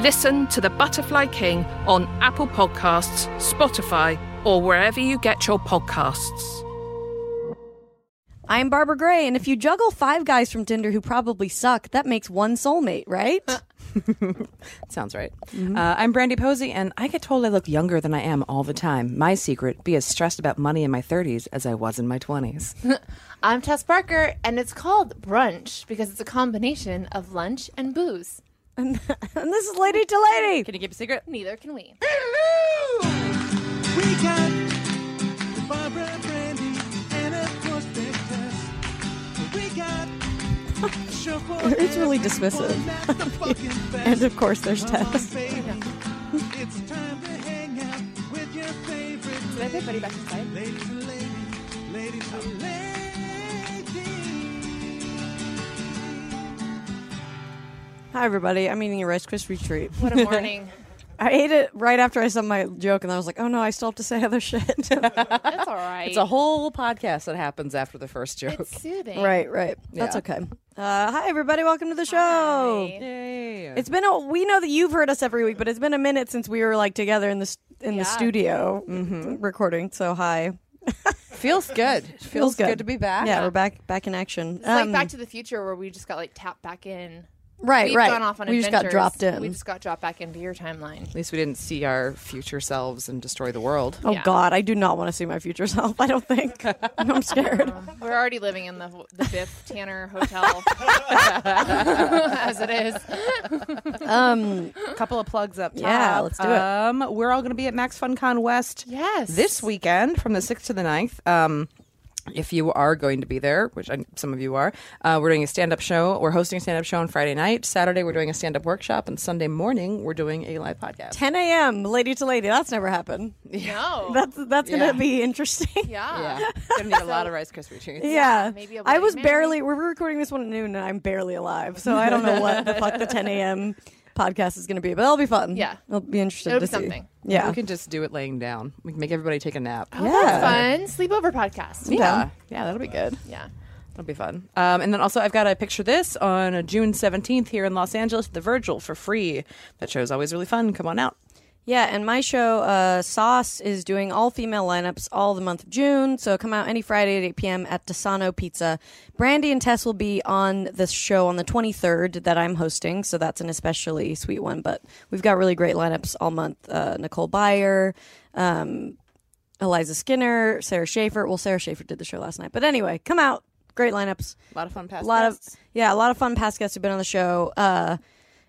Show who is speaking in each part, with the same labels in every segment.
Speaker 1: Listen to The Butterfly King on Apple Podcasts, Spotify, or wherever you get your podcasts.
Speaker 2: I'm Barbara Gray, and if you juggle five guys from Tinder who probably suck, that makes one soulmate, right?
Speaker 3: Sounds right. Uh, I'm Brandy Posey, and I get told I look younger than I am all the time. My secret be as stressed about money in my 30s as I was in my 20s.
Speaker 4: I'm Tess Barker, and it's called brunch because it's a combination of lunch and booze.
Speaker 2: and this is Lady to Lady.
Speaker 3: Can you keep a secret?
Speaker 4: Neither can we.
Speaker 5: We got Barbara Brandy and of course Big Tess. We got Shuffle
Speaker 2: It's really
Speaker 5: and
Speaker 2: dismissive.
Speaker 5: one that's the fucking best.
Speaker 2: And of course, there's
Speaker 5: Come on,
Speaker 2: Tess.
Speaker 5: baby. It's time to hang out with your favorite
Speaker 4: Did I put Buddy back inside?
Speaker 5: ladies and ladies, ladies and ladies.
Speaker 2: Hi, everybody. I'm eating a Rice Krispie treat.
Speaker 4: What a morning.
Speaker 2: I ate it right after I said my joke, and I was like, oh no, I still have to say other shit.
Speaker 4: That's all right.
Speaker 3: It's a whole podcast that happens after the first joke.
Speaker 4: It's soothing.
Speaker 2: right, Um, right. That's
Speaker 3: Yeah.
Speaker 2: okay. Uh, hi, everybody. Welcome to the show.
Speaker 4: Hi.
Speaker 3: Yay.
Speaker 2: It's been a. We know that you've heard us every week, but it's been a minute since we were like together in the s- in the
Speaker 4: Yeah. Mm-hmm.
Speaker 2: studio mm-hmm, recording. So hi,
Speaker 3: feels good. Feels,
Speaker 2: good.
Speaker 3: good. to be back.
Speaker 2: yeah, we're back back in action.
Speaker 4: It's like
Speaker 2: Um,
Speaker 4: Back to the Future where we just got like tapped back in.
Speaker 2: right,
Speaker 4: We've
Speaker 2: right.
Speaker 4: gone off on
Speaker 2: we just got
Speaker 4: adventures.
Speaker 2: dropped in.
Speaker 4: We just got dropped back into your timeline.
Speaker 3: At least we didn't see our future selves and destroy the world.
Speaker 2: Oh
Speaker 4: Yeah.
Speaker 2: God, I do not want to see my future self. I don't think I'm scared.
Speaker 4: We're already living in the, the fifth Tanner Hotel as it is.
Speaker 2: Um,
Speaker 3: A couple of plugs up top.
Speaker 2: Yeah, let's do it.
Speaker 3: Um, we're all going to be at Max FunCon West.
Speaker 4: Yes.
Speaker 3: this weekend from the 6th to the 9th. Um, if you are going to be there, which I, some of you are, uh, we're doing a stand up show. We're hosting a stand up show on Friday night. Saturday, we're doing a stand up workshop. And Sunday morning, we're doing a live podcast.
Speaker 2: 10 a.m. lady to lady. That's never happened.
Speaker 4: No.
Speaker 2: That's that's gonna
Speaker 3: Yeah.
Speaker 2: be interesting. Yeah.
Speaker 4: yeah.
Speaker 3: Yeah. Gonna need a lot of Rice Krispie treats.
Speaker 4: maybe a
Speaker 2: I was
Speaker 4: Bloody Mary.
Speaker 2: barely. We were recording this one at noon, and I'm barely alive. So I don't know what the fuck the 10 a.m. podcast is gonna be, but it'll be fun.
Speaker 4: Yeah.
Speaker 2: it'll be interesting.
Speaker 4: It'll
Speaker 2: to
Speaker 4: be
Speaker 2: see.
Speaker 4: something.
Speaker 2: Yeah,
Speaker 3: We can just do it laying down. We can make everybody take a nap.
Speaker 4: Oh, that's fun. Sleepover podcast.
Speaker 2: I'm
Speaker 3: Yeah.
Speaker 2: down.
Speaker 3: Yeah, that'll be good.
Speaker 4: Yeah.
Speaker 3: That'll be fun. Um, and then also, I've got a picture this on uh, June 17th here in Los Angeles at the Virgil for free. That show's always really fun. Come on out.
Speaker 2: Yeah, and my show, uh, Sauce, is doing all female lineups all the month of June. So come out any Friday at 8 p.m. at Desano Pizza. Brandy and Tess will be on this show on the 23rd that I'm hosting. So that's an especially sweet one. But we've got really great lineups all month. Uh, Nicole Byer, um, Eliza Skinner, Sarah Schaefer. Well, Sarah Schaefer did the show last night. But anyway, come out. Great lineups.
Speaker 3: A lot of fun past
Speaker 2: A lot
Speaker 3: guests.
Speaker 2: of yeah, a lot of fun past guests who've been on the show. Uh,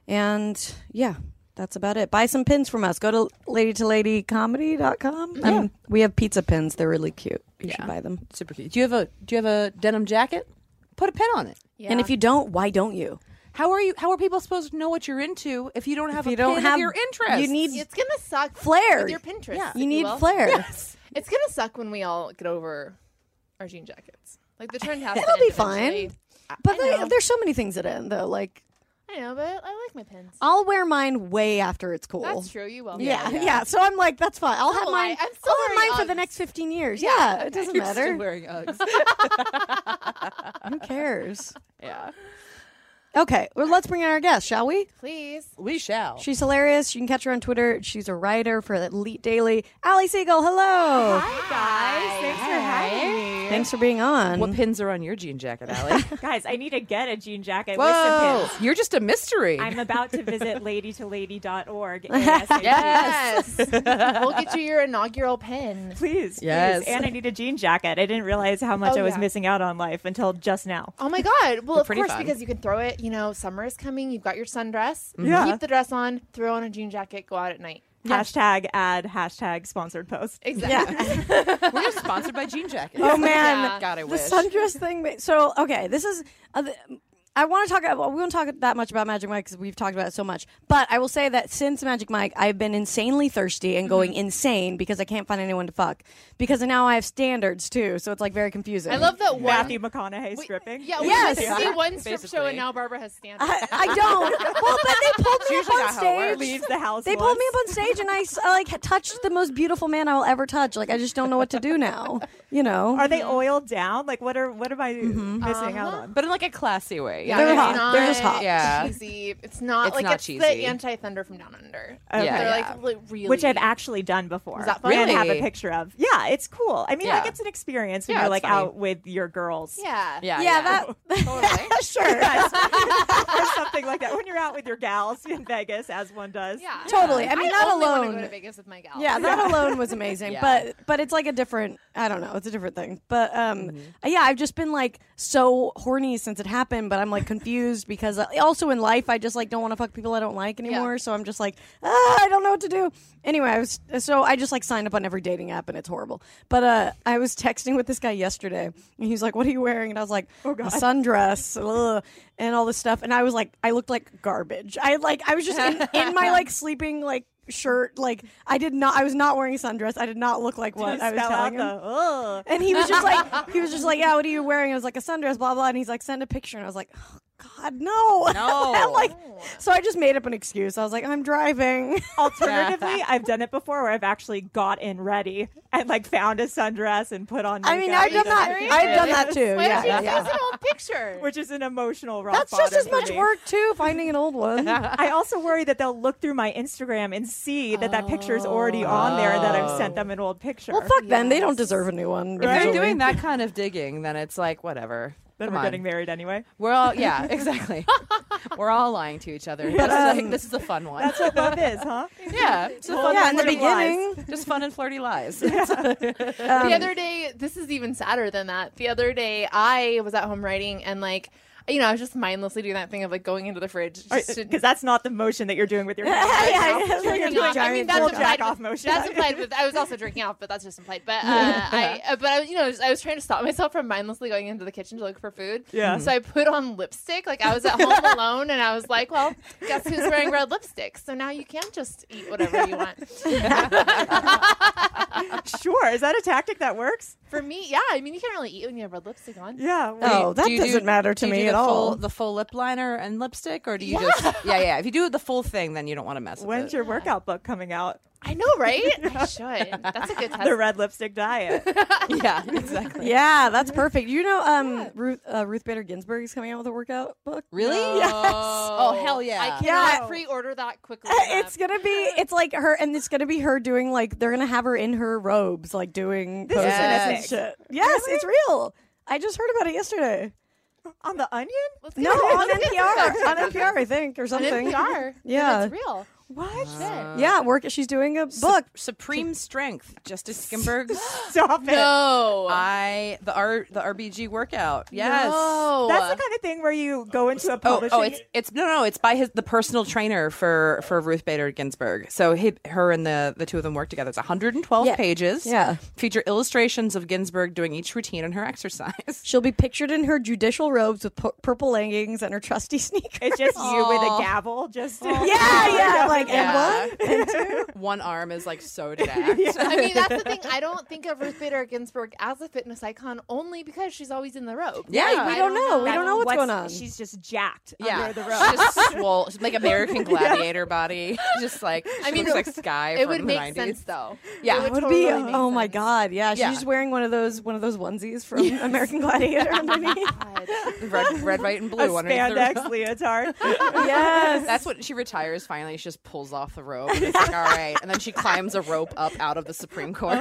Speaker 2: and yeah, that's about it. Buy some pins from us. Go to ladytoladycomedy.com. Yeah. Um, we have pizza pins. They're really cute. You should buy them.
Speaker 3: super cute. Do you have a do you have a denim jacket? Put a pin on it.
Speaker 4: Yeah.
Speaker 2: And if you don't, why don't you?
Speaker 3: How are you? How are people supposed to know what you're into if you don't have
Speaker 2: If you
Speaker 3: a
Speaker 2: don't
Speaker 3: pin
Speaker 2: have
Speaker 3: of your interest?
Speaker 2: you need
Speaker 4: It's gonna suck.
Speaker 2: Flair.
Speaker 4: with your Pinterest.
Speaker 3: Yeah.
Speaker 4: if
Speaker 2: you need
Speaker 4: will.
Speaker 2: flair.
Speaker 4: It's gonna suck when we all get over our jean jackets. Like the trend has. to
Speaker 2: It'll
Speaker 4: end
Speaker 2: be fine.
Speaker 4: eventually.
Speaker 2: But
Speaker 4: I
Speaker 2: they,
Speaker 4: know.
Speaker 2: there's so many things that end though. Like
Speaker 4: I know, but I like my pins.
Speaker 2: I'll wear mine way after it's cool.
Speaker 4: That's true. You will.
Speaker 2: Oh. Yeah, yeah, So I'm like, that's fine. I'll have
Speaker 4: will
Speaker 2: mine.
Speaker 4: I. I'm still
Speaker 2: I'll have
Speaker 4: wearing
Speaker 2: mine for the
Speaker 4: Uggs.
Speaker 2: next 15 years. Yeah, it doesn't
Speaker 3: You're
Speaker 2: matter.
Speaker 3: still wearing Uggs.
Speaker 2: Who cares?
Speaker 3: yeah,
Speaker 2: Okay, well, let's bring in our guest, shall we?
Speaker 4: Please.
Speaker 3: we shall.
Speaker 2: She's hilarious. You can catch her on Twitter. She's a writer for Elite Daily. Allie Siegel, hello.
Speaker 6: Hi guys, thanks for having me.
Speaker 2: Thanks for being on.
Speaker 3: what pins are on your jean jacket, Allie?
Speaker 6: Guys, I need to get a jean jacket
Speaker 3: Whoa,
Speaker 6: with some pins.
Speaker 3: you're just a mystery.
Speaker 6: I'm about to visit ladytolady.org. ASAP.
Speaker 4: Yes. we'll get you your inaugural pin.
Speaker 6: Please,
Speaker 3: Yes.
Speaker 6: please. And I need a jean jacket. I didn't realize how much
Speaker 4: Oh,
Speaker 6: I was
Speaker 4: yeah.
Speaker 6: missing out on life until just now.
Speaker 4: Oh my God. Well, of
Speaker 3: pretty
Speaker 4: course,
Speaker 3: fun.
Speaker 4: because you can throw it, you know, summer is coming. You've got your sundress.
Speaker 2: Mm-hmm.
Speaker 6: Yeah.
Speaker 4: Keep the dress on, throw on a jean jacket, go out at night.
Speaker 6: Hashtag ad, hashtag sponsored post.
Speaker 4: Exactly.
Speaker 3: We're sponsored by jean jacket.
Speaker 2: oh man,
Speaker 4: Yeah.
Speaker 3: God, I
Speaker 2: the
Speaker 3: wish.
Speaker 2: sundress thing. ma- So okay, this is. Uh, the- I want to talk. About, we won't talk that much about Magic Mike because we've talked about it so much. But I will say that since Magic Mike, I've been insanely thirsty and
Speaker 3: Mm-hmm.
Speaker 2: going insane because I can't find anyone to fuck. Because now I have standards too, so it's like very confusing.
Speaker 4: I love that one.
Speaker 6: Matthew McConaughey
Speaker 4: we-
Speaker 6: stripping.
Speaker 4: Yeah, we
Speaker 2: Yes.
Speaker 4: just see one strip show
Speaker 3: Basically.
Speaker 4: and now Barbara has stand
Speaker 2: I, I don't. Well, but they pulled me
Speaker 3: usually
Speaker 2: up on
Speaker 3: not how it works.
Speaker 2: stage.
Speaker 6: leaves the house.
Speaker 2: They pulled me up on stage and I, s- I, like touched the most beautiful man I will ever touch. Like I just don't know what to do now. You know,
Speaker 6: Are they oiled down? Like what are what am I missing out on?
Speaker 3: but in like a classy way.
Speaker 4: Yeah,
Speaker 2: They're
Speaker 4: it's
Speaker 2: hot.
Speaker 4: Not
Speaker 2: They're just hot.
Speaker 3: Yeah.
Speaker 4: cheesy. It's not
Speaker 3: It's
Speaker 4: like
Speaker 3: not
Speaker 4: it's the
Speaker 3: cheesy.
Speaker 4: anti thunder from down under. They're
Speaker 6: Okay.
Speaker 3: Yeah.
Speaker 4: like li- really,
Speaker 6: Which I've actually done before.
Speaker 4: Is that fun?
Speaker 6: And have
Speaker 3: Really?
Speaker 6: a picture of. Yeah, it's cool. I mean, like
Speaker 3: Yeah.
Speaker 6: it's an experience when
Speaker 3: Yeah,
Speaker 6: you're
Speaker 3: it's
Speaker 6: like
Speaker 3: funny.
Speaker 6: out with your girls.
Speaker 4: yeah,
Speaker 3: Yeah,
Speaker 2: yeah, that
Speaker 4: totally.
Speaker 6: sure. or something like that. When you're out with your gals in Vegas, as one does.
Speaker 4: yeah,
Speaker 2: Totally. I mean, not
Speaker 4: only wanna
Speaker 2: alone.
Speaker 4: Go to Vegas with my gal.
Speaker 2: yeah, that alone was amazing.
Speaker 3: Yeah.
Speaker 2: But but it's like a different. I don't know. It's a different thing. But um, yeah, I've just been like so horny since it happened. But I'm like confused because uh, also in life I just like don't want to fuck people I don't like anymore. So I'm just like ah, I don't know what to do. Anyway, I was so I just like signed up on every dating app and it's horrible. But uh, I was texting with this guy yesterday and he's like, "What are you wearing?" And I was like, "Oh God, a sundress." Ugh. And all this stuff, and I was like, I looked like garbage. I like, I was just in, in my like sleeping like shirt. Like I did not. I was not wearing a sundress. I did not look like what I was
Speaker 6: Spell out
Speaker 2: telling him.
Speaker 6: the ugh.
Speaker 2: and he was just like, he was just like, yeah, what are you wearing? I was like a sundress, blah blah. And he's like, send a picture. And I was like, oh, God, no,
Speaker 3: No.
Speaker 2: And, like, so I just made up an excuse. I was like, I'm driving.
Speaker 6: Oh Alternatively, I've done it before where I've actually gotten ready and like found a sundress and put on.
Speaker 2: I mean,
Speaker 6: makeup
Speaker 2: I've done
Speaker 6: and-
Speaker 2: that. I've done that too.
Speaker 4: Why
Speaker 2: Yeah,
Speaker 4: did you
Speaker 2: yeah,
Speaker 4: choose
Speaker 2: yeah.
Speaker 4: an old picture?
Speaker 6: Which is an emotional rock
Speaker 2: That's just
Speaker 6: bottom
Speaker 2: as
Speaker 6: for
Speaker 2: much
Speaker 6: me.
Speaker 2: work too, finding an old one.
Speaker 6: I also worry that they'll look through my Instagram and see that that picture is already on there and that I've sent them an old picture.
Speaker 2: Well, fuck them. They don't deserve a new one.
Speaker 3: If
Speaker 6: Right.
Speaker 3: they're
Speaker 2: usually.
Speaker 3: doing that kind of digging, then it's like whatever.
Speaker 6: Then
Speaker 3: Come
Speaker 6: we're
Speaker 3: on.
Speaker 6: getting married anyway.
Speaker 3: We're all yeah, exactly. we're all lying to each other. This, is like, this is a fun one.
Speaker 6: That's what love is, huh?
Speaker 3: yeah, it's a fun
Speaker 2: yeah, in
Speaker 3: and
Speaker 2: the
Speaker 3: flirty lies.
Speaker 2: beginning.
Speaker 3: just fun and flirty lies.
Speaker 4: the other day this is even sadder than that the other day i was at home writing and like you know i was just mindlessly doing that thing of like going into the fridge just to-
Speaker 6: Because that's not the motion that you're doing with your hands.
Speaker 2: Yeah,
Speaker 6: right now.
Speaker 2: yeah, yeah.
Speaker 6: You're
Speaker 4: jerking
Speaker 6: doing
Speaker 4: off. I mean,
Speaker 6: giant
Speaker 4: that's
Speaker 6: full
Speaker 4: implied.
Speaker 6: jack off motion.
Speaker 4: That's implied. With, I was also drinking out, but that's just implied. But uh, I, uh, but I, was- you know, I was trying to stop myself from mindlessly going into the kitchen to look for food.
Speaker 6: Yeah.
Speaker 4: So I put on lipstick. Like I was at home alone, and I was like, "Well, guess who's wearing red lipstick?" So now you can just eat whatever you want.
Speaker 6: sure. Is that a tactic that works?
Speaker 4: For me, yeah. I mean, you can't really eat when you have red lipstick on.
Speaker 6: Yeah. we-
Speaker 2: Oh, that
Speaker 3: Do you do-
Speaker 2: doesn't matter to
Speaker 3: do you
Speaker 2: me
Speaker 3: do
Speaker 2: at
Speaker 3: the
Speaker 2: all.
Speaker 3: Full, the full lip liner and lipstick, or do you just yeah, yeah? If you do the full thing, then you don't want to mess with it.
Speaker 6: When's your workout book coming out?
Speaker 4: I know, right? I should. That's a good test.
Speaker 6: The red lipstick diet.
Speaker 3: yeah, exactly.
Speaker 2: Yeah, that's perfect. You know, um, Ruth uh, Ruth Bader Ginsburg is coming out with a workout book.
Speaker 3: Really? Oh hell yeah!
Speaker 4: I cannot
Speaker 2: Yeah. Eh,
Speaker 4: pre-order that quickly. enough.
Speaker 2: It's gonna be, it's like her, and it's gonna be her doing like they're gonna have her in her robes, like doing
Speaker 6: This is
Speaker 2: poses and
Speaker 6: epic.
Speaker 2: shit. Yes, it's real. I just heard about it yesterday.
Speaker 6: On the onion?
Speaker 4: Let's
Speaker 2: No,
Speaker 4: go.
Speaker 2: on NPR, on NPR, I think, or
Speaker 4: On
Speaker 2: something.
Speaker 4: NPR.
Speaker 2: Yeah.
Speaker 4: It's real.
Speaker 6: What?
Speaker 2: Yeah, work. She's doing a book.
Speaker 3: Supreme Strength, Justice Skinberg's.
Speaker 6: Stop it.
Speaker 4: No.
Speaker 3: I the R the RBG workout. Yes.
Speaker 4: No.
Speaker 6: That's the kind of thing where you go into a
Speaker 3: Oh,
Speaker 6: publishing.
Speaker 3: oh, it's it's no, no, it's by his the personal trainer for for Ruth Bader Ginsburg. So he, her and the the two of them work together. It's 112
Speaker 2: Yeah.
Speaker 3: pages.
Speaker 2: Yeah.
Speaker 3: feature illustrations of Ginsburg doing each routine and her exercise.
Speaker 2: She'll be pictured in her judicial robes with pu- purple leggings and her trusty sneakers.
Speaker 6: It's just you with a gavel. Just
Speaker 2: yeah, yeah, like
Speaker 3: Yeah.
Speaker 2: and what? And two.
Speaker 3: One arm is like so jacked.
Speaker 4: I mean, that's the thing. I don't think of Ruth Bader Ginsburg as a fitness icon only because she's always in the robe.
Speaker 3: Yeah.
Speaker 4: Like,
Speaker 3: We
Speaker 4: I
Speaker 2: don't know. We
Speaker 4: I
Speaker 2: don't know what's going on.
Speaker 6: She's just jacked
Speaker 3: Yeah,
Speaker 6: under the robe.
Speaker 3: She's just swole, she's like American Gladiator body, just like I
Speaker 4: mean,
Speaker 3: mean, looks like Sky.
Speaker 4: It
Speaker 3: from
Speaker 4: would
Speaker 3: the
Speaker 4: make
Speaker 3: 90s.
Speaker 4: sense though.
Speaker 3: Yeah.
Speaker 4: it would,
Speaker 2: would
Speaker 4: totally
Speaker 2: be
Speaker 4: make
Speaker 2: oh my
Speaker 4: sense.
Speaker 2: god yeah she's
Speaker 3: Yeah.
Speaker 2: just wearing one of those one of those onesies from american gladiator underneath
Speaker 4: God.
Speaker 3: Red, red, white, and
Speaker 6: A
Speaker 3: blue. underneath the
Speaker 6: spandex
Speaker 3: robe.
Speaker 6: leotard.
Speaker 2: yes
Speaker 3: That's what she retires. Finally, she just pulls off the robe. And it's like, all right, and then she climbs a rope up out of the Supreme Court.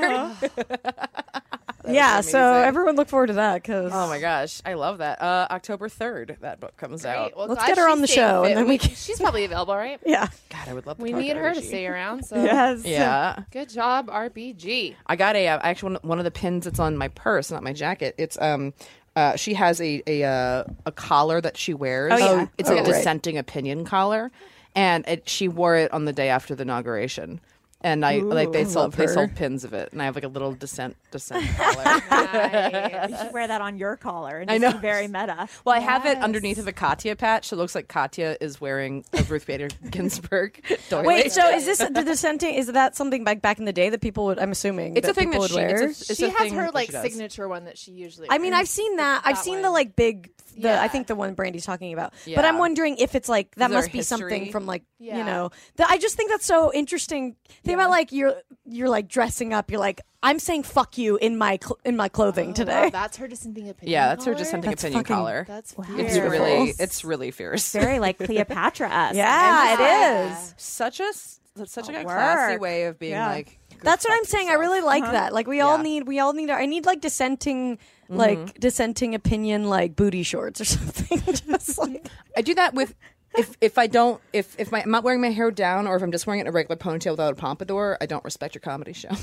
Speaker 2: yeah so
Speaker 3: amazing.
Speaker 2: everyone look forward to that because
Speaker 3: Oh my gosh, I love that. Uh, October third, that book comes out.
Speaker 4: Great. Well,
Speaker 2: Let's
Speaker 4: glad
Speaker 2: get her
Speaker 4: she's
Speaker 2: on the
Speaker 4: staying
Speaker 2: show, and
Speaker 4: fit.
Speaker 2: then we
Speaker 4: We-
Speaker 2: can-
Speaker 4: She's probably available, right?
Speaker 2: yeah
Speaker 3: God, I would love. To
Speaker 4: We
Speaker 3: talk
Speaker 4: need
Speaker 3: to
Speaker 4: her to
Speaker 3: She-
Speaker 4: stay around. So
Speaker 6: Yes.
Speaker 3: Yeah,
Speaker 4: good job, RBG.
Speaker 3: I got a. uh, Actually, one- one of the pins that's on my purse, not my jacket. It's um. Uh, she has a a uh, a collar that she wears.
Speaker 6: Oh, yeah.
Speaker 3: it's
Speaker 2: Oh,
Speaker 3: like a
Speaker 2: right.
Speaker 3: dissenting opinion collar, and it, she wore it on the day after the inauguration. and I like they sold they
Speaker 2: her.
Speaker 3: sold pins of it, and I have like a little descent descent. collar.
Speaker 6: You should wear that on your collar. And
Speaker 3: I
Speaker 6: I
Speaker 3: know.
Speaker 6: know. very meta.
Speaker 3: Well, I have it underneath of a Katya patch. So it looks like Katya is wearing a Ruth Bader Ginsburg doily.
Speaker 2: Wait, so is this the dissenting? Is that something back back in the day that people would? I'm assuming
Speaker 3: It's a thing that
Speaker 2: people
Speaker 3: she-
Speaker 2: would
Speaker 3: it's a-
Speaker 2: wear.
Speaker 3: it's
Speaker 4: she
Speaker 3: a
Speaker 4: has
Speaker 3: thing
Speaker 4: her
Speaker 3: that
Speaker 4: like
Speaker 3: she does.
Speaker 4: signature one that she usually.
Speaker 2: I mean, I've seen that. I've
Speaker 4: that
Speaker 2: seen
Speaker 4: one.
Speaker 2: the like big. The I
Speaker 4: Yeah.
Speaker 2: think the one Brandy's talking about. But
Speaker 3: Yeah.
Speaker 2: I'm wondering if it's like that
Speaker 3: there
Speaker 2: must be something
Speaker 3: history?
Speaker 2: from like you
Speaker 4: Yeah.
Speaker 2: know. The, I just think that's so interesting. Think about like you're you're like dressing up. You're like I'm saying fuck you in my cl- in my clothing
Speaker 4: Oh, Wow,
Speaker 2: today.
Speaker 4: that's her dissenting opinion.
Speaker 3: yeah, that's her
Speaker 4: collar?
Speaker 3: dissenting
Speaker 2: That's
Speaker 3: opinion
Speaker 2: fucking-
Speaker 3: collar.
Speaker 4: That's
Speaker 3: it's
Speaker 6: beautiful.
Speaker 3: really it's really fierce.
Speaker 6: Very like Cleopatra esque.
Speaker 2: yeah, it is.
Speaker 3: Such a s- that's such like a
Speaker 6: Oh,
Speaker 3: classy
Speaker 6: work.
Speaker 3: way of being
Speaker 6: Yeah.
Speaker 3: like. go
Speaker 2: That's what
Speaker 3: fuck
Speaker 2: I'm saying. I
Speaker 3: yourself.
Speaker 2: really like
Speaker 4: Uh-huh.
Speaker 2: that. Like we all
Speaker 3: Yeah. Mm-hmm.
Speaker 2: need, we all need. Our, I need like dissenting, like dissenting opinion, like booty shorts or something. Just like
Speaker 3: I do that with if if I don't if if my, I'm not wearing my hair down or if I'm just wearing it in a regular ponytail without a pompadour, I don't respect your comedy show.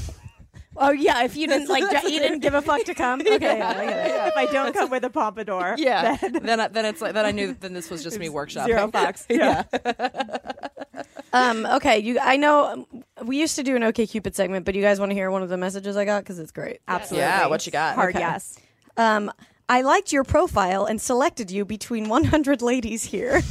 Speaker 2: oh yeah, if you didn't like, you didn't give a fuck to come. Okay, yeah, I get it.
Speaker 6: If I don't come with a pompadour,
Speaker 3: Yeah. then I, then it's like then I knew that then this was just me workshop.
Speaker 6: zero fucks. Yeah.
Speaker 2: Um, okay, you. I know um, we used to do an OK Cupid segment, but you guys want to hear one of the messages I got because it's great.
Speaker 6: Absolutely.
Speaker 3: Yeah, what you got?
Speaker 6: Hard
Speaker 3: Okay.
Speaker 6: yes.
Speaker 2: Um, I liked your profile and selected you between 100 ladies here.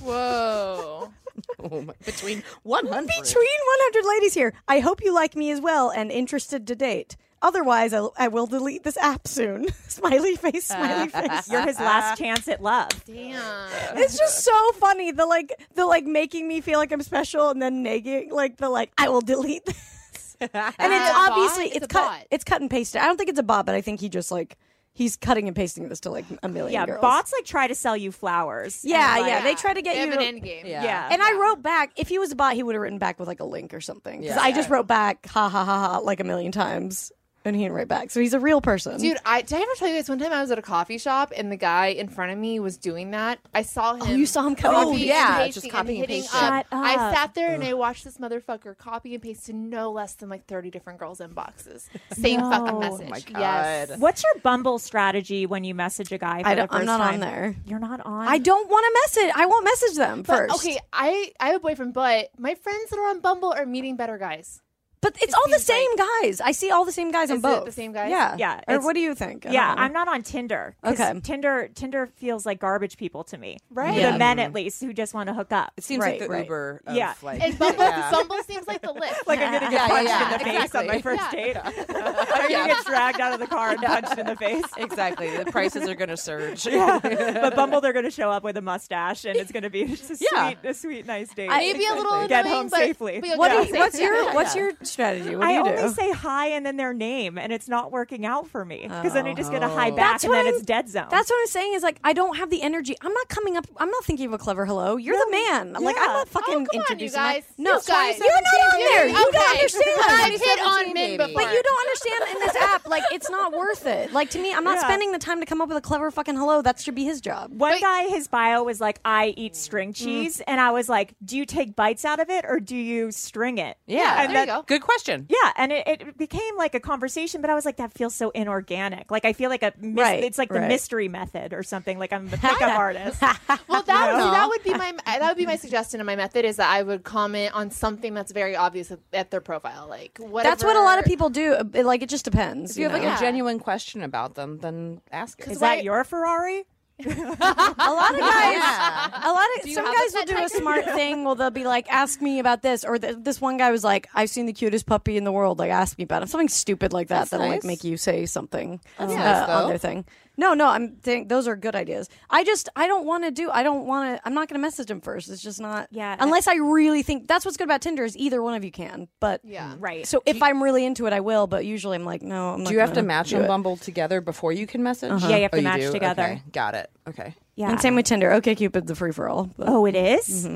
Speaker 4: Whoa.
Speaker 3: Oh my- Between 100.
Speaker 2: Between 100 ladies here. I hope you like me as well and interested to date. Otherwise, I, I will delete this app soon. smiley face, smiley face.
Speaker 6: You're his last chance at love.
Speaker 4: Damn.
Speaker 2: It's just so funny. The like, the like making me feel like I'm special and then nagging, like the like, I will delete this. And
Speaker 4: Is it
Speaker 2: it's
Speaker 4: a bot?
Speaker 2: obviously
Speaker 4: It's
Speaker 2: it's
Speaker 4: a
Speaker 2: cut,
Speaker 4: bot.
Speaker 2: it's cut and pasted. I don't think it's a bot, but I think he just like he's cutting and pasting this to like a million
Speaker 6: Yeah,
Speaker 2: girls.
Speaker 6: bots like try to sell you flowers.
Speaker 2: Yeah,
Speaker 6: And, like,
Speaker 2: yeah, they try to get
Speaker 4: they
Speaker 2: you
Speaker 4: Have
Speaker 2: to-
Speaker 4: an end game.
Speaker 3: Yeah.
Speaker 6: Yeah.
Speaker 2: And I wrote back. If he was a bot, he would have written back with like a link or something. Because
Speaker 3: Yeah.
Speaker 2: I just wrote back, ha ha ha ha, like a million times, and he didn't write back. So he's a real person.
Speaker 4: Dude, I did I ever tell you guys one time I was at a coffee shop and the guy in front of me was doing that. I saw him.
Speaker 2: you saw him coming
Speaker 4: copying
Speaker 2: Oh,
Speaker 4: and
Speaker 3: yeah,
Speaker 4: pasting
Speaker 3: just copying and
Speaker 4: hitting
Speaker 3: pasting.
Speaker 4: up.
Speaker 6: Shut
Speaker 4: I
Speaker 6: up.
Speaker 4: sat there and I watched this motherfucker copy and paste to no less than like thirty different girls' inboxes. Same fucking
Speaker 6: No. Oh
Speaker 4: message.
Speaker 3: my
Speaker 4: Yes.
Speaker 3: God.
Speaker 6: What's your Bumble strategy when you message a guy? For
Speaker 2: I
Speaker 6: the
Speaker 2: don't- I'm
Speaker 6: first
Speaker 2: not on
Speaker 6: time?
Speaker 2: there.
Speaker 6: You're not on.
Speaker 2: I don't want to message. I won't message them
Speaker 4: But,
Speaker 2: first.
Speaker 4: okay, I I have a boyfriend, but my friends that are on Bumble are meeting better guys.
Speaker 2: but it's all the
Speaker 4: seems
Speaker 2: same guys. I see all the same guys on
Speaker 4: Is it
Speaker 2: both.
Speaker 4: the same guys?
Speaker 2: Yeah,
Speaker 6: Yeah,
Speaker 2: Or
Speaker 6: it's-
Speaker 2: what do you think? I
Speaker 6: Yeah,
Speaker 2: don't know.
Speaker 6: I'm not on Tinder. 'cause
Speaker 2: Okay.
Speaker 6: Tinder Tinder feels like garbage people to me.
Speaker 4: Right.
Speaker 6: The
Speaker 2: Yeah.
Speaker 6: men at least who just want to hook up.
Speaker 3: It seems
Speaker 2: Right,
Speaker 3: like the
Speaker 2: right.
Speaker 3: Uber of
Speaker 6: Yeah.
Speaker 3: like
Speaker 4: And Bumble,
Speaker 3: yeah.
Speaker 4: Bumble seems like the list.
Speaker 6: Like I'm
Speaker 3: Yeah,
Speaker 6: gonna get
Speaker 3: yeah,
Speaker 6: punched
Speaker 3: yeah,
Speaker 6: in the face on my
Speaker 3: exactly.
Speaker 6: first date. I'm gonna get dragged out of the car and punched in the face.
Speaker 3: exactly. The prices are going to surge.
Speaker 6: But Bumble, they're gonna show up with a mustache, and it's gonna be just a
Speaker 3: Yeah.
Speaker 6: sweet, a sweet, nice date.
Speaker 4: Maybe a little
Speaker 6: Get
Speaker 4: annoying,
Speaker 6: home
Speaker 4: but-
Speaker 6: safely.
Speaker 4: but you'll
Speaker 2: What
Speaker 4: get
Speaker 2: do
Speaker 4: home
Speaker 2: you,
Speaker 4: safe.
Speaker 2: what's your
Speaker 4: Yeah.
Speaker 2: What's your strategy? What do
Speaker 6: I
Speaker 2: you do?
Speaker 6: only say hi and then their name, and it's not working out for me because then I just get a hi back,
Speaker 2: Oh. That's
Speaker 6: and
Speaker 2: what
Speaker 6: then
Speaker 2: I'm-
Speaker 6: it's dead zone.
Speaker 2: That's what I'm saying is like I don't have the energy. I'm not coming up. I'm not thinking of a clever hello. You're the man. Like I'm
Speaker 6: yeah.
Speaker 2: not
Speaker 4: Oh,
Speaker 2: fucking
Speaker 4: come on, you
Speaker 2: introducing. my-
Speaker 4: guys.
Speaker 2: no,
Speaker 4: you guys.
Speaker 2: you're not on there. You
Speaker 4: Okay.
Speaker 2: don't understand.
Speaker 4: I've hit on men
Speaker 3: baby.
Speaker 4: before.
Speaker 2: But you don't understand in this app, like it's not worth it. Like to me, I'm not
Speaker 6: Yeah.
Speaker 2: spending the time to come up with a clever fucking hello. That should be his job.
Speaker 6: One
Speaker 4: But-
Speaker 6: guy, his bio was like, "I eat string
Speaker 2: Mm.
Speaker 6: cheese," and I was like, "Do you take bites out of it or do you string it?"
Speaker 3: Yeah.
Speaker 6: and
Speaker 4: There you
Speaker 6: that-
Speaker 4: go.
Speaker 3: Good question.
Speaker 6: yeah, and it, it became like a conversation, but I was like, "That feels so inorganic." Like I feel like a mis-
Speaker 2: Right,
Speaker 6: it's like
Speaker 2: right.
Speaker 6: the mystery method or something. Like I'm the pickup artist.
Speaker 4: Well, that would, that would be my that would be my suggestion and my method is that I would comment on something that's very obvious at, at their profile, like whatever.
Speaker 2: That's what a lot of people do. It- Like it just depends.
Speaker 3: If you have like
Speaker 2: know?
Speaker 3: a genuine question about them, then ask it.
Speaker 6: Is
Speaker 4: why-
Speaker 6: that your Ferrari?
Speaker 2: a lot of guys,
Speaker 3: Yeah.
Speaker 2: a lot of
Speaker 4: you
Speaker 2: some
Speaker 4: have
Speaker 2: guys
Speaker 4: a
Speaker 2: will
Speaker 4: pet
Speaker 2: do a
Speaker 4: tiger?
Speaker 2: smart thing. Well, they'll be like, "Ask me about this," or th- this one guy was like, "I've seen the cutest puppy in the world." Like, ask me about it. Something stupid like that that'll like
Speaker 3: nice.
Speaker 2: make you say something uh,
Speaker 3: nice,
Speaker 2: on
Speaker 3: though.
Speaker 2: their thing. No, no, I'm think those are good ideas. I just I don't want to do. I don't want to. I'm not going to message him first. It's just not.
Speaker 6: Yeah.
Speaker 2: Unless I really think that's what's good about Tinder is either one of you can. But
Speaker 4: Yeah.
Speaker 6: Right.
Speaker 2: So if I'm really into it, I will. But usually I'm like, no. I'm not
Speaker 3: Do you have to
Speaker 2: gonna
Speaker 3: match
Speaker 2: do
Speaker 3: on
Speaker 2: it.
Speaker 3: Bumble together before you can message?
Speaker 6: Yeah, you have
Speaker 3: Oh,
Speaker 6: to match
Speaker 3: do?
Speaker 6: together.
Speaker 3: Okay. Got it. Okay.
Speaker 6: Yeah.
Speaker 2: And same with Tinder. Okay, Cupid's a free for all.
Speaker 6: oh, it is?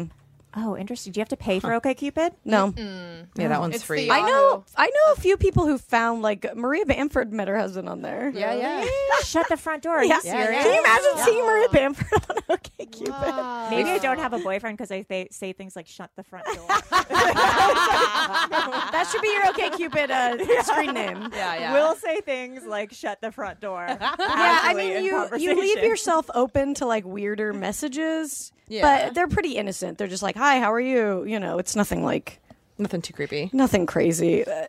Speaker 6: Oh, interesting. Do you have to pay for OkCupid?
Speaker 2: No.
Speaker 3: Yeah, that one's
Speaker 4: It's
Speaker 3: free.
Speaker 4: the-
Speaker 2: I know
Speaker 4: Yahoo.
Speaker 2: I know a few people who found like Maria Bamford met her husband on there.
Speaker 3: yeah, yeah.
Speaker 6: Shut the front door. Are you serious?
Speaker 2: Can you imagine seeing Maria Bamford on OK Cupid?
Speaker 4: Wow.
Speaker 6: Maybe I don't have a boyfriend because I they say things like "shut the front door."
Speaker 2: That should be your OK Cupid uh, screen name.
Speaker 3: Yeah, yeah.
Speaker 6: Will say things like "shut the front door." yeah,
Speaker 2: Yeah, I mean you you leave yourself open to like weirder messages,
Speaker 3: Yeah.
Speaker 2: but they're pretty innocent. They're just like, "Hi, how are you?" You know, it's nothing like
Speaker 3: Nothing too creepy.
Speaker 2: Nothing crazy. Uh,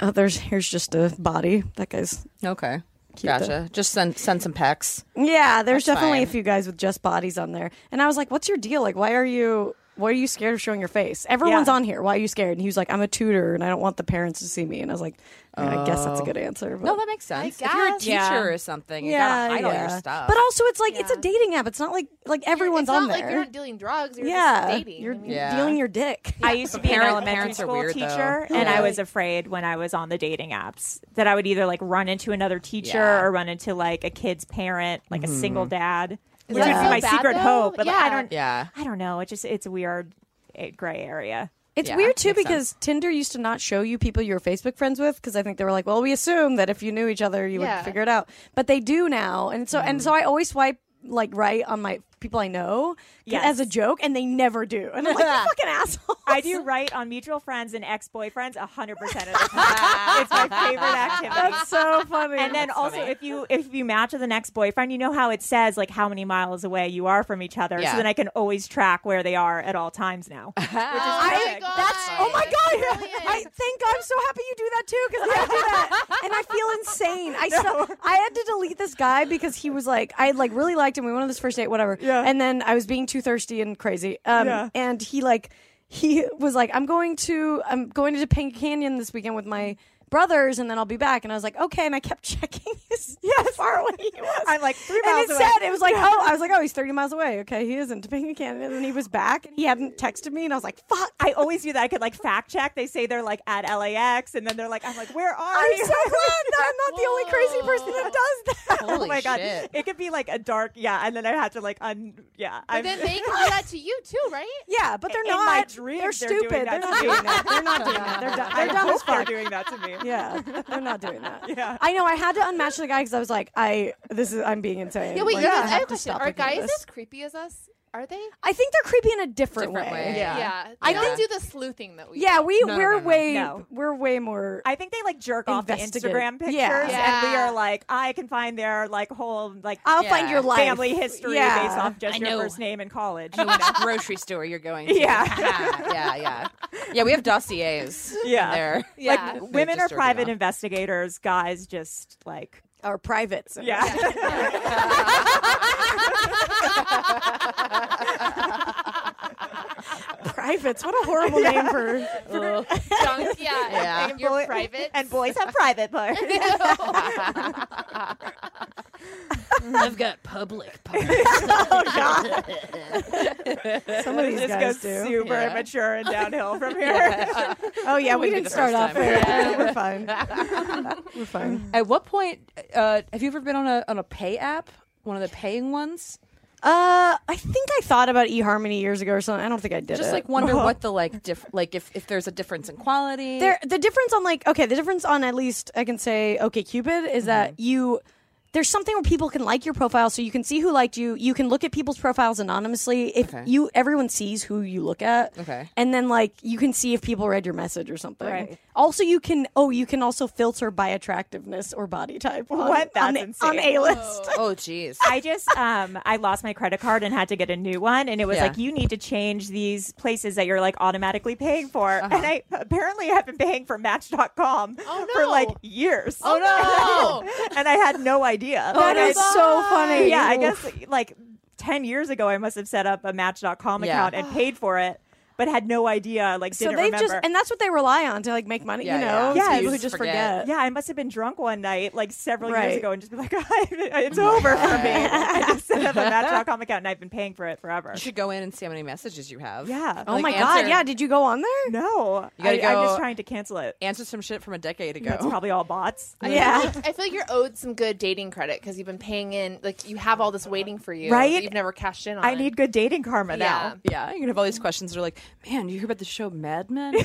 Speaker 2: oh, there's here's just a body. That guy's
Speaker 3: Okay.
Speaker 2: Cute,
Speaker 3: gotcha.
Speaker 2: though.
Speaker 3: Just send send some pecs.
Speaker 2: yeah. There's
Speaker 3: That's
Speaker 2: definitely a
Speaker 3: fine.
Speaker 2: few guys with just bodies on there, and I was like, "What's your deal? Like, why are you?" Why are you scared of showing your face? Everyone's
Speaker 6: Yeah.
Speaker 2: on here. Why are you scared? And he was like, "I'm a tutor, and I don't want the parents to see me." And I was like, I, mean, I guess that's a
Speaker 3: Oh.
Speaker 2: good answer. but-
Speaker 3: No, that makes sense. If you're a
Speaker 4: guess.
Speaker 3: teacher
Speaker 6: Yeah.
Speaker 3: or something, you gotta hide all your stuff.
Speaker 2: But also, it's like it's a dating app. It's not like like everyone's
Speaker 4: it's
Speaker 2: on
Speaker 4: not
Speaker 2: there.
Speaker 4: Like you're not dealing drugs. You're
Speaker 2: yeah,
Speaker 4: just dating.
Speaker 2: you're
Speaker 4: I mean,
Speaker 3: Yeah.
Speaker 2: dealing your dick.
Speaker 6: I used to be an
Speaker 3: Parent-
Speaker 6: elementary
Speaker 3: parents are
Speaker 6: school
Speaker 3: weird, though.
Speaker 6: teacher, and I was afraid when I was on the dating apps that I would either like run into another teacher
Speaker 3: Yeah.
Speaker 6: or run into like a kid's parent, like a single dad. Which would
Speaker 4: that
Speaker 6: be
Speaker 4: so
Speaker 6: my
Speaker 4: bad,
Speaker 6: secret
Speaker 4: though?
Speaker 6: hope, but like, I
Speaker 4: Yeah.
Speaker 6: don't.
Speaker 3: Yeah.
Speaker 6: I don't know. It just it's a weird eh, gray area.
Speaker 2: It's
Speaker 3: Yeah,
Speaker 2: weird too
Speaker 3: makes
Speaker 2: because Tinder used to not show you people you were Facebook friends with because I think they were like, well, we assume that if you knew each other, you
Speaker 4: Yeah.
Speaker 2: would figure it out. But they do now, and so and so I always swipe like right on my people I know 'cause-
Speaker 6: Yes.
Speaker 2: as a joke, and they never do. And I'm like, you fucking asshole.
Speaker 6: I do write on mutual friends and ex boyfriends hundred percent of the time. it's my favorite activity.
Speaker 2: That's so funny.
Speaker 6: and then also if you if you match with an ex boyfriend, you know how it says like how many miles away you are from each other.
Speaker 3: Yeah.
Speaker 6: So then I can always track where they are at all times now.
Speaker 4: I,
Speaker 6: perfect.
Speaker 4: that's
Speaker 2: Oh my god! I think I'm so happy you do that too because I do that, and I feel insane. I so, I had to delete this guy because he was like I like really liked him. We went on this first date, whatever.
Speaker 6: Yeah.
Speaker 2: And then I was being too thirsty and crazy. Um,
Speaker 6: Yeah.
Speaker 2: And he like he was like I'm going to I'm going to Topanga Canyon this weekend with my brothers, and then I'll be back. And I was like okay, and I kept checking his how far away he was.
Speaker 6: I'm like, three
Speaker 2: And
Speaker 6: miles
Speaker 2: it
Speaker 6: away.
Speaker 2: said it was like oh I was like oh he's 30 miles away. Okay, he isn't Topanga Canyon. And then he was back, and he hadn't texted me, and I was like fuck.
Speaker 6: I always do that. I could like fact check. They say they're like at LAX, and then they're like, I'm like, where are
Speaker 2: I'm
Speaker 6: you?
Speaker 2: so glad that I'm not the only crazy person that does that.
Speaker 3: Holy
Speaker 6: oh my god,
Speaker 3: shit.
Speaker 6: it could be like a dark, yeah, and then I have to like un, yeah.
Speaker 4: But then they can do that to you too, right?
Speaker 2: Yeah, but they're
Speaker 6: In
Speaker 2: not.
Speaker 6: my dreams,
Speaker 2: they're
Speaker 6: they're doing
Speaker 2: stupid. They're
Speaker 6: that
Speaker 2: not
Speaker 6: to
Speaker 2: doing
Speaker 6: me.
Speaker 2: that. They're not doing that. They're, dumb.
Speaker 6: I
Speaker 2: they're dumb
Speaker 6: hope
Speaker 2: as fuck.
Speaker 6: They're doing that to me.
Speaker 2: Yeah, they're not doing that.
Speaker 6: Yeah.
Speaker 2: I know. I had to unmatch the guy because I was like, I this is I'm being insane.
Speaker 4: Yeah, wait.
Speaker 2: Like,
Speaker 4: you
Speaker 2: I
Speaker 4: guys, I
Speaker 2: have
Speaker 4: have a
Speaker 2: to
Speaker 4: question.
Speaker 2: stop
Speaker 4: Are
Speaker 2: looking at
Speaker 4: guys
Speaker 2: this.
Speaker 4: as creepy as us? Are they?
Speaker 2: I think they're creepy in a different,
Speaker 3: Different way.
Speaker 4: Yeah.
Speaker 3: Yeah.
Speaker 4: They
Speaker 3: Yeah.
Speaker 4: don't do the sleuthing that we.
Speaker 2: Yeah, we
Speaker 3: No, no,
Speaker 2: we're
Speaker 3: no, no.
Speaker 2: way
Speaker 6: No.
Speaker 2: we're way more.
Speaker 6: I think they like jerk off the
Speaker 2: Investigate.
Speaker 6: Instagram pictures,
Speaker 2: Yeah.
Speaker 6: and we
Speaker 4: Yeah.
Speaker 6: are like, I can find their like whole like
Speaker 2: I'll
Speaker 3: Yeah.
Speaker 2: find your life.
Speaker 6: family history
Speaker 2: Yeah.
Speaker 6: based off just
Speaker 3: I
Speaker 6: your
Speaker 3: know.
Speaker 6: first name and college.
Speaker 3: know which grocery store you're going to.
Speaker 6: Yeah.
Speaker 3: yeah, yeah. Yeah, we have dossiers
Speaker 6: Yeah.
Speaker 3: there.
Speaker 4: Yeah.
Speaker 6: Like women
Speaker 3: just
Speaker 6: are
Speaker 3: jerking
Speaker 6: private
Speaker 3: off.
Speaker 6: investigators, guys just like
Speaker 2: Our privates.
Speaker 6: yeah.
Speaker 2: privates. What a horrible name for.
Speaker 3: Ugh.
Speaker 4: Junk, yeah.
Speaker 3: Yeah.
Speaker 4: And You're private.
Speaker 6: and boys have private parts.
Speaker 7: I've got public parts.
Speaker 2: Some of these
Speaker 6: This
Speaker 2: guys
Speaker 6: goes
Speaker 2: do.
Speaker 6: super
Speaker 3: Yeah.
Speaker 6: immature and downhill from here.
Speaker 2: Oh yeah, we didn't
Speaker 3: Wouldn't be the
Speaker 2: start
Speaker 3: first
Speaker 2: off.
Speaker 3: time.
Speaker 2: there. We're fine. We're fine.
Speaker 3: At what point uh, have you ever been on a on a pay app? One of the paying ones?
Speaker 2: Uh, I think I thought about eHarmony years ago or something. I don't think I did
Speaker 3: Just
Speaker 2: it.
Speaker 3: like wonder what the like diff like if, if there's a difference in quality.
Speaker 2: there, the difference on like okay, the difference on at least I can say okay, Cupid is that you. There's something where people can like your profile, so you can see who liked you. You can look at people's profiles anonymously. If
Speaker 3: Okay.
Speaker 2: you, everyone sees who you look at,
Speaker 3: Okay.
Speaker 2: and then like you can see if people read your message or something.
Speaker 6: Right.
Speaker 2: Also, you can oh, you can also filter by attractiveness or body type. On,
Speaker 6: What?
Speaker 2: on,
Speaker 6: That's
Speaker 2: the- on
Speaker 6: insane.
Speaker 2: a list.
Speaker 3: oh jeez.
Speaker 6: I just um I lost my credit card and had to get a new one and it was
Speaker 3: Yeah.
Speaker 6: like you need to change these places that you're like automatically paying for
Speaker 2: Uh-huh.
Speaker 6: and I apparently have been paying for match.com
Speaker 4: Oh,
Speaker 6: for like
Speaker 4: no.
Speaker 6: years.
Speaker 4: Oh,
Speaker 6: and I had no idea.
Speaker 2: That
Speaker 6: Like,
Speaker 2: is
Speaker 6: I-
Speaker 2: so funny.
Speaker 6: Oh, Yeah, I
Speaker 2: Oof.
Speaker 6: guess like 10 years ago I must have set up a match.com
Speaker 3: Yeah.
Speaker 6: account and paid for it but had no idea like
Speaker 2: So
Speaker 6: didn't
Speaker 2: they
Speaker 6: remember.
Speaker 2: just and that's what they rely on to like make money.
Speaker 3: Yeah,
Speaker 2: you know,
Speaker 6: yeah.
Speaker 2: It's
Speaker 6: Yes.
Speaker 2: people who
Speaker 3: Just
Speaker 2: just
Speaker 3: forget.
Speaker 2: forget.
Speaker 6: yeah, I must have been drunk one night, like several
Speaker 2: Right.
Speaker 6: years ago, and just be like, "It's over for me." I just set up a Match.com account, and I've been paying for it forever.
Speaker 3: you should go in and see how many messages you have.
Speaker 6: Yeah.
Speaker 2: Oh
Speaker 3: Like,
Speaker 2: my
Speaker 3: answer-
Speaker 2: god! Yeah, did you go on there?
Speaker 6: No,
Speaker 3: You gotta
Speaker 6: I, I'm
Speaker 3: go-
Speaker 6: just trying to cancel it.
Speaker 3: Answer some shit from a decade ago.
Speaker 6: That's probably all bots.
Speaker 4: I feel, like, I feel like you're owed some good dating credit because you've been paying in, like you have all this waiting for you,
Speaker 6: Right?
Speaker 4: that You've never cashed in on.
Speaker 6: I need good dating karma
Speaker 4: Yeah.
Speaker 6: now.
Speaker 3: yeah, you can have all these questions. They're like, man, you hear about the show Mad Men? Do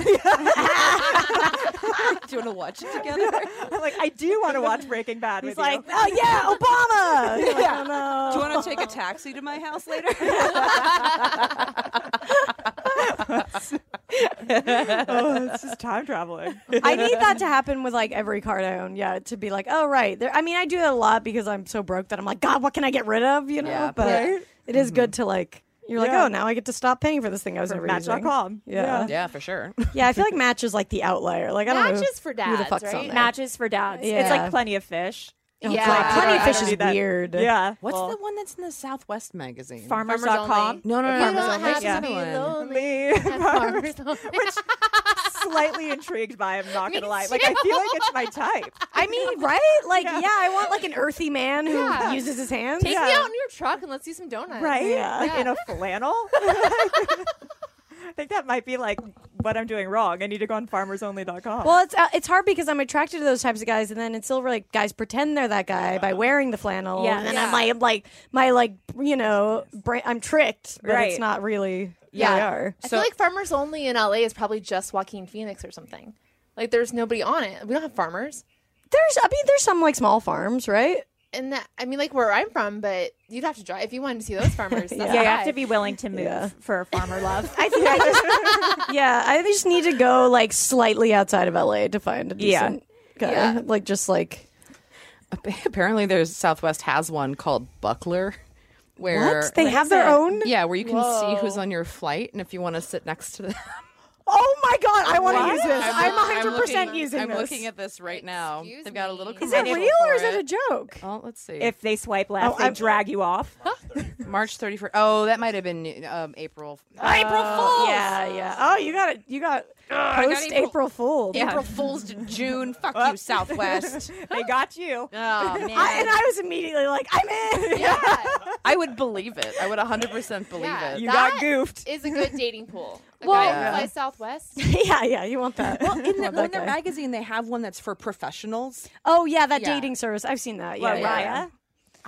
Speaker 3: you want to watch it together?
Speaker 6: I'm like, I do want to watch Breaking Bad. He's with
Speaker 2: Like,
Speaker 6: you.
Speaker 2: oh yeah, Obama. You're like, oh, no.
Speaker 3: Do you want to take a taxi to my house later?
Speaker 6: oh, it's just time traveling.
Speaker 2: I need that to happen with like every card I own. Yeah, to be like, oh right. There, I mean, I do that a lot because I'm so broke that I'm like, God, what can I get rid of? You know.
Speaker 3: Yeah.
Speaker 2: but
Speaker 3: Right.
Speaker 2: it is good to like You're like,
Speaker 6: Yeah.
Speaker 2: oh, now I get to stop paying for this thing I was never using.
Speaker 6: Match.com.
Speaker 2: Yeah.
Speaker 3: Yeah, for sure.
Speaker 2: Yeah, I feel like Match is like the outlier. Like I don't know
Speaker 4: Matches for
Speaker 2: who the
Speaker 4: dads,
Speaker 2: fuck's on
Speaker 4: right?
Speaker 2: there.
Speaker 6: Matches for dads. It's
Speaker 2: Yeah.
Speaker 6: like plenty of fish.
Speaker 2: Oh,
Speaker 4: Yeah.
Speaker 2: God. Plenty of
Speaker 6: I
Speaker 2: fish
Speaker 6: don't
Speaker 2: is
Speaker 6: do that.
Speaker 2: weird.
Speaker 6: Yeah.
Speaker 3: What's
Speaker 6: well,
Speaker 3: the one that's in the Southwest magazine?
Speaker 6: farmers
Speaker 4: Farmers
Speaker 6: dot
Speaker 4: Only.
Speaker 6: com?
Speaker 3: No, no, no.
Speaker 4: You
Speaker 3: no,
Speaker 4: don't
Speaker 3: no,
Speaker 4: have
Speaker 3: there's
Speaker 4: to be
Speaker 3: another one.
Speaker 4: lonely.
Speaker 6: Me.
Speaker 4: at farmers only.
Speaker 6: Slightly intrigued by. I'm not
Speaker 4: Me
Speaker 6: gonna lie. Like I feel like it's my type.
Speaker 2: I mean, right? Like, yeah. I want like an earthy man who
Speaker 4: Yeah.
Speaker 2: uses his hands.
Speaker 4: Take me
Speaker 6: Yeah.
Speaker 4: out in your truck and let's do some donuts.
Speaker 6: right?
Speaker 2: Yeah.
Speaker 6: Like in
Speaker 4: Yeah.
Speaker 6: a flannel. I think that might be like what I'm doing wrong. I need to go on farmersonly.com.
Speaker 2: Well, it's uh, it's hard because I'm attracted to those types of guys, and then it's still like guys pretend they're that guy by wearing the flannel.
Speaker 6: Yeah.
Speaker 2: and then
Speaker 4: Yeah.
Speaker 2: I'm like, I'm like my like you know, bra- I'm tricked, but it's
Speaker 6: Right.
Speaker 2: not really.
Speaker 4: Yeah.
Speaker 2: Yeah, they are.
Speaker 4: I feel like farmers only in LA is probably just Joaquin Phoenix or something. Like there's nobody on it. We don't have farmers.
Speaker 2: There's, I mean, there's some like small farms, right?
Speaker 4: And that, I mean, like where I'm from, but you'd have to drive if you wanted to see those farmers. That's a
Speaker 6: yeah, you have to
Speaker 4: drive.
Speaker 6: be willing to move
Speaker 2: Yeah.
Speaker 6: for farmer love.
Speaker 2: I think I just, yeah, I just need to go like slightly outside of LA to find a
Speaker 6: Yeah.
Speaker 2: decent guy.
Speaker 4: Yeah.
Speaker 2: Like just like
Speaker 3: Apparently, there's Southwest has one called Buckler, where
Speaker 2: what? They have their own.
Speaker 3: yeah, where you can see who's on your flight, and if you want to sit next to them,
Speaker 2: Oh my god, I want
Speaker 6: What?
Speaker 2: to use this. I'm 100
Speaker 3: looking-
Speaker 2: percent using
Speaker 3: I'm
Speaker 2: this.
Speaker 3: looking at this right now.
Speaker 4: Excuse
Speaker 3: They've got a little.
Speaker 4: me.
Speaker 2: Is it
Speaker 3: commercial
Speaker 2: real or
Speaker 3: for
Speaker 2: is it a joke?
Speaker 3: Oh, let's see.
Speaker 6: If they swipe left,
Speaker 2: Oh,
Speaker 6: they
Speaker 2: I'm-
Speaker 6: drag you off.
Speaker 3: March 31st. Oh, that might have been um, April.
Speaker 2: April
Speaker 3: Uh,
Speaker 2: Fools. Yeah, yeah. Oh, you got it. You got post April, Fool.
Speaker 3: April Fools to June. Fuck you, Southwest. Uh,
Speaker 6: they got you.
Speaker 7: Oh man.
Speaker 2: I, and I was immediately like, I'm in.
Speaker 4: Yeah.
Speaker 3: I would believe it. I would 100% believe
Speaker 4: Yeah.
Speaker 3: it.
Speaker 6: You
Speaker 4: That-
Speaker 6: got goofed.
Speaker 4: Is a good dating pool. A
Speaker 2: Well-
Speaker 4: guy who
Speaker 3: Yeah.
Speaker 4: flies Southwest.
Speaker 2: yeah, yeah. You want that? Well,
Speaker 3: in the, in their magazine, they have one that's for professionals.
Speaker 2: oh yeah, that
Speaker 3: Yeah.
Speaker 2: dating service. I've seen that. Yeah,
Speaker 6: What,
Speaker 2: yeah.
Speaker 6: Raya?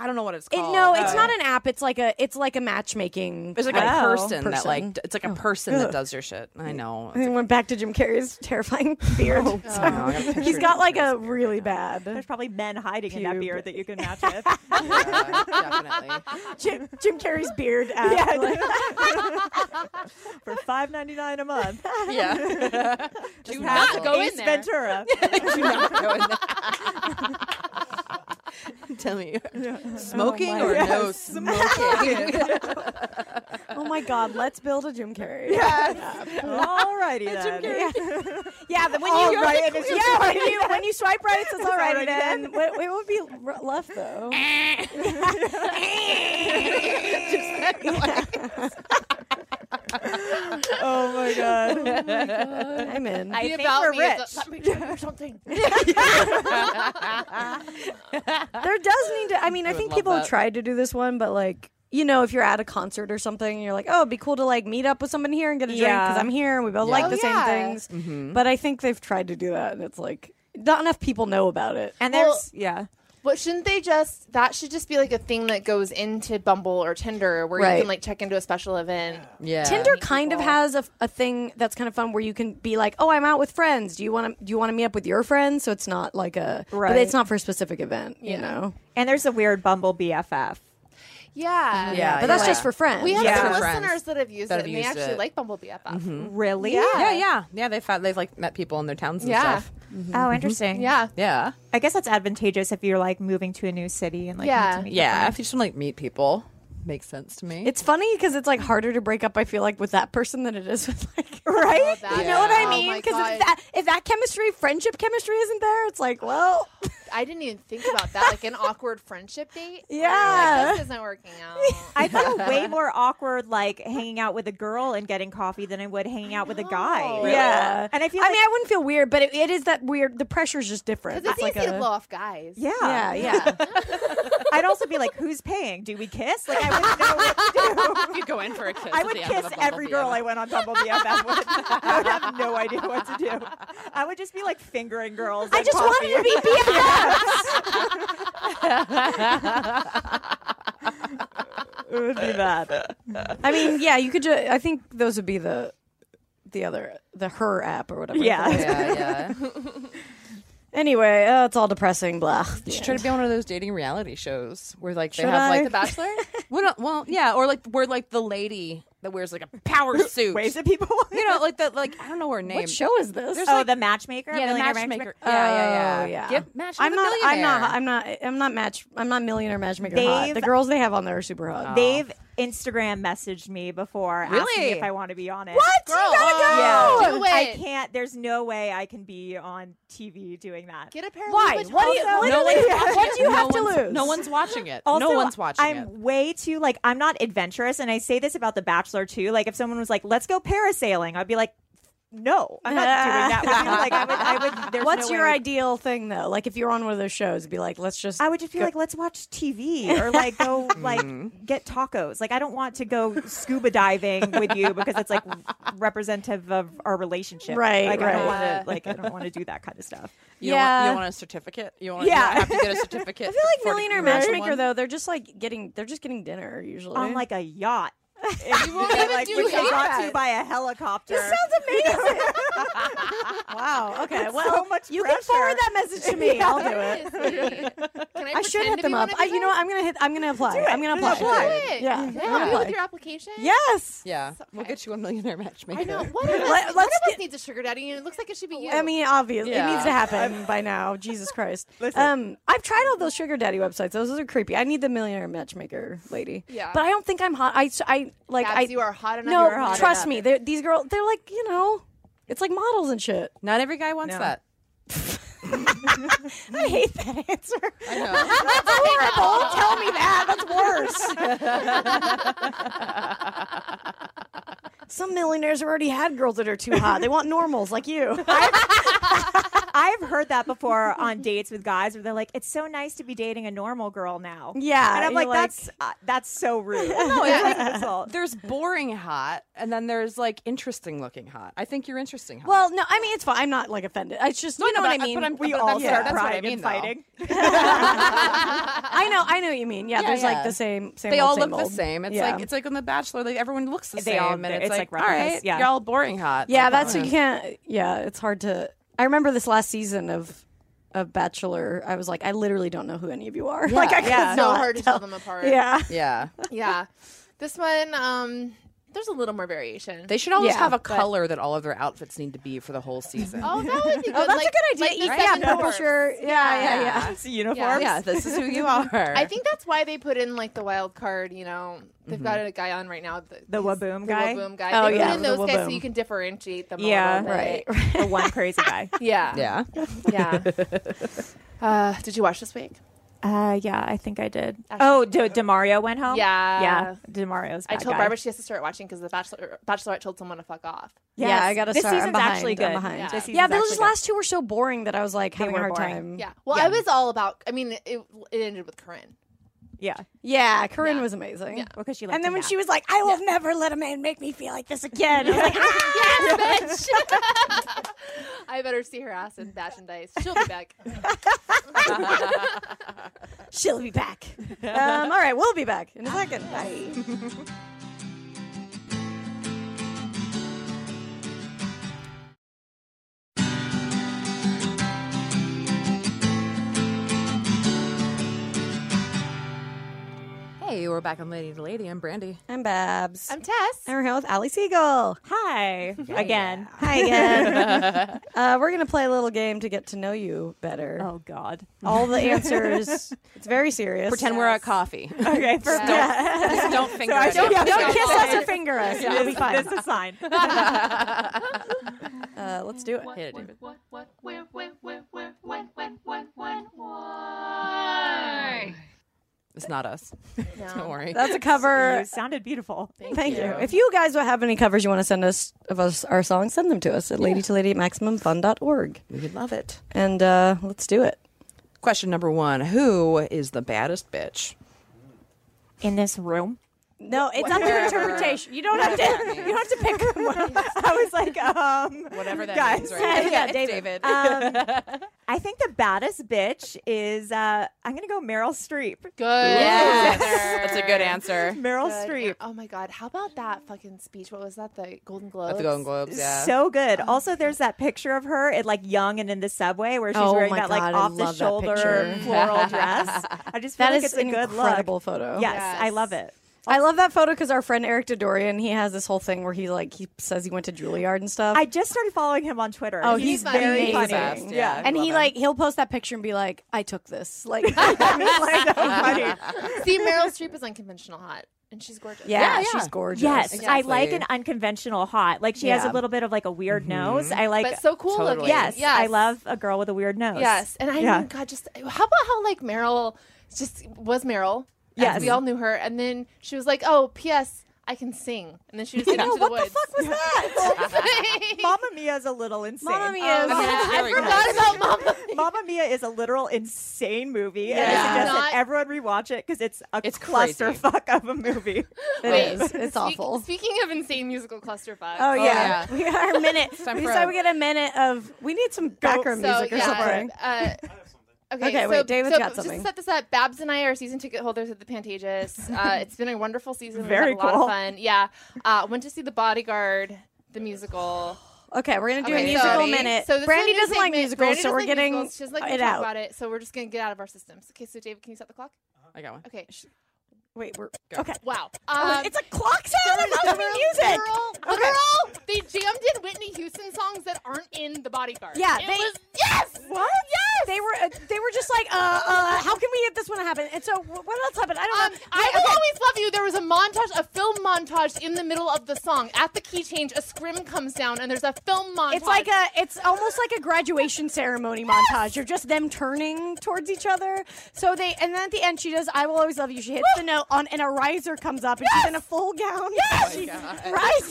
Speaker 3: I don't know what it's
Speaker 2: It,
Speaker 6: Oh,
Speaker 3: called. Uh,
Speaker 2: no, it's not an app. It's like a. It's like a matchmaking. Oh,
Speaker 3: There's like
Speaker 6: Wow.
Speaker 3: a person, that
Speaker 2: Person. Oh,
Speaker 3: like d- it's like a person that does your shit. I know.
Speaker 2: And then went back to Jim Carrey's terrifying beard.
Speaker 6: Oh,
Speaker 2: So- Oh. he's got like a really bad.
Speaker 6: There's probably men hiding in that
Speaker 2: Pube.
Speaker 6: beard that you can match with.
Speaker 3: Yeah, definitely.
Speaker 2: Jim, Jim Carrey's beard. App. like-
Speaker 6: for five ninety nine a month.
Speaker 3: Yeah.
Speaker 4: Do
Speaker 6: Have
Speaker 4: not go
Speaker 6: Ace
Speaker 4: in there.
Speaker 6: Ventura.
Speaker 3: Do not go in there. Tell me, smoking or no smoking?
Speaker 2: oh my God, let's build a Jim Carrey.
Speaker 6: Alrighty then.
Speaker 2: Yeah, the, when
Speaker 6: All
Speaker 2: you
Speaker 6: right, and it's just-
Speaker 2: yeah, when you when you swipe right, it says all right,
Speaker 6: right
Speaker 2: then. What, what would be r- left though?
Speaker 6: Oh my god.
Speaker 2: I'm in.
Speaker 4: Be
Speaker 6: I think
Speaker 4: about
Speaker 6: we're
Speaker 4: me is a-
Speaker 6: rich.
Speaker 4: let me tell you something.
Speaker 2: there does need to. I mean, I, think
Speaker 3: love
Speaker 2: people have
Speaker 3: that.
Speaker 2: tried to do this one, but like. You know, if you're at a concert or something, you're like, "Oh, it'd be cool to like meet up with someone here and get a drink
Speaker 6: Yeah.
Speaker 2: because I'm here and we both like
Speaker 4: Oh,
Speaker 2: the
Speaker 4: yeah.
Speaker 2: same things." But I think they've tried to do that, and it's like not enough people know about it.
Speaker 6: And
Speaker 4: Well-
Speaker 6: there's yeah.
Speaker 4: But shouldn't they just that should just be like a thing that goes into Bumble or Tinder where
Speaker 2: Right.
Speaker 4: you can like check into a special event.
Speaker 3: Yeah.
Speaker 2: Tinder kind of has a, a thing that's kind of fun where you can be like, "Oh, I'm out with friends. Do you want to do you want to meet up with your friends?" So it's not like a right.
Speaker 6: Right.
Speaker 2: But it's not for a specific event, you
Speaker 4: Yeah.
Speaker 2: know.
Speaker 6: And there's a weird Bumble BFF.
Speaker 4: Yeah.
Speaker 3: Yeah,
Speaker 2: But that's
Speaker 3: yeah.
Speaker 2: just for friends.
Speaker 4: We have
Speaker 3: Yeah.
Speaker 4: some
Speaker 3: For
Speaker 4: listeners
Speaker 3: friends
Speaker 4: that have used
Speaker 3: that
Speaker 4: it
Speaker 3: have
Speaker 4: and
Speaker 3: used
Speaker 4: they actually
Speaker 3: it.
Speaker 4: like Bumble BFF.
Speaker 2: Mm-hmm.
Speaker 6: Really?
Speaker 3: Yeah, yeah, yeah. They found they've like met people in their towns and
Speaker 4: Yeah. Mm-hmm.
Speaker 3: stuff.
Speaker 6: Oh, interesting.
Speaker 4: Yeah.
Speaker 3: Yeah,
Speaker 6: I guess that's advantageous if you're like moving to a new city and like
Speaker 4: Yeah.
Speaker 6: need to meet your
Speaker 3: yeah.
Speaker 6: friends.
Speaker 3: If you just want to like meet people, makes sense to me.
Speaker 2: It's funny because it's like harder to break up. I feel like with that person than it is with like
Speaker 6: Right?
Speaker 4: Oh, that-
Speaker 2: You know what I
Speaker 4: Oh
Speaker 2: mean?
Speaker 4: my
Speaker 2: Because
Speaker 4: God.
Speaker 2: if that if that chemistry, friendship chemistry isn't there, it's like, well,
Speaker 4: I didn't even think about that. Like an awkward friendship date.
Speaker 2: Yeah.
Speaker 4: Like, this isn't working out.
Speaker 6: I feel way more awkward like hanging out with a girl and getting coffee than I would hanging out with a guy.
Speaker 4: Oh. Really?
Speaker 2: yeah.
Speaker 6: And I feel
Speaker 2: I
Speaker 6: like-
Speaker 2: mean, I wouldn't feel weird, but it, it is that weird. The pressure's just different.
Speaker 4: Because it's
Speaker 2: like
Speaker 4: easy to blow off guys.
Speaker 6: Yeah.
Speaker 2: yeah, yeah.
Speaker 6: I'd also be like, who's paying? Do we kiss? Like I wouldn't know what to do.
Speaker 3: you go in for a kiss.
Speaker 6: I would kiss every girl I went on Bumble BFF with. I would have no idea what to do. I would just be like fingering girls.
Speaker 2: I
Speaker 6: and
Speaker 2: just
Speaker 6: coffee.
Speaker 2: wanted to be BFFs.
Speaker 6: It would be bad.
Speaker 2: I mean, yeah, you could. Ju- I think those would be the the other the her app or whatever.
Speaker 6: Yeah.
Speaker 3: Yeah, yeah.
Speaker 2: Anyway, oh, it's all depressing. Blah.
Speaker 3: You should try to be on one of those dating reality shows where like they
Speaker 2: Should
Speaker 3: have
Speaker 2: I?
Speaker 3: like
Speaker 4: The
Speaker 3: the
Speaker 4: Bachelor?
Speaker 3: well, well, yeah, or like where like the lady that wears like a power suit.
Speaker 6: Ways that people.
Speaker 3: you know, like that. Like I don't know her name.
Speaker 2: What show is this?
Speaker 6: oh, the matchmaker.
Speaker 3: Yeah, the
Speaker 6: Millionaire
Speaker 3: matchmaker. Oh, Yeah, yeah, yeah.
Speaker 2: Oh, yeah.
Speaker 3: Get matched with
Speaker 2: I'm
Speaker 3: a
Speaker 2: not. I'm not.
Speaker 3: millionaire.
Speaker 2: I'm not. I'm not match. I'm not millionaire matchmaker hot. The
Speaker 6: They've- Oh.
Speaker 2: girls they have on there are super hot.
Speaker 6: They've Instagram messaged me before asking
Speaker 3: Really?
Speaker 6: if I want to be on it.
Speaker 4: What? Girl. You
Speaker 3: uh,
Speaker 4: gotta
Speaker 6: Yeah.
Speaker 4: go. Do
Speaker 6: I
Speaker 4: it.
Speaker 6: can't. There's no way I can be on TV doing that.
Speaker 4: Get a pair of
Speaker 8: Why?
Speaker 4: Louis
Speaker 8: What do you?
Speaker 4: Vuitton-
Speaker 8: literally,
Speaker 6: one's
Speaker 8: what do you
Speaker 6: watching it.
Speaker 8: have
Speaker 6: No
Speaker 8: to
Speaker 6: one's-
Speaker 8: lose?
Speaker 3: No one's watching it.
Speaker 6: Also,
Speaker 3: no one's watching
Speaker 6: I'm
Speaker 3: it.
Speaker 6: way too like I'm not adventurous, and I say this about The Bachelor too. Like if someone was like, "Let's go parasailing," I'd be like, "No, I'm not doing that." With you. Like I would, I would. There's
Speaker 2: What's
Speaker 6: no
Speaker 2: your
Speaker 6: way.
Speaker 2: ideal thing though? Like if you're on one of those shows, be like, let's just.
Speaker 6: I would just be like, let's watch TV or like go like get tacos. Like I don't want to go scuba diving with you because it's like representative of our relationship.
Speaker 2: Right,
Speaker 6: Like I
Speaker 2: right.
Speaker 6: don't want to like I don't want to do that kind of stuff.
Speaker 3: You don't want, you
Speaker 2: Yeah.
Speaker 3: don't want a certificate. You don't,
Speaker 6: Yeah.
Speaker 3: yeah. you don't have to get a certificate.
Speaker 2: I feel like
Speaker 3: for-
Speaker 2: Millionaire
Speaker 3: for
Speaker 2: Matchmaker
Speaker 3: someone.
Speaker 2: though, they're just like getting, they're just getting dinner usually.
Speaker 6: On like a yacht.
Speaker 4: You won't even
Speaker 6: like
Speaker 4: do
Speaker 6: which they got to
Speaker 4: that.
Speaker 6: by a helicopter.
Speaker 2: wow. Okay.
Speaker 6: It's
Speaker 2: well,
Speaker 6: so much
Speaker 2: you
Speaker 6: pressure.
Speaker 2: can forward that message to me. I'll do it.
Speaker 4: Seriously. Can I,
Speaker 2: I should
Speaker 4: pretend
Speaker 2: hit
Speaker 4: to
Speaker 2: them
Speaker 4: be
Speaker 2: up.
Speaker 4: one of
Speaker 2: I, you know what? I'm gonna hit. I'm gonna apply. I'm gonna apply.
Speaker 4: Do it.
Speaker 2: Yeah.
Speaker 4: Yeah.
Speaker 2: I'm
Speaker 4: Help me
Speaker 2: applying.
Speaker 4: with your application.
Speaker 2: Yes.
Speaker 3: Yeah. We'll get you on Millionaire Matchmaker.
Speaker 4: I know. One of us,
Speaker 2: Let-
Speaker 4: one
Speaker 2: let's
Speaker 4: of us
Speaker 2: get-
Speaker 4: needs a sugar daddy, and it looks like it should be you.
Speaker 2: I mean, obviously,
Speaker 3: Yeah.
Speaker 2: it needs to happen by now. Jesus Christ. Um, I've tried all those sugar daddy websites. Those, those are creepy. I need the millionaire matchmaker lady.
Speaker 4: Yeah.
Speaker 2: But I don't think I'm hot. I, s- I like
Speaker 4: Babs,
Speaker 2: I.
Speaker 4: you are hot enough.
Speaker 2: no,
Speaker 4: You are hot
Speaker 2: trust
Speaker 4: enough.
Speaker 2: me. They're, these girls, they're like you know, it's like models and shit.
Speaker 3: Not every guy wants that.
Speaker 2: I hate that answer.
Speaker 3: I know.
Speaker 2: Horrible. Tell me that. That's worse. Some millionaires have already had girls that are too hot. They want normals like you.
Speaker 6: I've heard that before on dates with guys where they're like, "It's so nice to be dating a normal girl now."
Speaker 2: Yeah,
Speaker 6: and I'm
Speaker 2: you're
Speaker 6: like, "That's uh, that's so rude." no,
Speaker 3: it's like-
Speaker 6: insult.
Speaker 3: there's boring hot, and then there's like interesting looking hot. I think you're interesting hot.
Speaker 2: Well, no, I mean it's fine. I'm not like offended. It's just you know
Speaker 3: but
Speaker 2: what I
Speaker 3: I-
Speaker 2: mean.
Speaker 3: but I'm-
Speaker 6: We
Speaker 3: but
Speaker 6: all
Speaker 3: that's- yeah,
Speaker 6: start
Speaker 3: that's what I
Speaker 6: crying
Speaker 3: mean,
Speaker 6: and
Speaker 3: though.
Speaker 6: fighting.
Speaker 2: I know, I know what you mean. Yeah,
Speaker 3: Yeah,
Speaker 2: there's
Speaker 3: yeah.
Speaker 2: like the same, same.
Speaker 3: they
Speaker 2: old,
Speaker 3: all
Speaker 2: same
Speaker 3: look the
Speaker 2: old.
Speaker 3: same. It's
Speaker 2: Yeah.
Speaker 3: like it's like on The Bachelor, like everyone looks the
Speaker 6: They
Speaker 3: same,
Speaker 6: all-
Speaker 3: and
Speaker 6: it's
Speaker 3: it's,
Speaker 6: like
Speaker 3: like, all
Speaker 6: replicas,
Speaker 3: right,
Speaker 6: yeah.
Speaker 3: you're all boring hot.
Speaker 2: yeah,
Speaker 3: Like,
Speaker 2: that's
Speaker 3: all
Speaker 2: you
Speaker 3: right.
Speaker 2: can't. Yeah, it's hard to. I remember this last season of of Bachelor. I was like, I literally don't know who any of you are. Like, I
Speaker 4: It's
Speaker 2: could
Speaker 4: so
Speaker 2: not
Speaker 4: hard to tell them apart.
Speaker 2: Yeah,
Speaker 3: Yeah,
Speaker 4: Yeah. This one, um, there's a little more variation.
Speaker 3: they should always
Speaker 2: Yeah,
Speaker 3: have a
Speaker 2: but-
Speaker 3: color that all of their outfits need to be for the whole season.
Speaker 4: oh, that would be good.
Speaker 2: oh, that's
Speaker 4: like,
Speaker 2: a good
Speaker 4: like
Speaker 2: idea.
Speaker 4: the
Speaker 2: yeah,
Speaker 4: seven
Speaker 2: purple
Speaker 4: dwarfs.
Speaker 2: shirt. Yeah, yeah, yeah.
Speaker 6: It's a uniform.
Speaker 3: yeah, this is who you are.
Speaker 4: I think that's why they put in like the wild card. You know, they've
Speaker 2: Mm-hmm.
Speaker 4: got a guy on right now. The,
Speaker 6: The Waboom
Speaker 4: the
Speaker 6: guy,
Speaker 4: Waboom guy.
Speaker 2: Oh,
Speaker 4: they
Speaker 2: yeah,
Speaker 4: put in
Speaker 2: the
Speaker 4: those guys so
Speaker 2: Waboom.
Speaker 4: you can differentiate them. a
Speaker 6: Yeah,
Speaker 4: little bit.
Speaker 2: Right.
Speaker 6: the one crazy guy.
Speaker 4: Yeah.
Speaker 3: yeah.
Speaker 4: Yeah. uh, did you watch this week?
Speaker 6: Uh, yeah, I think I did. Oh, D- Demario went home.
Speaker 4: Yeah.
Speaker 6: yeah, Demario's.
Speaker 4: I
Speaker 6: bad
Speaker 4: told
Speaker 6: guy.
Speaker 4: Barbara she has to start watching because the Bachelor, Bachelorette told someone to fuck off.
Speaker 2: Yeah,
Speaker 6: Yes.
Speaker 2: I gotta
Speaker 6: This
Speaker 2: start. I'm
Speaker 6: season's
Speaker 2: behind.
Speaker 6: actually good.
Speaker 2: I'm behind.
Speaker 4: Yeah.
Speaker 6: This
Speaker 2: Yeah,
Speaker 6: season's
Speaker 2: those
Speaker 6: actually
Speaker 2: last two were so boring that I was like having a
Speaker 6: were
Speaker 2: hard
Speaker 6: boring.
Speaker 2: time.
Speaker 4: Yeah. Well, I was all about. I mean, it, it ended with Corinne.
Speaker 6: good. Yeah,
Speaker 2: yeah. Corinne was amazing.
Speaker 6: because she.
Speaker 2: And then when she was like, "I will never let a man make me feel like this again," I was like, "Ah,
Speaker 4: yes, bitch. I better see her ass in Bash and Dice. She'll be back.
Speaker 2: She'll be back. um, all right, we'll be back in a second. Bye.
Speaker 3: Hey, we're back on Lady to Lady. I'm Brandy.
Speaker 2: I'm Babs.
Speaker 4: I'm Tess.
Speaker 2: and we're here with Ali Siegel.
Speaker 6: hi again.
Speaker 2: Hi again. uh, we're gonna play a little game to get to know you better.
Speaker 6: Oh God.
Speaker 2: All the answers. It's very serious.
Speaker 3: Pretend we're at coffee.
Speaker 6: Okay, for
Speaker 3: Just don't finger
Speaker 6: I
Speaker 3: at
Speaker 6: don't-
Speaker 3: it.
Speaker 6: yeah,
Speaker 2: Don't kiss us or finger us. It'll be fine.
Speaker 6: This is fine.
Speaker 2: Uh, let's do it.
Speaker 3: Hit it, David. It's not us. Don't worry.
Speaker 2: That's a cover.
Speaker 6: you sounded beautiful.
Speaker 2: Thank you. If you guys have any covers you want to send us of us our songs, send them to us at lady to lady at maximumfun.org.
Speaker 3: We would love it.
Speaker 2: And uh, let's do it.
Speaker 3: Question number one Who is the baddest bitch?
Speaker 6: In this room,
Speaker 2: No, it's up to interpretation. You don't have to. You don't have to pick one.
Speaker 6: I was like, um,
Speaker 3: Whatever that
Speaker 6: Guys.
Speaker 3: means, right?
Speaker 2: yeah, David.
Speaker 6: um, I think the baddest bitch is uh, I'm gonna go Meryl Streep.
Speaker 4: Good.
Speaker 3: That's a good answer.
Speaker 6: Meryl
Speaker 4: Good
Speaker 6: Streep.
Speaker 4: an- Oh my god, how about that fucking speech? What was that? The Golden Globes.
Speaker 3: At the Golden Globes, yeah.
Speaker 6: So
Speaker 2: Oh,
Speaker 6: good. Also, there's that picture of her at like young and in the subway where she's
Speaker 2: Oh
Speaker 6: wearing
Speaker 2: my
Speaker 6: that like
Speaker 2: God, I
Speaker 6: off the
Speaker 2: love that
Speaker 6: shoulder
Speaker 2: picture.
Speaker 6: floral dress. I just feel
Speaker 2: That
Speaker 6: like
Speaker 2: is
Speaker 6: it's a
Speaker 2: an
Speaker 6: good
Speaker 2: incredible
Speaker 6: look.
Speaker 2: photo.
Speaker 6: Yes,
Speaker 4: Yes.
Speaker 6: I love it.
Speaker 2: I love that photo because our friend Eric Dodorian, he has this whole thing where he like he says he went to Juilliard and stuff.
Speaker 6: I just started following him on Twitter.
Speaker 2: oh,
Speaker 4: he's
Speaker 2: he's,
Speaker 4: funny.
Speaker 2: very
Speaker 4: He's
Speaker 2: funny.
Speaker 3: best, yeah, I
Speaker 2: and
Speaker 3: love
Speaker 2: he
Speaker 3: him.
Speaker 2: like he'll post that picture and be like, "I took this." Like,
Speaker 6: It's so funny.
Speaker 4: See, Meryl Streep is unconventional hot. and she's gorgeous.
Speaker 2: Yeah,
Speaker 3: Yeah, yeah.
Speaker 2: she's gorgeous.
Speaker 6: Yes, I like
Speaker 3: Exactly.
Speaker 6: an unconventional hot. Like she has
Speaker 2: Yeah.
Speaker 6: a little bit of like a weird nose. I like
Speaker 4: but so cool
Speaker 3: Totally.
Speaker 4: looking.
Speaker 6: Yes,
Speaker 4: yes,
Speaker 6: I love a girl with a weird nose.
Speaker 4: Yes, and I
Speaker 6: Yeah.
Speaker 4: mean, God, just how about how like Meryl just was Meryl. as
Speaker 6: Yes.
Speaker 4: we all knew her, and then she was like, "Oh, P.S. I can sing," and then she just
Speaker 3: Yeah.
Speaker 4: yeah. into
Speaker 6: what
Speaker 4: the
Speaker 6: the,
Speaker 4: woods.
Speaker 6: fuck was that?
Speaker 4: Thing.
Speaker 6: Mamma Mia's a little insane.
Speaker 2: Mamma Mia.
Speaker 4: Oh,
Speaker 2: Yes.
Speaker 4: yeah,
Speaker 3: Very
Speaker 4: I forgot about Mama.
Speaker 6: Mamma Mia is a literal insane movie, and
Speaker 4: Yeah.
Speaker 6: I suggest that
Speaker 4: Not-
Speaker 6: everyone rewatch it because it's a
Speaker 3: It's crazy.
Speaker 6: clusterfuck of a movie.
Speaker 4: Wait,
Speaker 2: is. It's
Speaker 4: speak-
Speaker 2: awful.
Speaker 4: Speaking of insane musical clusterfuck.
Speaker 2: Oh yeah,
Speaker 3: yeah.
Speaker 2: we are a minute.
Speaker 3: time
Speaker 2: we
Speaker 3: for
Speaker 2: said
Speaker 3: a-
Speaker 2: we get a minute of. Oh, We need some background music or something.
Speaker 4: Uh, Okay,
Speaker 2: Okay,
Speaker 4: so,
Speaker 2: wait, David's
Speaker 4: so
Speaker 2: got
Speaker 4: just
Speaker 2: something.
Speaker 4: to set this up, Babs and I are season ticket holders at the Pantages. Uh, it's been a wonderful season. We've
Speaker 6: Very
Speaker 4: had a lot
Speaker 6: cool.
Speaker 4: of fun. Yeah, uh, went to see The Bodyguard, the musical.
Speaker 2: Okay, we're gonna do
Speaker 4: Okay,
Speaker 2: a
Speaker 4: so-
Speaker 2: musical
Speaker 4: Ready?
Speaker 2: minute.
Speaker 4: So this
Speaker 2: Brandy
Speaker 4: is a new
Speaker 2: doesn't like
Speaker 4: segment.
Speaker 2: musicals,
Speaker 4: Brandy
Speaker 2: so
Speaker 4: doesn't
Speaker 2: we're
Speaker 4: like
Speaker 2: getting
Speaker 4: musicals. She doesn't like to
Speaker 2: it
Speaker 4: talk
Speaker 2: out.
Speaker 4: about it, so we're just gonna get out of our systems. Okay, so David, can you set the clock?
Speaker 3: I got one.
Speaker 4: Okay.
Speaker 2: Wait, we're
Speaker 3: Go.
Speaker 2: okay.
Speaker 4: Wow.
Speaker 2: Oh,
Speaker 4: Um,
Speaker 2: it's a clock sound. It must be
Speaker 4: literal-
Speaker 2: music.
Speaker 4: literal- literal- They jammed in Whitney Houston songs that aren't in The Bodyguard.
Speaker 2: Yeah,
Speaker 4: It
Speaker 2: they-
Speaker 4: was- yes.
Speaker 2: What? Yes. They were. Uh, they were just like, uh, uh, how can we get this one to happen? And so, wh- what else happened? I
Speaker 4: Um,
Speaker 2: don't know.
Speaker 4: I will always love you. There was a montage, a film montage in the middle of the song. At the key change, a scrim comes down, and there's a film montage.
Speaker 2: It's like a, it's almost like a graduation ceremony montage of just them turning towards each other. So they, and then at the end, she does "I Will Always Love You." She hits the note on, and a riser comes up, and she's in a full gown. Yes,
Speaker 4: Oh
Speaker 2: she rises.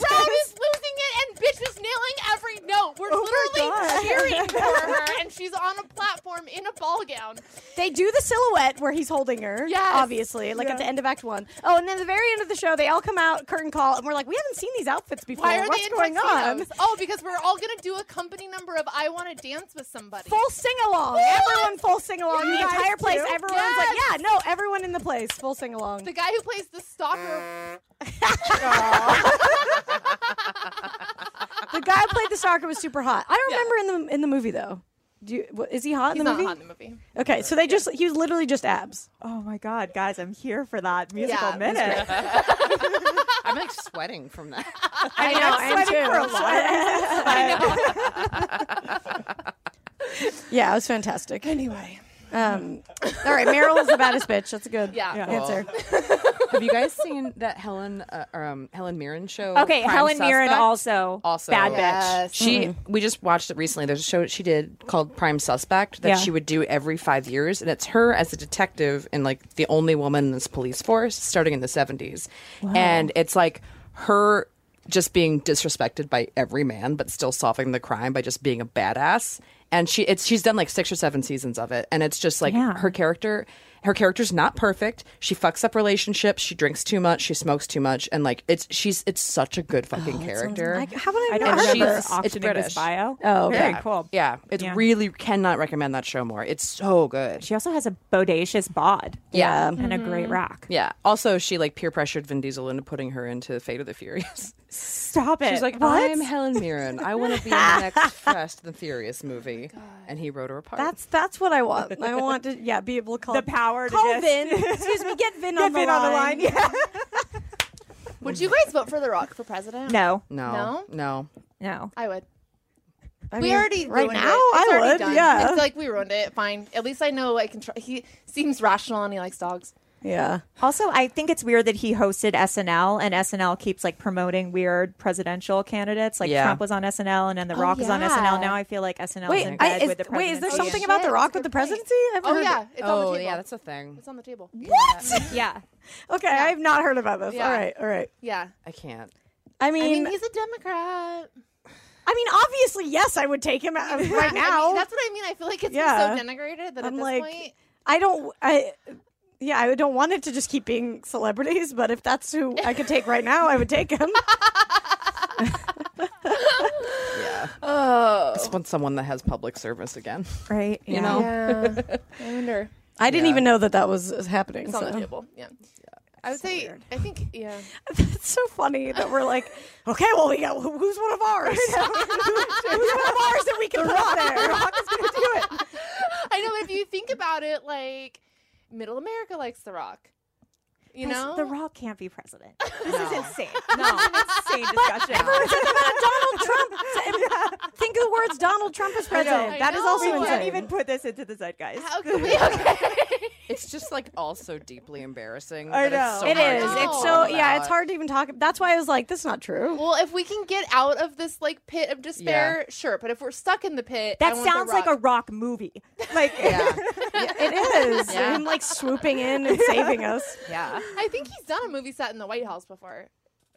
Speaker 4: crowd is losing it, and bitch is nailing every note. We're
Speaker 2: Oh my God.
Speaker 4: literally cheering for her, and she's on a platform in a ball gown.
Speaker 2: They do the silhouette where he's holding her.
Speaker 4: Yes.
Speaker 2: obviously, like at the end of Act One. Oh, and then the very end of the show, they all come out, curtain call, and we're like, we haven't seen these outfits before.
Speaker 4: Why are
Speaker 2: What's
Speaker 4: they in
Speaker 2: going on?
Speaker 4: tuxedos? Oh, because we're all gonna do a company number of "I Want to Dance with Somebody."
Speaker 2: Full sing along.
Speaker 4: Yes.
Speaker 2: Everyone full sing along. The
Speaker 4: Yes.
Speaker 2: entire place.
Speaker 4: Yes.
Speaker 2: Everyone's like, yeah, no, everyone in the place full sing along.
Speaker 4: The guy who plays the stalker.
Speaker 2: The guy who played the stalker was super hot. I don't remember in the in the movie though. Do you, what, is he hot
Speaker 4: He's
Speaker 2: in the
Speaker 4: not
Speaker 2: movie?
Speaker 4: hot in the movie.
Speaker 2: Okay, so they just he was literally just abs.
Speaker 6: Oh my god, guys, I'm here for that musical
Speaker 4: Yeah, it was
Speaker 6: minute.
Speaker 3: I'm like sweating from that.
Speaker 2: I know,
Speaker 6: I'm sweating for a lot of reasons.
Speaker 2: yeah, it was fantastic.
Speaker 4: Anyway.
Speaker 2: Um, all right, Meryl is the baddest bitch. That's a good
Speaker 4: Yeah. Yeah.
Speaker 2: answer.
Speaker 3: Have you guys seen that Helen uh, um, Helen Mirren show?
Speaker 6: Okay,
Speaker 3: Prime
Speaker 6: Helen Mirren
Speaker 3: Suspect?
Speaker 6: also,
Speaker 3: Also-
Speaker 6: bad bitch.
Speaker 4: Yes.
Speaker 3: She we just watched it recently. There's a show that she did called Prime Suspect that
Speaker 6: Yeah.
Speaker 3: she would do every five years, and it's her as a detective and like the only woman in this police force starting in the 70s, and it's like her just being disrespected by every man, but still solving the crime by just being a badass. And she it's she's done like six or seven seasons of it, and it's just like
Speaker 6: Yeah.
Speaker 3: her character. Her character's not perfect. She fucks up relationships. She drinks too much. She smokes too much, and like it's she's it's such a good fucking
Speaker 6: Oh,
Speaker 3: character.
Speaker 2: I, how would I?
Speaker 6: I
Speaker 2: know?
Speaker 6: don't
Speaker 3: And
Speaker 6: remember
Speaker 3: she's- it's
Speaker 6: auctioning
Speaker 3: British.
Speaker 6: this bio.
Speaker 2: Oh, okay.
Speaker 6: very cool.
Speaker 3: Yeah, it
Speaker 6: Yeah.
Speaker 3: really cannot recommend that show more. It's so good.
Speaker 6: She also has a bodacious bod
Speaker 3: Yeah.
Speaker 6: and a great rock.
Speaker 3: Yeah. Also, she like peer pressured Vin Diesel into putting her into Fate of the Furious.
Speaker 6: Stop it.
Speaker 3: She's like,
Speaker 6: what?
Speaker 3: I'm Helen Mirren. I want to be in the next Fast and the Furious movie. and he wrote her apart.
Speaker 2: That's that's what I want. I want to yeah be able to call
Speaker 6: The power to
Speaker 2: call
Speaker 6: just-
Speaker 2: Vin. Excuse me, get Vin on
Speaker 6: Get
Speaker 2: the line.
Speaker 6: Vin on the line. Yeah.
Speaker 4: Would you guys vote for The Rock for president?
Speaker 6: No.
Speaker 3: no,
Speaker 4: No?
Speaker 3: no.
Speaker 6: No.
Speaker 4: I would.
Speaker 2: I
Speaker 4: we
Speaker 2: mean,
Speaker 4: already
Speaker 2: right
Speaker 4: ruined
Speaker 2: now.
Speaker 4: It. It's
Speaker 2: I
Speaker 4: already
Speaker 2: would.
Speaker 4: done.
Speaker 2: Yeah.
Speaker 4: It's like we ruined it. Fine. At least I know I can. Try. He seems rational and he likes dogs.
Speaker 2: yeah.
Speaker 6: Also, I think it's weird that he hosted SNL and SNL keeps like promoting weird presidential candidates. Like
Speaker 3: Yeah.
Speaker 6: Trump was on SNL and then The Rock was on
Speaker 4: yeah.
Speaker 6: SNL. Now I feel like SNL is
Speaker 2: Wait,
Speaker 6: in
Speaker 2: I,
Speaker 6: bed
Speaker 2: is,
Speaker 6: with the
Speaker 2: wait, is there
Speaker 6: presidential
Speaker 2: something
Speaker 4: shit,
Speaker 2: about The
Speaker 4: that's
Speaker 2: Rock
Speaker 4: a
Speaker 2: with the
Speaker 4: good point.
Speaker 2: presidency? I've
Speaker 4: Oh
Speaker 2: heard
Speaker 4: yeah, it's on the
Speaker 3: Oh,
Speaker 4: table.
Speaker 3: yeah, that's a thing.
Speaker 4: it's on the table.
Speaker 2: What?
Speaker 6: Yeah.
Speaker 2: Okay, I have not heard about this.
Speaker 4: Yeah.
Speaker 2: All right, all right.
Speaker 4: Yeah.
Speaker 3: I can't.
Speaker 2: I mean,
Speaker 4: I mean, he's a Democrat.
Speaker 2: obviously, yes, I would take him out
Speaker 4: I
Speaker 2: right
Speaker 4: mean,
Speaker 2: now. I,
Speaker 4: that's what I mean. I feel like it's been
Speaker 2: Yeah.
Speaker 4: so denigrated that
Speaker 2: I'm
Speaker 4: at this
Speaker 2: like-
Speaker 4: point.
Speaker 2: don't. I yeah, I don't want it to just keep being celebrities. But if that's who I could take right now, I would take him.
Speaker 3: Yeah.
Speaker 4: Oh.
Speaker 3: Just want someone that has public service again.
Speaker 6: Right.
Speaker 3: You know?
Speaker 4: Yeah. I wonder.
Speaker 2: I didn't
Speaker 3: Yeah.
Speaker 2: even know that that was happening.
Speaker 4: It's on
Speaker 2: so.
Speaker 4: the table. Yeah. I would say. I think. Yeah.
Speaker 2: That's so funny that we're like, okay, well, we got who's one of ours? who's one of ours that we can put up there?
Speaker 4: I know. But if you think about it, like, Middle America likes The Rock. You
Speaker 6: Pres-
Speaker 4: know,
Speaker 6: The Rock can't be president. This is insane.
Speaker 4: No.
Speaker 6: This is an insane discussion.
Speaker 2: Donald Trump. Think of the words Donald Trump is president.
Speaker 4: I
Speaker 2: That is
Speaker 4: know.
Speaker 2: also
Speaker 4: We can't
Speaker 6: we can't
Speaker 2: insane.
Speaker 6: even put this into the zeitgeist.
Speaker 4: how can we? Okay.
Speaker 3: It's just like also deeply embarrassing.
Speaker 6: I
Speaker 3: that It's so
Speaker 6: know.
Speaker 2: It
Speaker 3: hard Oh,
Speaker 2: is.
Speaker 3: to
Speaker 2: It's
Speaker 3: talk
Speaker 2: so yeah.
Speaker 3: about.
Speaker 2: It's hard to even talk. That's why I was like, "This is not true."
Speaker 4: well, if we can get out of this like pit of despair, sure. But if we're stuck in the pit, I
Speaker 6: That
Speaker 4: want The
Speaker 6: sounds like a
Speaker 4: Rock.
Speaker 6: rock movie. Like
Speaker 2: It is
Speaker 7: Yeah.
Speaker 2: him like swooping in and saving us.
Speaker 3: Yeah.
Speaker 4: I think he's done a movie set in the White House before.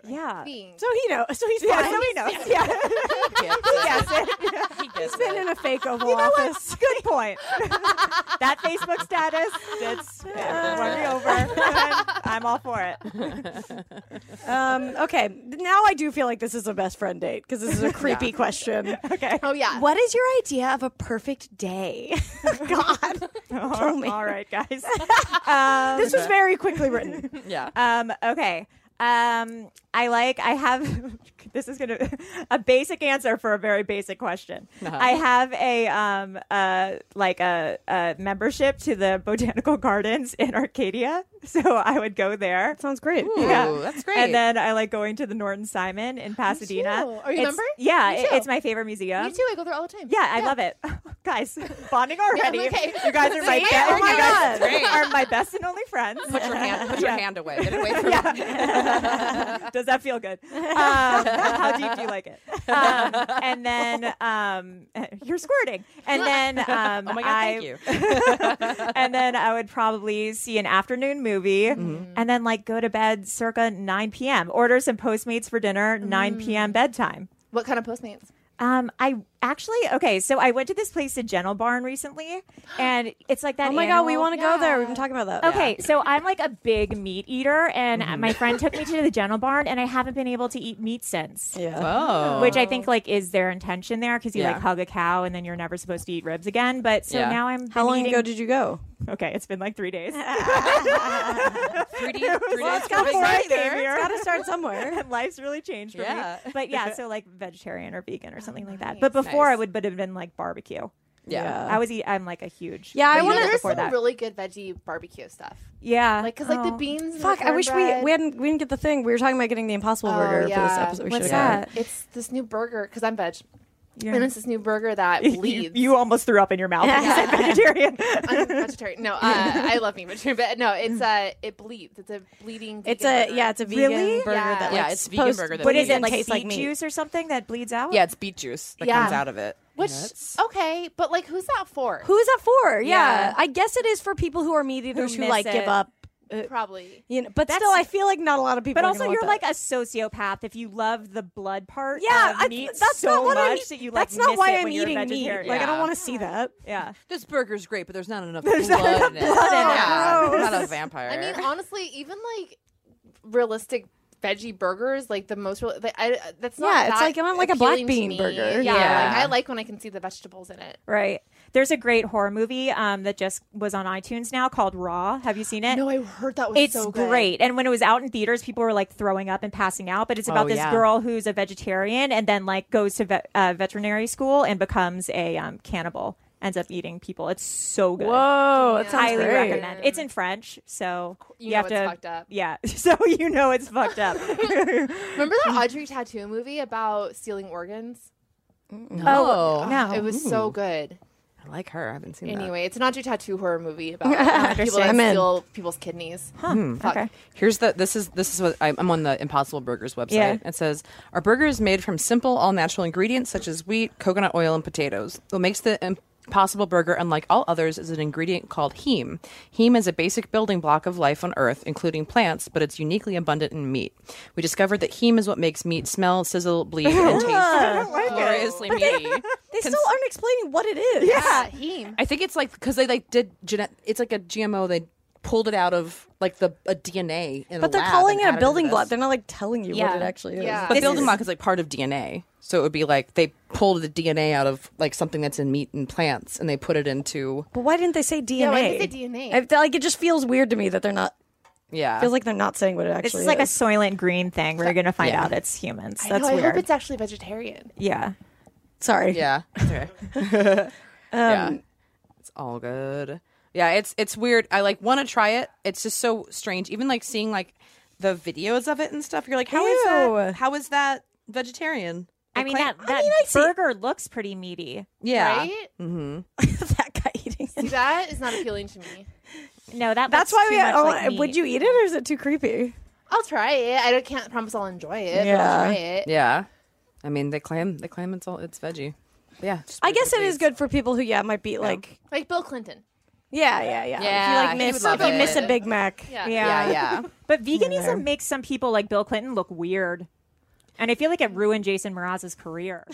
Speaker 6: yeah.
Speaker 4: Being.
Speaker 2: So he knows. So he's
Speaker 6: Yeah,
Speaker 2: fine.
Speaker 6: so he knows. Yeah.
Speaker 3: He gets
Speaker 2: He's been
Speaker 3: it.
Speaker 2: in a fake Oval
Speaker 6: You know
Speaker 2: Office.
Speaker 6: what? Good point. that Facebook status,
Speaker 2: Uh,
Speaker 6: that's run me over. I'm all for it.
Speaker 2: Um, okay, now I do feel like this is a best friend date because this is a creepy question.
Speaker 6: Okay.
Speaker 4: Oh yeah.
Speaker 2: What is your idea of a perfect day? God, kill me.
Speaker 6: Oh, All right, guys. Um,
Speaker 2: This was very quickly written.
Speaker 3: Yeah.
Speaker 6: Um, okay. Um, I like, I have, this is going to, a basic answer for a very basic question.
Speaker 4: Uh-huh.
Speaker 6: I have a, um, uh, like a, a membership to the Botanical Gardens in Arcadia. So I would go there.
Speaker 2: Sounds great.
Speaker 3: Ooh,
Speaker 6: Yeah.
Speaker 3: that's great.
Speaker 6: And then I like going to the Norton Simon in Pasadena.
Speaker 4: too. Are you a
Speaker 6: It's-
Speaker 4: member?
Speaker 6: Yeah,
Speaker 4: Me
Speaker 6: it-
Speaker 4: too.
Speaker 6: it's my favorite museum.
Speaker 4: Me too. I go there all the time.
Speaker 6: Yeah, I love it. guys, bonding already.
Speaker 4: okay.
Speaker 6: You guys are my,
Speaker 4: See?
Speaker 6: be-
Speaker 4: Oh
Speaker 6: you
Speaker 4: my
Speaker 6: guys
Speaker 3: God. Great.
Speaker 6: are my best and only friends.
Speaker 3: put your hand, put your
Speaker 6: Yeah.
Speaker 3: hand away. Get it away from
Speaker 6: Yeah. Does that feel good? Um, how deep do you like it? Um, and then um, you're squirting. And then um,
Speaker 3: Oh my god,
Speaker 6: I,
Speaker 3: thank you.
Speaker 6: and then I would probably see an afternoon movie
Speaker 2: Mm-hmm.
Speaker 6: and then like go to bed circa 9 p.m. Order some Postmates for dinner,
Speaker 2: Mm.
Speaker 6: 9 p.m. bedtime.
Speaker 4: What kind of Postmates?
Speaker 6: Um, I actually okay. So I went to this place in Gentle Barn recently, and it's like that.
Speaker 2: Oh my god, we
Speaker 6: animal-
Speaker 2: want to go Mm-hmm. there. We've been talking about that.
Speaker 6: Okay, so I'm like a big meat eater, and my friend took me to the Gentle Barn, and I haven't been able to eat meat since.
Speaker 2: Yeah.
Speaker 3: Oh.
Speaker 6: Which I think like is their intention there because you
Speaker 3: Yeah.
Speaker 6: like hug a cow and then you're never supposed to eat ribs again. But so
Speaker 3: Yeah.
Speaker 6: now I'm
Speaker 2: How
Speaker 6: been
Speaker 2: long
Speaker 6: eating-
Speaker 2: ago did you go?
Speaker 6: okay, it's been like three days.
Speaker 3: three, D- three days
Speaker 6: got
Speaker 3: for
Speaker 6: four
Speaker 3: big
Speaker 6: I
Speaker 3: night
Speaker 6: came
Speaker 3: there.
Speaker 6: here.
Speaker 2: Got to start somewhere.
Speaker 6: Life's really changed for
Speaker 3: Yeah.
Speaker 6: me. But yeah, so like vegetarian or vegan
Speaker 2: Oh,
Speaker 6: or something like that. But before
Speaker 3: Nice.
Speaker 6: I would would have been like barbecue.
Speaker 3: Yeah.
Speaker 6: I was eat, I'm like a huge
Speaker 2: Yeah, I
Speaker 6: meat
Speaker 4: You know,
Speaker 2: wanna-
Speaker 6: eater
Speaker 4: there's
Speaker 6: before
Speaker 4: some
Speaker 6: that.
Speaker 4: really good veggie barbecue stuff.
Speaker 6: yeah,
Speaker 4: Like, cause like the
Speaker 6: Oh.
Speaker 4: beans. and the
Speaker 2: Fuck, I wish we
Speaker 4: cornbread.
Speaker 2: we hadn't we didn't get the thing. We were talking about getting the Impossible
Speaker 4: Oh,
Speaker 2: Burger for this
Speaker 4: yeah.
Speaker 2: episode. We
Speaker 6: What's
Speaker 2: should've gotten
Speaker 6: that?
Speaker 4: It's this new burger because I'm veg,
Speaker 6: Yeah.
Speaker 4: and it's this new burger that
Speaker 6: You-
Speaker 4: bleeds.
Speaker 6: You, almost threw up in your mouth. when you said vegetarian.
Speaker 4: I'm vegetarian. No, uh, I love being vegetarian, but no, it's a it bleeds. It's a bleeding.
Speaker 2: It's
Speaker 4: vegan
Speaker 2: a
Speaker 4: burger.
Speaker 2: yeah, it's a vegan
Speaker 6: Really?
Speaker 2: burger
Speaker 4: Yeah.
Speaker 2: that
Speaker 4: Yeah,
Speaker 2: like
Speaker 3: it's vegan
Speaker 2: supposed-
Speaker 3: burger that
Speaker 6: what is
Speaker 3: Vegan
Speaker 6: it like
Speaker 2: tastes
Speaker 6: beet
Speaker 2: like meat.
Speaker 6: juice or something that bleeds out?
Speaker 3: Yeah, it's beet juice that
Speaker 4: Yeah.
Speaker 3: comes out of it.
Speaker 4: which
Speaker 3: Nuts.
Speaker 4: okay, but like who's that for?
Speaker 2: Who's that for? Yeah.
Speaker 6: Yeah.
Speaker 2: I guess it is for people who are meat eaters who,
Speaker 6: miss
Speaker 2: like
Speaker 6: it.
Speaker 2: give up.
Speaker 4: Probably.
Speaker 2: You know, but still, I feel like not a lot of people.
Speaker 6: But
Speaker 2: are
Speaker 6: also,
Speaker 2: gonna
Speaker 6: you're
Speaker 2: want
Speaker 6: like
Speaker 2: that.
Speaker 6: a sociopath if you love the blood part.
Speaker 2: yeah.
Speaker 6: of
Speaker 2: I,
Speaker 6: meat
Speaker 2: that's
Speaker 6: so
Speaker 2: not what
Speaker 6: much
Speaker 2: I'm.
Speaker 6: that you like.
Speaker 2: that's not
Speaker 6: miss
Speaker 2: why
Speaker 6: it
Speaker 2: I'm
Speaker 6: when you're a
Speaker 2: eating meat.
Speaker 6: vegetarian.
Speaker 2: Like I don't
Speaker 3: Yeah.
Speaker 2: want to see that.
Speaker 6: yeah.
Speaker 3: This burger's great, but there's not enough blood in it.
Speaker 2: Oh,
Speaker 3: yeah.
Speaker 2: gross.
Speaker 3: Not a vampire.
Speaker 4: I mean, honestly, even like realistic veggie burgers, like the most real, like, I, that's not.
Speaker 2: Yeah, it's
Speaker 4: that
Speaker 2: like- I want, like, a black
Speaker 4: appealing to
Speaker 2: bean
Speaker 4: me.
Speaker 2: burger.
Speaker 4: Yeah,
Speaker 3: Yeah.
Speaker 4: Like, I like when I can see the vegetables in it.
Speaker 6: Right. There's a great horror movie um, that just was on iTunes now called Raw. Have you seen it?
Speaker 4: No, I heard that was
Speaker 6: It's
Speaker 4: so good.
Speaker 6: great. And when it was out in theaters, people were like throwing up and passing out. But it's about
Speaker 3: Oh,
Speaker 6: this
Speaker 3: yeah.
Speaker 6: girl who's a vegetarian and then like goes to vet uh, veterinary school and becomes a um, cannibal. Ends up eating people. It's so good.
Speaker 2: Whoa,
Speaker 4: Yeah.
Speaker 2: that sounds
Speaker 6: Highly
Speaker 2: great.
Speaker 6: recommend. It's in French, so
Speaker 4: You
Speaker 6: you,
Speaker 4: know
Speaker 6: have
Speaker 4: it's
Speaker 6: to.
Speaker 4: fucked up.
Speaker 6: Yeah, so you know it's fucked up.
Speaker 4: Remember that Audrey Tattoo movie about stealing organs?
Speaker 3: oh,
Speaker 6: no.
Speaker 4: It was so good.
Speaker 3: I like her. I haven't seen that.
Speaker 4: Anyway, it's an Audrey Tattoo horror movie about um, people that
Speaker 2: I'm in.
Speaker 4: steal people's kidneys. Fuck.
Speaker 6: okay.
Speaker 3: Here's the this is this is what I- I'm on the Impossible Burgers website.
Speaker 6: Yeah.
Speaker 3: It says our burger is made from simple all natural ingredients such as wheat, coconut oil, and potatoes. What makes the Impossible Burger unlike all others is an ingredient called heme. Heme is a basic building block of life on Earth, including plants, but it's uniquely abundant in meat. We discovered that heme is what makes meat smell, sizzle, bleed, and taste gloriously meaty.
Speaker 2: They still aren't explaining what it is.
Speaker 4: Yeah, heme.
Speaker 3: I think it's like because they like did genet- it's like a GMO they pulled it out of like the a DNA in a
Speaker 2: But they're
Speaker 3: lab
Speaker 2: calling
Speaker 3: and
Speaker 2: it
Speaker 3: added
Speaker 2: a
Speaker 3: to
Speaker 2: building
Speaker 3: this.
Speaker 2: block. They're not like telling you
Speaker 6: Yeah.
Speaker 2: what it actually is.
Speaker 4: Yeah.
Speaker 3: But
Speaker 4: This
Speaker 3: building block is like part of DNA. So it would be like they pulled the DNA out of like something that's in meat and plants and they put it into
Speaker 2: But why didn't they say DNA?
Speaker 4: why didn't they say DNA?
Speaker 2: I feel like it just feels weird to me that they're not.
Speaker 3: yeah.
Speaker 2: Feels like they're not saying what it actually
Speaker 6: This is like a
Speaker 2: is.
Speaker 6: Soylent Green thing where you're gonna find
Speaker 3: Yeah.
Speaker 6: out it's humans.
Speaker 4: I
Speaker 6: That's
Speaker 4: know, I
Speaker 6: weird.
Speaker 4: hope it's actually vegetarian.
Speaker 6: yeah.
Speaker 2: Sorry.
Speaker 3: yeah. It's okay. yeah. It's all good. Yeah, it's it's weird. I like want to try it. It's just so strange. Even like seeing like the videos of it and stuff. You're like, how is
Speaker 2: Ew.
Speaker 3: that? How is that vegetarian?
Speaker 6: I
Speaker 3: Like,
Speaker 6: mean,
Speaker 3: clay-
Speaker 6: that, that burger looks pretty meaty.
Speaker 3: yeah.
Speaker 4: Right?
Speaker 2: Mm. that guy eating
Speaker 4: See,
Speaker 2: it.
Speaker 4: that is not appealing to me.
Speaker 6: No, that
Speaker 2: That's why
Speaker 6: looks
Speaker 2: we.
Speaker 6: too much
Speaker 2: oh,
Speaker 6: like meat.
Speaker 2: would you eat it or is it too creepy?
Speaker 4: I'll try it. I don't- can't promise I'll enjoy it. but
Speaker 2: Yeah.
Speaker 4: I'll try it.
Speaker 3: Yeah. I mean, they claim they claim it's all it's veggie. But yeah. just
Speaker 2: I
Speaker 3: wait for
Speaker 2: guess it is
Speaker 3: please.
Speaker 2: good for people who yeah might be like
Speaker 4: Like Bill Clinton.
Speaker 2: yeah yeah yeah.
Speaker 3: Yeah,
Speaker 2: if
Speaker 3: he
Speaker 2: you like
Speaker 3: would
Speaker 2: miss
Speaker 3: love
Speaker 2: if you miss
Speaker 4: it.
Speaker 2: a Big Mac.
Speaker 4: Yeah.
Speaker 3: Yeah, yeah.
Speaker 6: But veganism makes some people like Bill Clinton look weird. And I feel like it ruined Jason Mraz's career.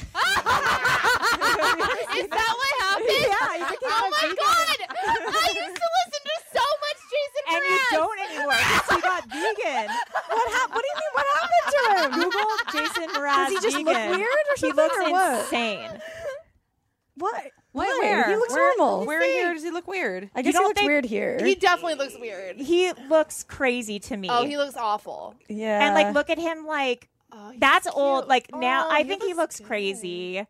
Speaker 4: Is that what happened?
Speaker 6: Yeah, he became
Speaker 4: oh
Speaker 6: a
Speaker 4: my
Speaker 6: vegan.
Speaker 4: god! I used to listen to so much Jason
Speaker 6: and you
Speaker 4: Mraz.
Speaker 6: don't anymore because he got vegan.
Speaker 2: What hap- What do you mean? What happened to him?
Speaker 6: Google Jason Mraz.
Speaker 2: Does he just
Speaker 6: vegan.
Speaker 2: look weird or
Speaker 6: He
Speaker 2: something,
Speaker 6: looks
Speaker 2: or what?
Speaker 6: insane.
Speaker 2: What?
Speaker 3: Why?
Speaker 2: Why?
Speaker 3: Where?
Speaker 2: He looks
Speaker 3: Where-
Speaker 2: normal.
Speaker 3: Where here does he look weird?
Speaker 2: I guess he
Speaker 6: don't
Speaker 2: looks
Speaker 6: think-
Speaker 2: weird here.
Speaker 4: He definitely looks weird.
Speaker 6: He looks crazy to me.
Speaker 4: Oh, he looks awful.
Speaker 2: yeah.
Speaker 6: and like look at him like
Speaker 4: Oh, he's
Speaker 6: that's
Speaker 4: cute.
Speaker 6: old. Like now
Speaker 4: Oh,
Speaker 6: I think he looks
Speaker 4: good.
Speaker 6: crazy.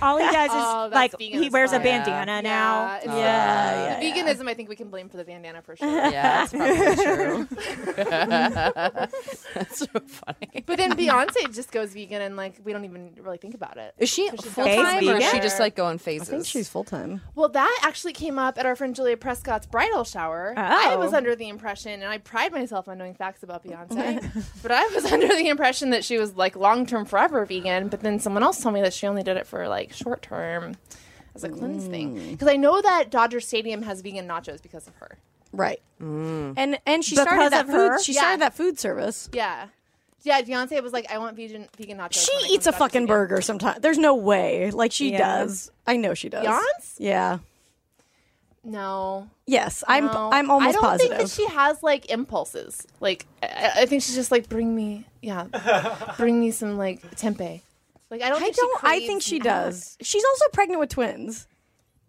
Speaker 6: All he does is
Speaker 4: Oh, that's
Speaker 6: like
Speaker 4: vegan
Speaker 6: he
Speaker 4: as
Speaker 6: wears a
Speaker 4: fuck.
Speaker 6: bandana now.
Speaker 4: Yeah, it's-
Speaker 2: Yeah,
Speaker 4: the
Speaker 2: yeah, yeah.
Speaker 4: veganism. I think we can blame for the bandana for sure.
Speaker 3: Yeah, that's probably true. that's so funny.
Speaker 4: But then Beyonce just goes vegan, and like we don't even really think about it.
Speaker 3: Is she
Speaker 4: she's
Speaker 3: full
Speaker 6: phase
Speaker 3: time or is
Speaker 6: vegan?
Speaker 3: she just like going phases?
Speaker 2: I think she's full time.
Speaker 4: Well, that actually came up at our friend Julia Prescott's bridal shower. I
Speaker 2: Oh.
Speaker 4: was under the impression, and I pride myself on knowing facts about Beyonce, but I was under the impression that she was like long term forever vegan. But then someone else told me that she only did it for like short term as a
Speaker 2: Mm.
Speaker 4: cleanse thing. Because I know that Dodger Stadium has vegan nachos because of her.
Speaker 2: Right. And and she
Speaker 6: Because
Speaker 2: started that
Speaker 6: of her?
Speaker 2: food. She
Speaker 4: Yeah.
Speaker 2: started that food service.
Speaker 4: Yeah. Yeah, Beyonce was like, I want vegan vegan nachos.
Speaker 2: She
Speaker 4: when I come
Speaker 2: eats
Speaker 4: to
Speaker 2: a
Speaker 4: Dodger
Speaker 2: fucking
Speaker 4: Stadium."
Speaker 2: burger sometimes. There's no way. Like she
Speaker 6: Yeah.
Speaker 2: does. I know she does.
Speaker 4: Beyonce?
Speaker 2: Yeah.
Speaker 4: No.
Speaker 2: Yes. I'm
Speaker 4: no.
Speaker 2: I'm almost
Speaker 4: I don't
Speaker 2: positive.
Speaker 4: think that she has like impulses. Like I, I think she's just like bring me, yeah, bring me some like tempeh. Like I don't.
Speaker 2: I
Speaker 4: think
Speaker 2: don't
Speaker 4: She
Speaker 2: I
Speaker 4: craves-
Speaker 2: think she does. She's also pregnant with twins.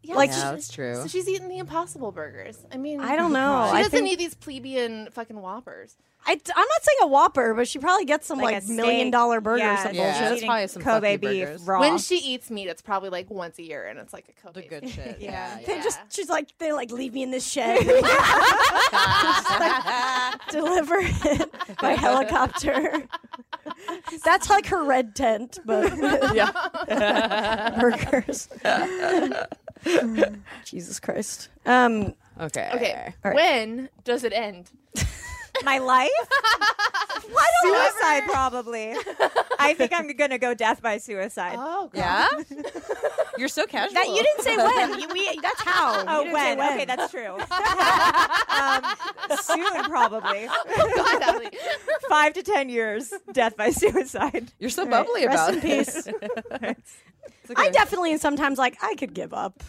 Speaker 4: Yeah,
Speaker 2: like-
Speaker 4: so
Speaker 3: Yeah,
Speaker 4: she-
Speaker 3: that's true.
Speaker 4: So she's eating the Impossible burgers. I mean,
Speaker 2: I don't know.
Speaker 4: She
Speaker 2: I
Speaker 4: doesn't
Speaker 2: think-
Speaker 4: need these plebeian fucking whoppers.
Speaker 2: I, am not saying a Whopper, but she probably gets some like,
Speaker 6: a
Speaker 2: million
Speaker 6: steak.
Speaker 2: dollar burger
Speaker 6: Yeah,
Speaker 2: or some
Speaker 6: she's
Speaker 3: Yeah.
Speaker 2: bullshit.
Speaker 3: That's
Speaker 6: eating
Speaker 3: probably some
Speaker 6: Kobe
Speaker 3: fucky
Speaker 6: beef
Speaker 3: burgers.
Speaker 6: raw.
Speaker 4: When she eats meat, it's probably like once a year, and it's like a Kobe.
Speaker 3: the good shit.
Speaker 4: Yeah.
Speaker 3: yeah.
Speaker 2: They
Speaker 4: Yeah.
Speaker 2: just she's like they like leave me in this shed. Just, like, deliver it by helicopter. That's like her red tent, but yeah, burgers. Jesus Christ. Um,
Speaker 3: Okay.
Speaker 4: Okay.
Speaker 2: All right.
Speaker 4: When does it end?
Speaker 6: My life? suicide probably. I think I'm gonna go death by suicide.
Speaker 4: Oh god.
Speaker 3: Yeah. You're so casual.
Speaker 2: that you didn't say when. You, we that's how. You
Speaker 6: Oh,
Speaker 2: didn't say
Speaker 6: when? Okay, that's true. um, soon, probably.
Speaker 4: God, Emily.
Speaker 6: Five to ten years, death by suicide.
Speaker 3: You're so bubbly
Speaker 2: Rest
Speaker 3: about
Speaker 2: in
Speaker 3: it.
Speaker 2: peace.
Speaker 3: It's okay.
Speaker 2: I definitely am sometimes like I could give up.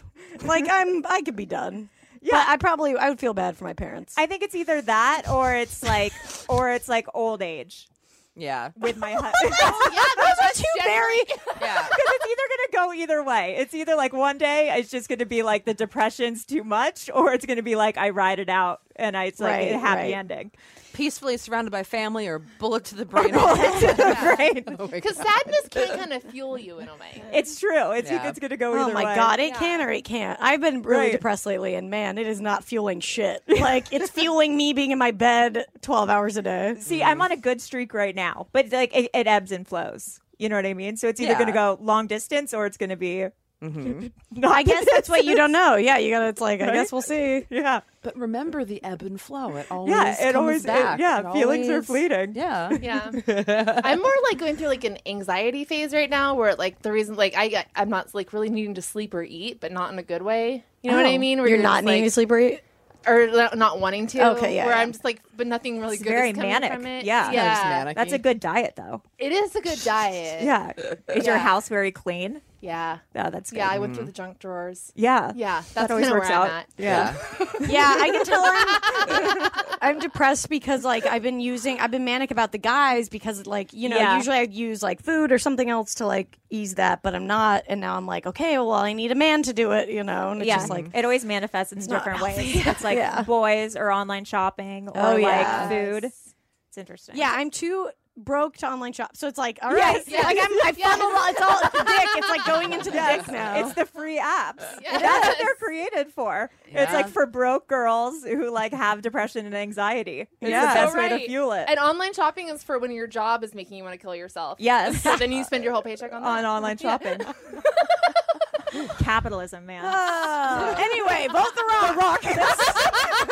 Speaker 2: Like I'm, I could be done. Yeah, I probably I would feel bad for my parents.
Speaker 6: I think it's either that or it's like, or it's like old age
Speaker 3: Yeah.
Speaker 6: with my husband.
Speaker 4: Yeah, that's
Speaker 2: Those are two very
Speaker 3: Yeah.
Speaker 6: Because it's either going to go either way. It's either like one day it's just going to be like the depression's too much, or it's going to be like I ride it out and I, it's like a
Speaker 2: Right,
Speaker 6: happy
Speaker 2: right.
Speaker 6: ending.
Speaker 3: Peacefully surrounded by family or bullet to the brain. oh
Speaker 6: right?
Speaker 3: my
Speaker 4: Because
Speaker 3: God.
Speaker 4: sadness can kind of fuel you in a way.
Speaker 6: It's true. It's
Speaker 3: Yeah.
Speaker 6: it's going to go either
Speaker 2: Oh
Speaker 6: way.
Speaker 2: my god, it can or it can't. I've been really
Speaker 6: Right.
Speaker 2: depressed lately, and man, it is not fueling shit. Like it's fueling me being in my bed twelve hours a day.
Speaker 6: See,
Speaker 4: Mm-hmm.
Speaker 6: I'm on a good streak right now, but like it, it ebbs and flows. You know what I mean? So it's either
Speaker 3: Yeah.
Speaker 6: going to go long distance or it's going to be.
Speaker 4: Mm-hmm.
Speaker 6: not
Speaker 2: I guess that's what you don't know. Yeah, you gotta. It's like I
Speaker 6: Right?
Speaker 2: guess we'll see.
Speaker 6: Yeah,
Speaker 3: But remember the ebb and flow. It always
Speaker 6: yeah. It
Speaker 3: comes
Speaker 6: always. it-
Speaker 3: back.
Speaker 6: yeah,
Speaker 3: It
Speaker 6: feelings are
Speaker 3: always-
Speaker 6: fleeting.
Speaker 3: Yeah.
Speaker 4: Yeah. I'm more like going through like an anxiety phase right now where like the reason like I I'm not like really needing to sleep or eat, but not in a good way. You know what
Speaker 6: Oh,
Speaker 4: I mean? Where
Speaker 2: You're not
Speaker 4: just,
Speaker 2: needing
Speaker 4: like,
Speaker 2: to sleep or eat.
Speaker 4: or not- not wanting to.
Speaker 2: Okay, yeah,
Speaker 4: Where
Speaker 2: yeah.
Speaker 4: I'm just like, but nothing really good
Speaker 6: very
Speaker 4: is coming
Speaker 6: manic.
Speaker 4: from it.
Speaker 6: Yeah.
Speaker 4: yeah.
Speaker 6: Yeah,
Speaker 3: just manic.
Speaker 6: That's a good diet, though.
Speaker 4: It is a good diet.
Speaker 6: Yeah. Is your
Speaker 4: Yeah.
Speaker 6: house very clean?
Speaker 4: yeah,
Speaker 6: Yeah, that's good.
Speaker 4: yeah. I went through the junk drawers.
Speaker 6: yeah.
Speaker 4: Yeah, that's
Speaker 6: That always
Speaker 4: kinda
Speaker 6: works
Speaker 4: where
Speaker 6: out.
Speaker 4: I'm at.
Speaker 3: Yeah.
Speaker 2: Yeah, I can tell I'm, I'm depressed because like I've been using I've been manic about the guys because like you know
Speaker 6: Yeah.
Speaker 2: usually I'd use like food or something else to like ease that, but I'm not, and now I'm like okay, well I need a man to do it, you know, and it's
Speaker 6: Yeah.
Speaker 2: just like
Speaker 6: it always manifests in different ways. It's like
Speaker 2: Yeah.
Speaker 6: boys or online shopping or
Speaker 2: Oh,
Speaker 6: like
Speaker 2: yeah.
Speaker 6: food. It's interesting.
Speaker 2: Yeah, I'm too broke to online shop. So it's like, all right, like I'm, I funneled all, it's all it's the dick. It's like going into the dick now.
Speaker 6: It's the free apps. That's what they're created for. It's like for broke girls who like have depression and anxiety. It's the best way to
Speaker 4: Right.
Speaker 6: fuel it.
Speaker 4: And online shopping is for when your job is making you want to kill yourself.
Speaker 6: Yes.
Speaker 4: So then you spend your whole paycheck on
Speaker 6: on
Speaker 4: that.
Speaker 6: online shopping. Capitalism, man. Oh.
Speaker 2: anyway, vote the rock.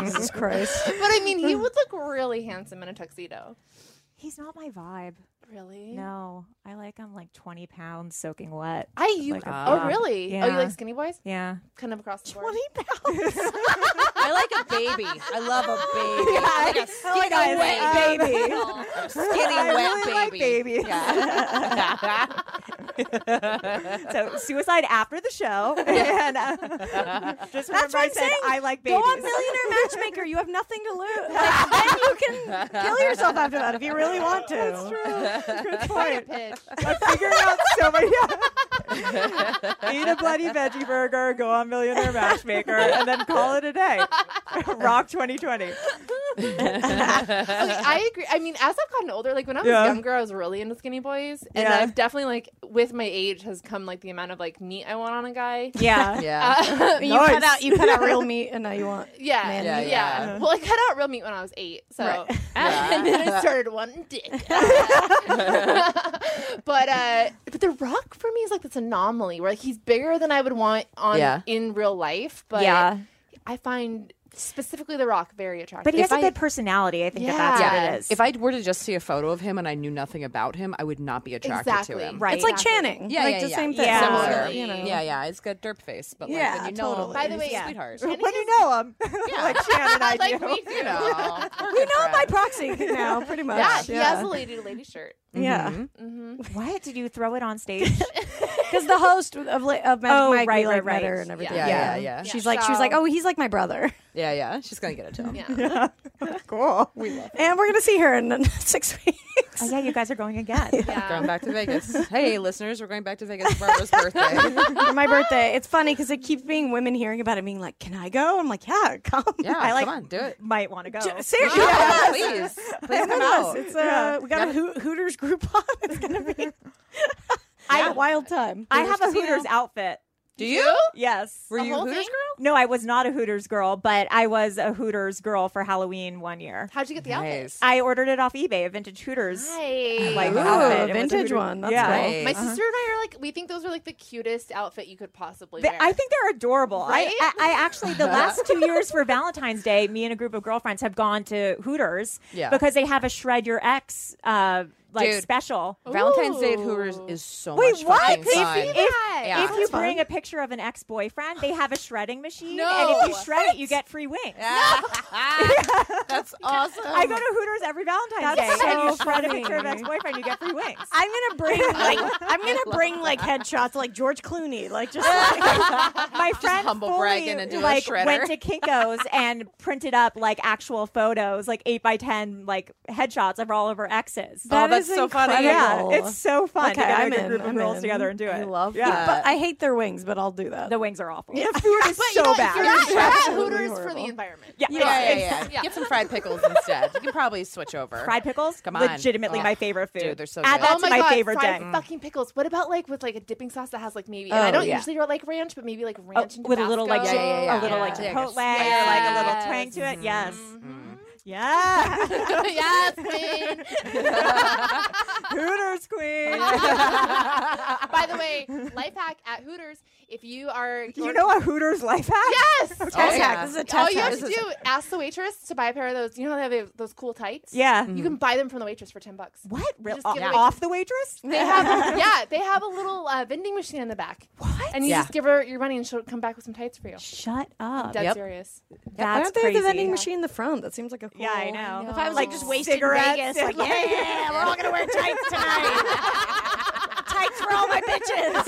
Speaker 2: Jesus Christ.
Speaker 4: but I mean, he would look really handsome in a tuxedo.
Speaker 6: He's not my vibe.
Speaker 4: Really?
Speaker 6: No, I like I'm like 20 pounds soaking wet.
Speaker 4: I you
Speaker 6: Like a
Speaker 4: oh
Speaker 6: bob.
Speaker 4: really? Oh,
Speaker 6: Yeah.
Speaker 4: you like skinny boys?
Speaker 6: Yeah.
Speaker 4: Kind of across the board.
Speaker 7: I like a baby. I love a baby. I like a skinny
Speaker 6: guys,
Speaker 7: wet
Speaker 6: um,
Speaker 7: baby. skinny
Speaker 6: I
Speaker 7: wet
Speaker 6: really like
Speaker 7: baby.
Speaker 6: babies. So suicide after the show. And uh, just remember I
Speaker 2: I'm
Speaker 6: said
Speaker 2: saying.
Speaker 6: I like
Speaker 2: Go
Speaker 6: babies.
Speaker 2: on Millionaire Matchmaker. You have nothing to lose. Like, then you can kill yourself after that if you really want to. That's true. Good point.
Speaker 6: I'm figuring out so many. Eat a bloody veggie burger, go on Millionaire Matchmaker, and then call it a day. Rock 2020.
Speaker 4: Like, I agree. I mean, as I've gotten older, like when I was
Speaker 6: Yeah.
Speaker 4: younger, I was really into skinny boys, and
Speaker 6: Yeah.
Speaker 4: I've definitely like with my age has come like the amount of like meat I want on a guy. Uh,
Speaker 6: Yeah.
Speaker 3: Yeah.
Speaker 2: You
Speaker 6: Nice.
Speaker 2: cut out. You cut out real meat, and now you want.
Speaker 4: Yeah,
Speaker 2: Man
Speaker 4: yeah,
Speaker 3: meat.
Speaker 4: yeah. Well, I cut out real meat when I was eight, so
Speaker 3: Yeah.
Speaker 4: and then I started wanting dick. but uh, but The Rock for me is like this anomaly where like he's bigger than I would want on
Speaker 3: Yeah.
Speaker 4: in real life, but
Speaker 6: Yeah.
Speaker 4: I find specifically The Rock very attractive.
Speaker 6: But he has
Speaker 3: If
Speaker 6: a
Speaker 3: I-
Speaker 6: good personality. I think that
Speaker 4: Yeah.
Speaker 6: that's what
Speaker 4: Yeah.
Speaker 6: it is.
Speaker 3: If I were to just see a photo of him and I knew nothing about him, I would not be attracted
Speaker 4: exactly
Speaker 3: to him.
Speaker 6: Right.
Speaker 2: It's like
Speaker 4: Exactly.
Speaker 2: Channing.
Speaker 3: Yeah,
Speaker 2: like
Speaker 3: yeah,
Speaker 2: the
Speaker 3: yeah.
Speaker 2: same thing.
Speaker 6: Yeah.
Speaker 3: Similar.
Speaker 4: Totally.
Speaker 2: You know.
Speaker 3: Yeah, yeah. It's got derp face, but like,
Speaker 2: Yeah,
Speaker 3: then you know
Speaker 2: totally.
Speaker 4: By the way,
Speaker 3: he's a
Speaker 4: yeah.
Speaker 3: sweetheart.
Speaker 4: Channing
Speaker 6: when
Speaker 4: is-
Speaker 6: you know him, like Shannon, I
Speaker 4: like
Speaker 6: do.
Speaker 4: we do.
Speaker 3: You know,
Speaker 2: We know him by proxy now, pretty much.
Speaker 4: Yeah, he has a lady to lady shirt. Mm-hmm.
Speaker 2: Yeah.
Speaker 3: Mm-hmm.
Speaker 6: What did you throw it on stage?
Speaker 2: Because the host of La- of Magic
Speaker 6: Oh,
Speaker 2: Mike,
Speaker 6: right,
Speaker 2: we read
Speaker 6: right,
Speaker 2: met
Speaker 6: right.
Speaker 2: her and everything.
Speaker 3: Yeah, yeah, yeah.
Speaker 2: She's
Speaker 4: Yeah.
Speaker 2: like, she was
Speaker 4: So-
Speaker 2: like, oh, he's like my brother,
Speaker 3: yeah, yeah. She's gonna get it to him.
Speaker 4: Yeah.
Speaker 6: cool. We love.
Speaker 2: and we're gonna see her in six weeks.
Speaker 6: Oh, yeah, you guys are going again.
Speaker 4: Yeah.
Speaker 3: Going back to Vegas. hey, listeners, we're going back to Vegas for Barbara's birthday.
Speaker 2: For my birthday, it's funny because it keeps being women hearing about it, being like, "Can I go?" I'm like, "Yeah, come."
Speaker 3: Yeah,
Speaker 6: I like-
Speaker 3: come on, do it.
Speaker 6: Might want to go.
Speaker 2: Seriously,
Speaker 3: Yeah, please, please come
Speaker 2: Yes,
Speaker 3: out.
Speaker 2: it's uh, we got a Ho- Hooters group on. It's gonna be a wild time.
Speaker 6: I have a Hooters outfit.
Speaker 3: Do you?
Speaker 6: Yes.
Speaker 3: Were you
Speaker 4: whole
Speaker 3: Hooters
Speaker 4: thing?
Speaker 3: girl?
Speaker 6: No, I was not a Hooters girl, but I was a Hooters girl for Halloween one year.
Speaker 4: How'd you get the outfit?
Speaker 6: I ordered it off eBay, a vintage Hooters.
Speaker 4: Nice.
Speaker 6: Like
Speaker 3: Ooh,
Speaker 6: outfit. It was a
Speaker 2: vintage
Speaker 6: Hooters-
Speaker 2: one. That's Uh-huh.
Speaker 3: Nice.
Speaker 6: yeah.
Speaker 4: My sister and I are like, we think those are like the cutest outfit you could possibly
Speaker 6: They-
Speaker 4: wear.
Speaker 6: I think they're adorable.
Speaker 4: Right?
Speaker 6: I, I, I actually the last two years for Valentine's Day, me and a group of girlfriends have gone to Hooters
Speaker 3: Yeah.
Speaker 6: because they have a shred your ex uh, like
Speaker 3: Dude.
Speaker 6: special.
Speaker 4: Oh,
Speaker 3: Valentine's Day at Hooters is so
Speaker 6: Wait,
Speaker 3: much
Speaker 6: what?
Speaker 3: fucking
Speaker 6: If-
Speaker 3: fun.
Speaker 6: if-
Speaker 3: Yeah.
Speaker 6: If you bring a picture of an ex boyfriend, they have a shredding machine,
Speaker 4: No.
Speaker 6: and if you shred it, you get free wings.
Speaker 3: That's awesome.
Speaker 6: I go to Hooters every Valentine's
Speaker 2: That's
Speaker 6: Day, and you
Speaker 2: so
Speaker 6: shred a
Speaker 2: funny.
Speaker 6: picture of ex boyfriend, you get free wings.
Speaker 2: I'm gonna bring like I'm gonna bring like headshots like George Clooney, like just like,
Speaker 6: Oh, My friend
Speaker 3: humble
Speaker 6: fully,
Speaker 3: bragging and do a
Speaker 6: like
Speaker 3: shredder.
Speaker 6: went to Kinkos and printed up like actual photos, like eight by ten like headshots of all of her exes.
Speaker 3: Oh,
Speaker 2: That
Speaker 3: that's
Speaker 2: is
Speaker 3: so funny.
Speaker 6: yeah,
Speaker 2: incredible.
Speaker 6: it's so fun
Speaker 2: Okay,
Speaker 6: to get
Speaker 2: I'm
Speaker 6: a good
Speaker 2: in,
Speaker 6: group of
Speaker 2: I'm
Speaker 6: girls
Speaker 2: in.
Speaker 6: together and do it.
Speaker 3: I love
Speaker 6: yeah.
Speaker 3: that.
Speaker 2: but I hate their wings, but I'll do that.
Speaker 6: The wings are awful.
Speaker 2: Yeah, food is
Speaker 4: you know,
Speaker 2: so
Speaker 4: if
Speaker 2: bad.
Speaker 4: You're at, you're at
Speaker 2: Absolutely
Speaker 4: Hooters for
Speaker 2: horrible.
Speaker 4: the environment.
Speaker 6: Yeah.
Speaker 3: yeah, yeah, yeah,
Speaker 4: Yeah.
Speaker 3: Get some fried pickles instead. You can probably switch over.
Speaker 6: Fried pickles,
Speaker 3: Come on.
Speaker 6: legitimately
Speaker 3: Oh,
Speaker 6: my favorite food.
Speaker 3: dude, they're so
Speaker 6: Add
Speaker 3: good.
Speaker 6: that
Speaker 4: oh
Speaker 6: to
Speaker 4: my,
Speaker 6: my
Speaker 4: god,
Speaker 6: favorite
Speaker 4: fried
Speaker 6: thing.
Speaker 4: fucking pickles. What about like with like a dipping sauce that has like maybe? and I
Speaker 2: Oh,
Speaker 4: don't
Speaker 2: yeah.
Speaker 4: usually like ranch, but maybe like
Speaker 6: Oh,
Speaker 4: ranch and
Speaker 6: with a little like
Speaker 4: Tabasco.
Speaker 3: Yeah, yeah, yeah,
Speaker 6: a little like
Speaker 3: yeah.
Speaker 6: chipotle
Speaker 4: Yeah.
Speaker 6: or like a little twang to it. Yes. Mm-hmm. Yeah.
Speaker 4: yes, Queen.
Speaker 6: Hooters queen.
Speaker 4: By the way, life hack at Hooters: if you are,
Speaker 6: you know a Hooters life hack?
Speaker 4: yes,
Speaker 3: Oh,
Speaker 2: Test hack.
Speaker 3: yeah.
Speaker 2: This is a
Speaker 4: all
Speaker 2: test
Speaker 4: you
Speaker 2: hack.
Speaker 4: have to do ask the waitress to buy a pair of those. You know how they have those cool tights?
Speaker 6: Yeah. Mm.
Speaker 4: you can buy them from the waitress for ten bucks.
Speaker 6: What? Real,
Speaker 4: Just
Speaker 6: off,
Speaker 4: give it away.
Speaker 6: off the waitress?
Speaker 4: They have, yeah, they have a little uh, vending machine in the back. What? And you
Speaker 3: Yeah.
Speaker 4: just give her your money, and she'll come back with some tights for you.
Speaker 6: Shut up.
Speaker 4: Dead
Speaker 3: Yep.
Speaker 4: serious.
Speaker 6: That's
Speaker 2: Why don't they have
Speaker 6: crazy.
Speaker 2: the vending machine in the front? That seems like a cool.
Speaker 6: Yeah, Oh, I know.
Speaker 4: If I was,
Speaker 6: like just wasted Vegas, like, yeah, we're all gonna wear tights tonight.
Speaker 2: Tights for all my bitches.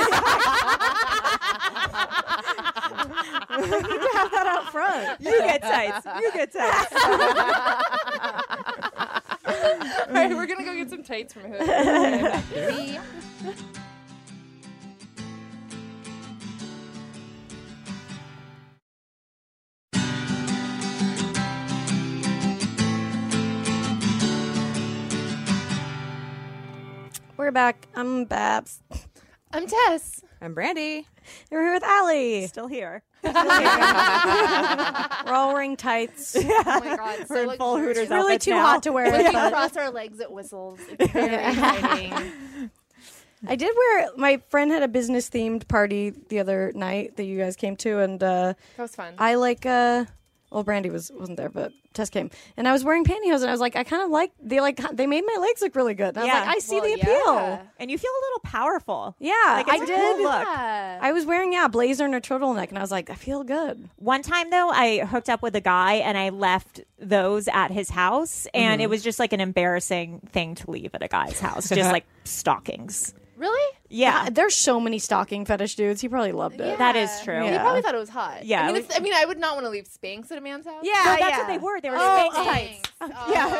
Speaker 2: we need to have that out front.
Speaker 6: you get tights. You get tights.
Speaker 4: All right, we're gonna go get some tights from Hooters.
Speaker 5: Barbara
Speaker 2: We're back. I'm Babs.
Speaker 4: I'm Tess.
Speaker 3: I'm Brandy.
Speaker 2: We're here with Allie.
Speaker 6: Still here.
Speaker 2: We're all wearing tights. It's
Speaker 4: Oh my god, so
Speaker 6: We're in
Speaker 4: like,
Speaker 6: full Hooters
Speaker 4: When
Speaker 2: really
Speaker 6: outfits
Speaker 2: too
Speaker 6: now.
Speaker 2: hot to wear
Speaker 4: we
Speaker 2: it, but
Speaker 4: cross our legs at whistles. It's very exciting.
Speaker 2: I did wear. My friend had a business themed party the other night that you guys came to, and uh,
Speaker 4: That was fun.
Speaker 2: I like. Uh, well, Brandy was wasn't there, but Tess came, and I was wearing pantyhose, and I was like, I kind of like they like they made my legs look really good. And I was
Speaker 6: Yeah.
Speaker 2: like, I see the
Speaker 4: Well, yeah.
Speaker 2: appeal.
Speaker 6: And you feel a little powerful.
Speaker 2: Yeah,
Speaker 6: Like, it's
Speaker 2: I
Speaker 6: a
Speaker 2: did.
Speaker 6: cool look.
Speaker 4: Yeah.
Speaker 2: I was wearing yeah a blazer and a turtleneck, and I was like, I feel good.
Speaker 6: One time though, I hooked up with a guy and I left those at his house,
Speaker 2: Mm-hmm.
Speaker 6: and it was just like an embarrassing thing to leave at a guy's house, just like stockings.
Speaker 4: Really? Oh,
Speaker 6: Yeah,
Speaker 2: There's so many stocking fetish dudes. He probably loved it.
Speaker 6: that is true.
Speaker 4: He probably thought it was hot.
Speaker 6: Yeah,
Speaker 4: I mean,
Speaker 6: we-
Speaker 4: it's, I mean, I would not want to leave Spanx at a man's house.
Speaker 2: Yeah,
Speaker 6: No, that's
Speaker 2: yeah.
Speaker 6: what they were. They were
Speaker 4: Oh,
Speaker 6: space tights.
Speaker 4: Yeah.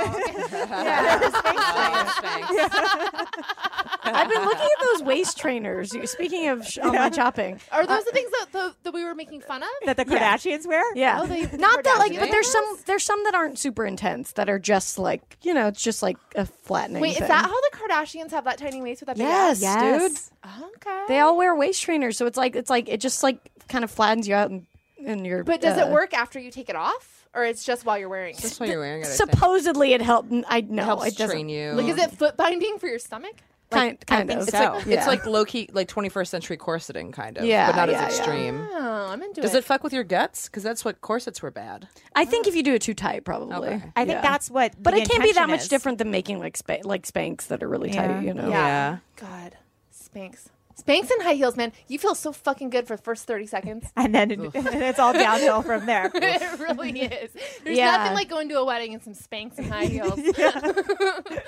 Speaker 2: I've been looking at those waist trainers. You- Speaking of sh- online shopping,
Speaker 4: Are those the things that, that, that we were making fun of?
Speaker 6: that the Kardashians wear.
Speaker 2: yeah,
Speaker 4: Oh, they-
Speaker 2: not that like,
Speaker 4: Kardashian
Speaker 2: but there's some
Speaker 4: trainers?
Speaker 2: there's some that aren't super intense that are just like you know it's just like a flattening.
Speaker 4: Wait,
Speaker 2: thing.
Speaker 4: is that how the Kardashians have that tiny waist with that
Speaker 2: Yes,
Speaker 4: big ass?
Speaker 2: dude.
Speaker 4: Okay.
Speaker 2: They all wear waist trainers, so it's like it's like it just like kind of flattens you out and and your.
Speaker 4: but does
Speaker 2: uh,
Speaker 4: it work after you take it off, or it's just while you're wearing it?
Speaker 3: That's why you're wearing it. I think.
Speaker 2: Supposedly, it helped. I know
Speaker 3: It helps
Speaker 2: Oh, it doesn't.
Speaker 3: train you.
Speaker 4: Like, is it foot binding for your stomach?
Speaker 2: Kind, kind
Speaker 6: think
Speaker 2: of.
Speaker 6: so.
Speaker 3: It's like
Speaker 2: Oh, Yeah.
Speaker 3: it's like low key like 21st century corseting kind of,
Speaker 2: Yeah,
Speaker 3: but not
Speaker 2: yeah, yeah.
Speaker 3: as extreme.
Speaker 4: Oh, I'm into
Speaker 3: Does
Speaker 4: it.
Speaker 3: it fuck with your guts? Because that's what corsets were bad.
Speaker 2: I think if you do it too tight, probably.
Speaker 3: Okay.
Speaker 6: I think
Speaker 2: Yeah.
Speaker 6: that's what.
Speaker 2: But
Speaker 6: the
Speaker 2: it can't be that
Speaker 6: intention
Speaker 2: much
Speaker 6: is.
Speaker 2: different than making like spa- like spanks that are really
Speaker 6: Yeah.
Speaker 2: tight. You know.
Speaker 3: Yeah.
Speaker 4: God, Spanx, Spanx and high heels, man. You feel so fucking good for the first thirty seconds.
Speaker 6: And then it- it's all downhill from there.
Speaker 4: it really is. There's
Speaker 2: Yeah.
Speaker 4: nothing like going to a wedding in some Spanx and high heels.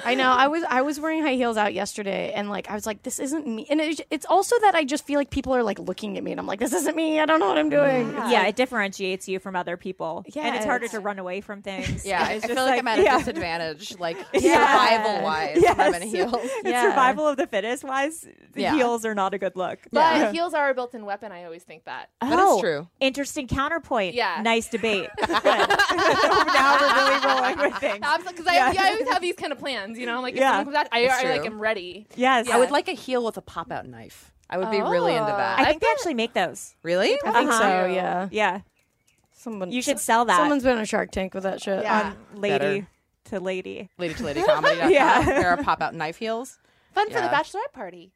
Speaker 2: I know. I was I was wearing high heels out yesterday, and like I was like, this isn't me. And it, it's also that I just feel like people are like looking at me, and I'm like, this isn't me. I don't know what I'm doing. It's
Speaker 6: Yeah, it differentiates you from other people. and it's harder
Speaker 2: Yes.
Speaker 6: to run away from things.
Speaker 3: Yeah, I
Speaker 6: it's
Speaker 3: feel
Speaker 6: just
Speaker 3: like, I'm at a
Speaker 6: yeah.
Speaker 3: disadvantage, like
Speaker 6: Yeah.
Speaker 3: survival wise,
Speaker 6: Yes.
Speaker 3: when I'm in heels.
Speaker 6: It's
Speaker 2: Yeah.
Speaker 6: survival of the fittest wise. The
Speaker 3: Yeah.
Speaker 6: heels are not a good look.
Speaker 4: But heels are a built-in weapon. I always think that.
Speaker 3: That is true.
Speaker 6: Oh. Interesting counterpoint.
Speaker 4: Yeah.
Speaker 6: Nice debate. Good. now we're really rolling with things.
Speaker 4: Because I,
Speaker 6: Yeah.
Speaker 4: yeah, I always have these kind of plans, you know. Like if
Speaker 6: Yeah.
Speaker 4: someone comes out, I,
Speaker 3: That's
Speaker 4: I like
Speaker 3: true.
Speaker 4: am ready.
Speaker 6: Yes.
Speaker 3: I would like a heel with a pop out knife. I would be really into that.
Speaker 6: I think they actually make those.
Speaker 3: really? Uh-huh.
Speaker 4: I think
Speaker 2: So yeah,
Speaker 6: Yeah.
Speaker 2: someone
Speaker 6: You should sell that.
Speaker 2: Someone's been on Shark Tank with that shit.
Speaker 4: Yeah.
Speaker 6: lady
Speaker 3: Better.
Speaker 6: to lady.
Speaker 3: Lady to lady comedy.
Speaker 6: Yeah.
Speaker 3: yeah. There are pop out knife heels.
Speaker 4: Fun for
Speaker 3: Yeah.
Speaker 4: the bachelorette party.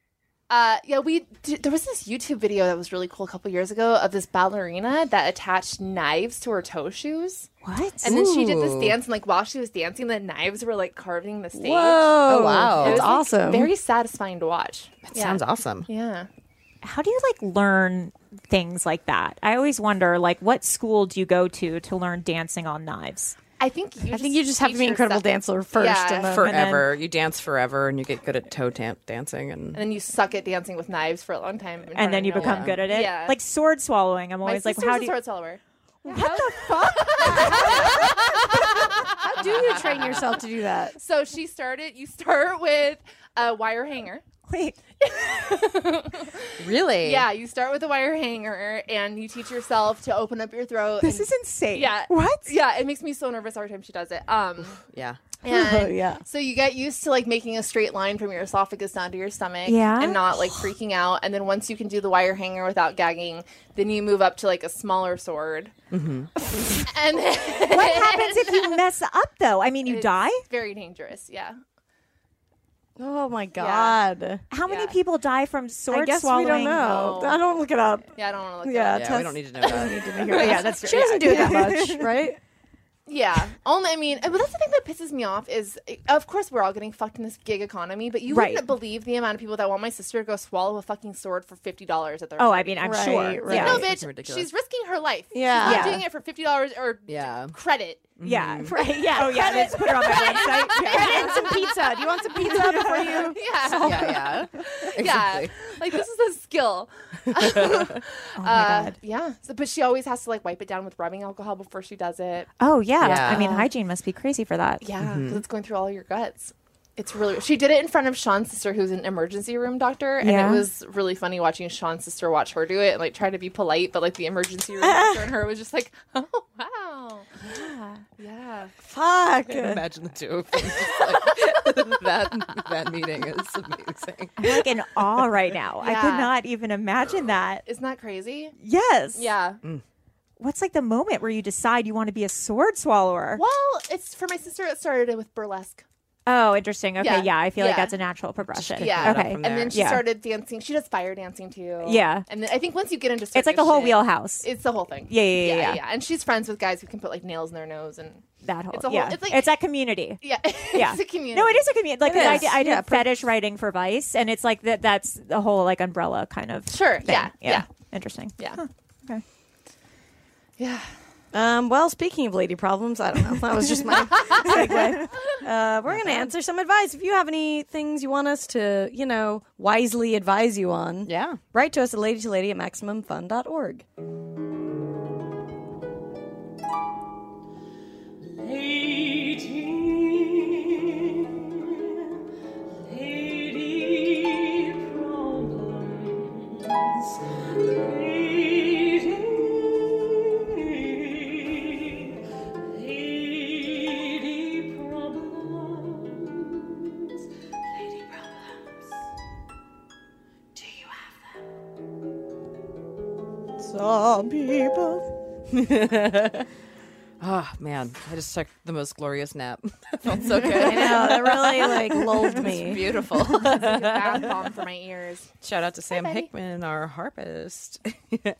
Speaker 4: Uh, yeah, we d- there was this YouTube video that was really cool a couple years ago of this ballerina that attached knives to her toe shoes,
Speaker 6: What?
Speaker 4: and then she did this
Speaker 3: Ooh.
Speaker 4: dance, and like while she was dancing, the knives were like carving the stage.
Speaker 2: Whoa!
Speaker 3: Oh, wow.
Speaker 4: It was,
Speaker 2: that's
Speaker 4: like,
Speaker 2: awesome.
Speaker 4: very satisfying to watch.
Speaker 3: That sounds awesome.
Speaker 4: Yeah.
Speaker 6: How do you like learn things like that? I always wonder like what school do you go to to learn dancing on knives?
Speaker 4: I think you
Speaker 2: I think you just have to
Speaker 4: teach
Speaker 2: be an incredible
Speaker 4: yourself-
Speaker 2: dancer first,
Speaker 4: Yeah.
Speaker 2: and then
Speaker 3: Forever. you dance forever and you get good at toe tamp dancing
Speaker 4: And
Speaker 3: and
Speaker 4: then you suck at dancing with knives for a long time. in front
Speaker 6: And then
Speaker 4: of
Speaker 6: you
Speaker 4: no
Speaker 6: become
Speaker 4: one.
Speaker 6: good at it.
Speaker 4: Yeah.
Speaker 6: Like sword swallowing. I'm
Speaker 4: My
Speaker 6: always like,
Speaker 4: sister's
Speaker 6: how
Speaker 4: a
Speaker 6: do you
Speaker 4: sword swallower.
Speaker 2: How do you train yourself to do that?
Speaker 4: So she started. You start with a wire hanger.
Speaker 6: wait?
Speaker 3: really?
Speaker 4: Yeah, you start with a wire hanger, and you teach yourself to open up your throat.
Speaker 6: This
Speaker 4: and-
Speaker 6: is insane.
Speaker 4: yeah.
Speaker 6: What? Oh,
Speaker 4: Yeah, it makes me so nervous every time she does it. Um,
Speaker 3: Yeah.
Speaker 4: and
Speaker 2: yeah.
Speaker 4: So you get used to like making a straight line from your esophagus down to your stomach,
Speaker 6: Yeah.
Speaker 4: and not like freaking out. And then once you can do the wire hanger without gagging, then you move up to like a smaller sword. and then-
Speaker 6: Mm-hmm. What happens if you mess up though? I mean, you die?
Speaker 4: Very dangerous. Yeah.
Speaker 2: Oh my god.
Speaker 6: How many
Speaker 4: Yeah.
Speaker 6: people die from sword
Speaker 2: I guess
Speaker 6: swallowing?
Speaker 2: we don't know.
Speaker 4: No.
Speaker 2: I don't look it up.
Speaker 4: Yeah, I don't want to look.
Speaker 2: Yeah,
Speaker 4: Yeah.
Speaker 3: Yeah,
Speaker 2: Tess-
Speaker 3: we don't need to know that.
Speaker 6: yeah, that's true.
Speaker 2: She doesn't do it that much, right?
Speaker 4: Yeah. Only I mean, but that's the thing that pisses me off is, of course, we're all getting fucked in this gig economy, but you
Speaker 6: Right.
Speaker 4: wouldn't believe the amount of people that want my sister to go swallow a fucking sword for fifty dollars at their.
Speaker 6: Oh, I
Speaker 4: party.
Speaker 6: mean, I'm
Speaker 2: Right,
Speaker 6: sure.
Speaker 2: right.
Speaker 6: Yeah.
Speaker 4: no,
Speaker 3: it's
Speaker 4: bitch,
Speaker 3: fucking ridiculous.
Speaker 4: she's risking her life.
Speaker 2: Yeah.
Speaker 4: she's not
Speaker 6: Yeah.
Speaker 4: doing it for fifty dollars or
Speaker 3: Yeah.
Speaker 4: credit.
Speaker 6: yeah.
Speaker 2: Right, yeah.
Speaker 6: Oh, yeah. Let's put it on my website. Yeah.
Speaker 2: and some pizza. Do you want some pizza before you?
Speaker 3: yeah,
Speaker 4: Yeah,
Speaker 3: yeah.
Speaker 4: yeah.
Speaker 3: Exactly.
Speaker 4: Like this is a skill.
Speaker 6: Oh, my
Speaker 4: Uh,
Speaker 6: God.
Speaker 4: yeah, so, but she always has to like wipe it down with rubbing alcohol before she does it.
Speaker 6: Oh, yeah.
Speaker 3: Yeah.
Speaker 6: I mean, hygiene must be crazy for that.
Speaker 4: Yeah, 'cause it's going through all your guts. It's really. She did it in front of Sean's sister, who's an emergency room doctor, and
Speaker 6: Yeah.
Speaker 4: it was really funny watching Sean's sister watch her do it and like try to be polite, but like the emergency room doctor and her was just like, "Oh wow,
Speaker 6: Yeah.
Speaker 4: Yeah.
Speaker 2: Fuck.
Speaker 3: Imagine the two of them. just like- that that meeting is amazing.
Speaker 6: I'm like in awe right now. I could
Speaker 4: Yeah.
Speaker 6: not even imagine that.
Speaker 4: Isn't that crazy?
Speaker 6: Yes.
Speaker 4: Yeah.
Speaker 6: Mm. What's like the moment where you decide you want to be a sword swallower?
Speaker 4: Well, it's for my sister. It started with burlesque.
Speaker 6: Oh, interesting. Okay. Yeah.
Speaker 4: Yeah.
Speaker 6: I feel like
Speaker 4: Yeah.
Speaker 6: that's a natural progression.
Speaker 4: Yeah.
Speaker 3: Right up
Speaker 6: Okay.
Speaker 3: from
Speaker 4: And
Speaker 3: there.
Speaker 4: then she
Speaker 6: Yeah.
Speaker 4: started dancing. She does fire dancing too.
Speaker 6: Yeah.
Speaker 4: And then I think once you get into
Speaker 6: It's like the
Speaker 4: circus
Speaker 6: whole
Speaker 4: shit,
Speaker 6: wheelhouse.
Speaker 4: It's the whole thing.
Speaker 6: Yeah, yeah, yeah, yeah.
Speaker 4: And she's friends with guys who can put like nails in their nose and
Speaker 6: that whole,
Speaker 4: it's a whole-
Speaker 6: yeah. It's,
Speaker 4: it's like-
Speaker 6: that community.
Speaker 4: yeah.
Speaker 6: Yeah.
Speaker 4: it's a community.
Speaker 6: No, it is a community. Like
Speaker 2: It
Speaker 6: 'cause I
Speaker 2: is.
Speaker 6: did, I did
Speaker 2: Yeah, per-
Speaker 6: fetish writing for Vice, and it's like that. That's the whole like umbrella kind of.
Speaker 4: Sure.
Speaker 6: thing.
Speaker 4: Yeah. Yeah.
Speaker 6: Interesting.
Speaker 4: Yeah.
Speaker 6: Okay.
Speaker 4: Yeah.
Speaker 2: Um, well, speaking of lady problems, I don't know. That was just my segue. Uh, we're going to answer some advice. If you have any things you want us to, you know, wisely advise you on,
Speaker 3: Yeah.
Speaker 2: write to us at lady to lady at maximumfun.org.
Speaker 3: Oh man, I just took the most glorious nap. Felt so
Speaker 2: I
Speaker 3: good.
Speaker 2: know. That really, like, lulled me.
Speaker 3: Beautiful.
Speaker 4: It's like a bath bomb for my ears.
Speaker 3: Shout out to Sam Hickman, our harpist. okay.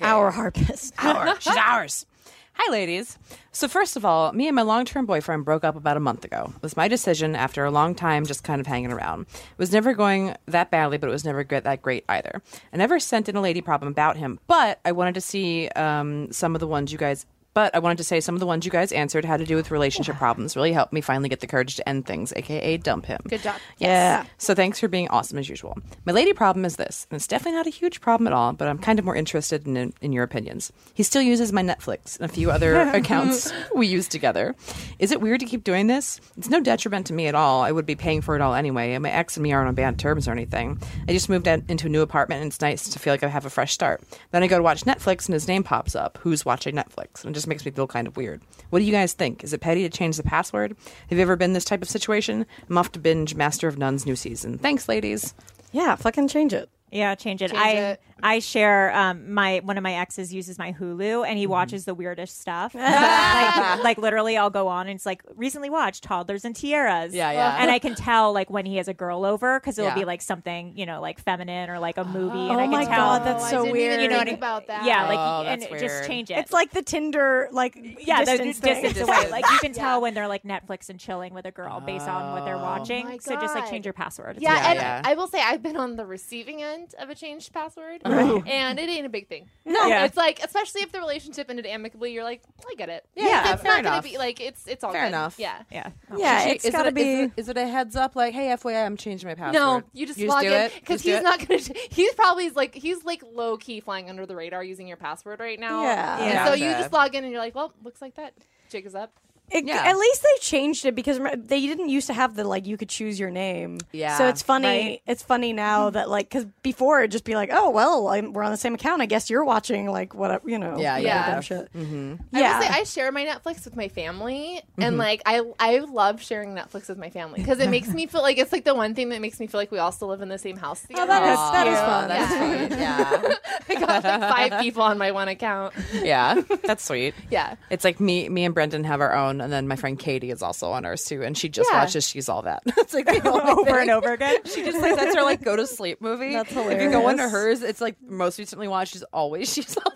Speaker 2: Our harpist.
Speaker 3: Our- She's ours. Hi, ladies. So, first of all, me and my long term boyfriend broke up about a month ago. It was my decision after a long time just kind of hanging around. It was never going that badly, but it was never good, that great either. I never sent in a lady problem about him, but I wanted to see um, some of the ones you guys. But I wanted to say some of the ones you guys answered had to do with relationship problems. Really helped me finally get the courage to end things, aka dump him.
Speaker 4: Good job.
Speaker 3: Yeah. So thanks for being awesome as usual. My lady problem is this, and it's definitely not a huge problem at all, but I'm kind of more interested in, in, your opinions. He still uses my Netflix and a few other accounts we use together. Is it weird to keep doing this? It's no detriment to me at all. I would be paying for it all anyway, and my ex and me aren't on bad terms or anything. I just moved in- into a new apartment, and it's nice to feel like I have a fresh start. Then I go to watch Netflix, and his name pops up. Who's watching Netflix? And it just makes me feel kind of weird. What do you guys think? Is it petty to change the password? Have you ever been in this type of situation? I'm off to binge Master of Nuns new season. Thanks, ladies.
Speaker 2: Yeah, fucking change it.
Speaker 6: Yeah, change it.
Speaker 4: Change
Speaker 6: I
Speaker 4: it.
Speaker 6: I share um my one of my exes uses my Hulu and he
Speaker 4: Mm-hmm.
Speaker 6: watches the weirdest stuff. like, like literally I'll go on and it's like recently watched Toddlers and Tiaras.
Speaker 3: Yeah, yeah.
Speaker 6: And I can tell like when he has a girl over cuz it'll
Speaker 3: Yeah.
Speaker 6: be like something, you know, like feminine or like a movie and
Speaker 2: Oh
Speaker 6: I can
Speaker 2: my
Speaker 6: tell
Speaker 2: God, that's so
Speaker 4: didn't even
Speaker 2: weird.
Speaker 4: think
Speaker 2: You know what I-
Speaker 4: about that.
Speaker 6: Yeah, like
Speaker 3: Oh,
Speaker 6: and
Speaker 3: that's
Speaker 6: it- just
Speaker 3: weird.
Speaker 6: change it.
Speaker 2: It's like the Tinder, like,
Speaker 6: yeah, the
Speaker 2: distance
Speaker 6: distance,
Speaker 2: thing.
Speaker 6: away. Like you can tell when they're like Netflix and chilling with a girl based on what they're
Speaker 2: Oh
Speaker 6: watching.
Speaker 4: my
Speaker 6: so just like
Speaker 4: God.
Speaker 6: change your password. It's
Speaker 4: Yeah,
Speaker 6: weird.
Speaker 4: and
Speaker 3: yeah.
Speaker 4: I will say I've been on the receiving end of a changed password,
Speaker 3: Oh.
Speaker 4: and it ain't a big thing.
Speaker 6: No. Yeah.
Speaker 4: it's like especially if the relationship ended amicably, you're like, I get it.
Speaker 3: Yeah, yeah,
Speaker 4: it's
Speaker 3: fair
Speaker 4: not
Speaker 3: enough.
Speaker 4: gonna be like it's it's all
Speaker 3: Fair
Speaker 4: good.
Speaker 3: enough.
Speaker 4: Yeah,
Speaker 6: yeah.
Speaker 2: Yeah,
Speaker 3: Should-
Speaker 2: it's got to
Speaker 3: it-
Speaker 2: be.
Speaker 3: Is it, is it a heads up like, hey, FYI, I'm changing my password?
Speaker 4: No, you just log
Speaker 3: do
Speaker 4: in
Speaker 3: it?
Speaker 4: because
Speaker 3: Just do
Speaker 4: he's
Speaker 3: it?
Speaker 4: not gonna. He's probably is like he's like low key flying under the radar using your password right now.
Speaker 2: Yeah.
Speaker 4: And
Speaker 3: Yeah.
Speaker 4: so you
Speaker 3: Gotcha.
Speaker 4: just log in and you're like, well, looks like that jig is up.
Speaker 2: It,
Speaker 3: Yeah.
Speaker 2: At least they changed it because remember, they didn't used to have the like you could choose your name.
Speaker 3: Yeah.
Speaker 2: So it's funny.
Speaker 6: Right.
Speaker 2: It's funny now that like because before it'd just be like, oh well, i we're on the same account. I guess you're watching like whatever you know.
Speaker 3: Yeah,
Speaker 2: like,
Speaker 4: yeah.
Speaker 2: dumb shit.
Speaker 4: I
Speaker 2: Yeah. Mm-hmm.
Speaker 4: will say I share my Netflix with my family, and like I I love sharing Netflix with my family because it makes me feel like it's like the one thing that makes me feel like we all still live in the same house. Together.
Speaker 2: Oh, that is that is
Speaker 3: Aw,
Speaker 2: fun.
Speaker 3: That's sweet. Yeah.
Speaker 4: I got like five people on my one account.
Speaker 3: Yeah, that's sweet.
Speaker 4: Yeah.
Speaker 3: It's like me, me and Brendan have our own, and then my friend Katie is also on ours too, and she just
Speaker 4: Yeah.
Speaker 3: watches She's All That. it's like the only
Speaker 6: Over
Speaker 3: thing.
Speaker 6: and over again.
Speaker 3: She just like that's her like go to sleep movie.
Speaker 2: That's
Speaker 3: If you go
Speaker 2: hilarious.
Speaker 3: into hers, it's like most recently watched is always She's All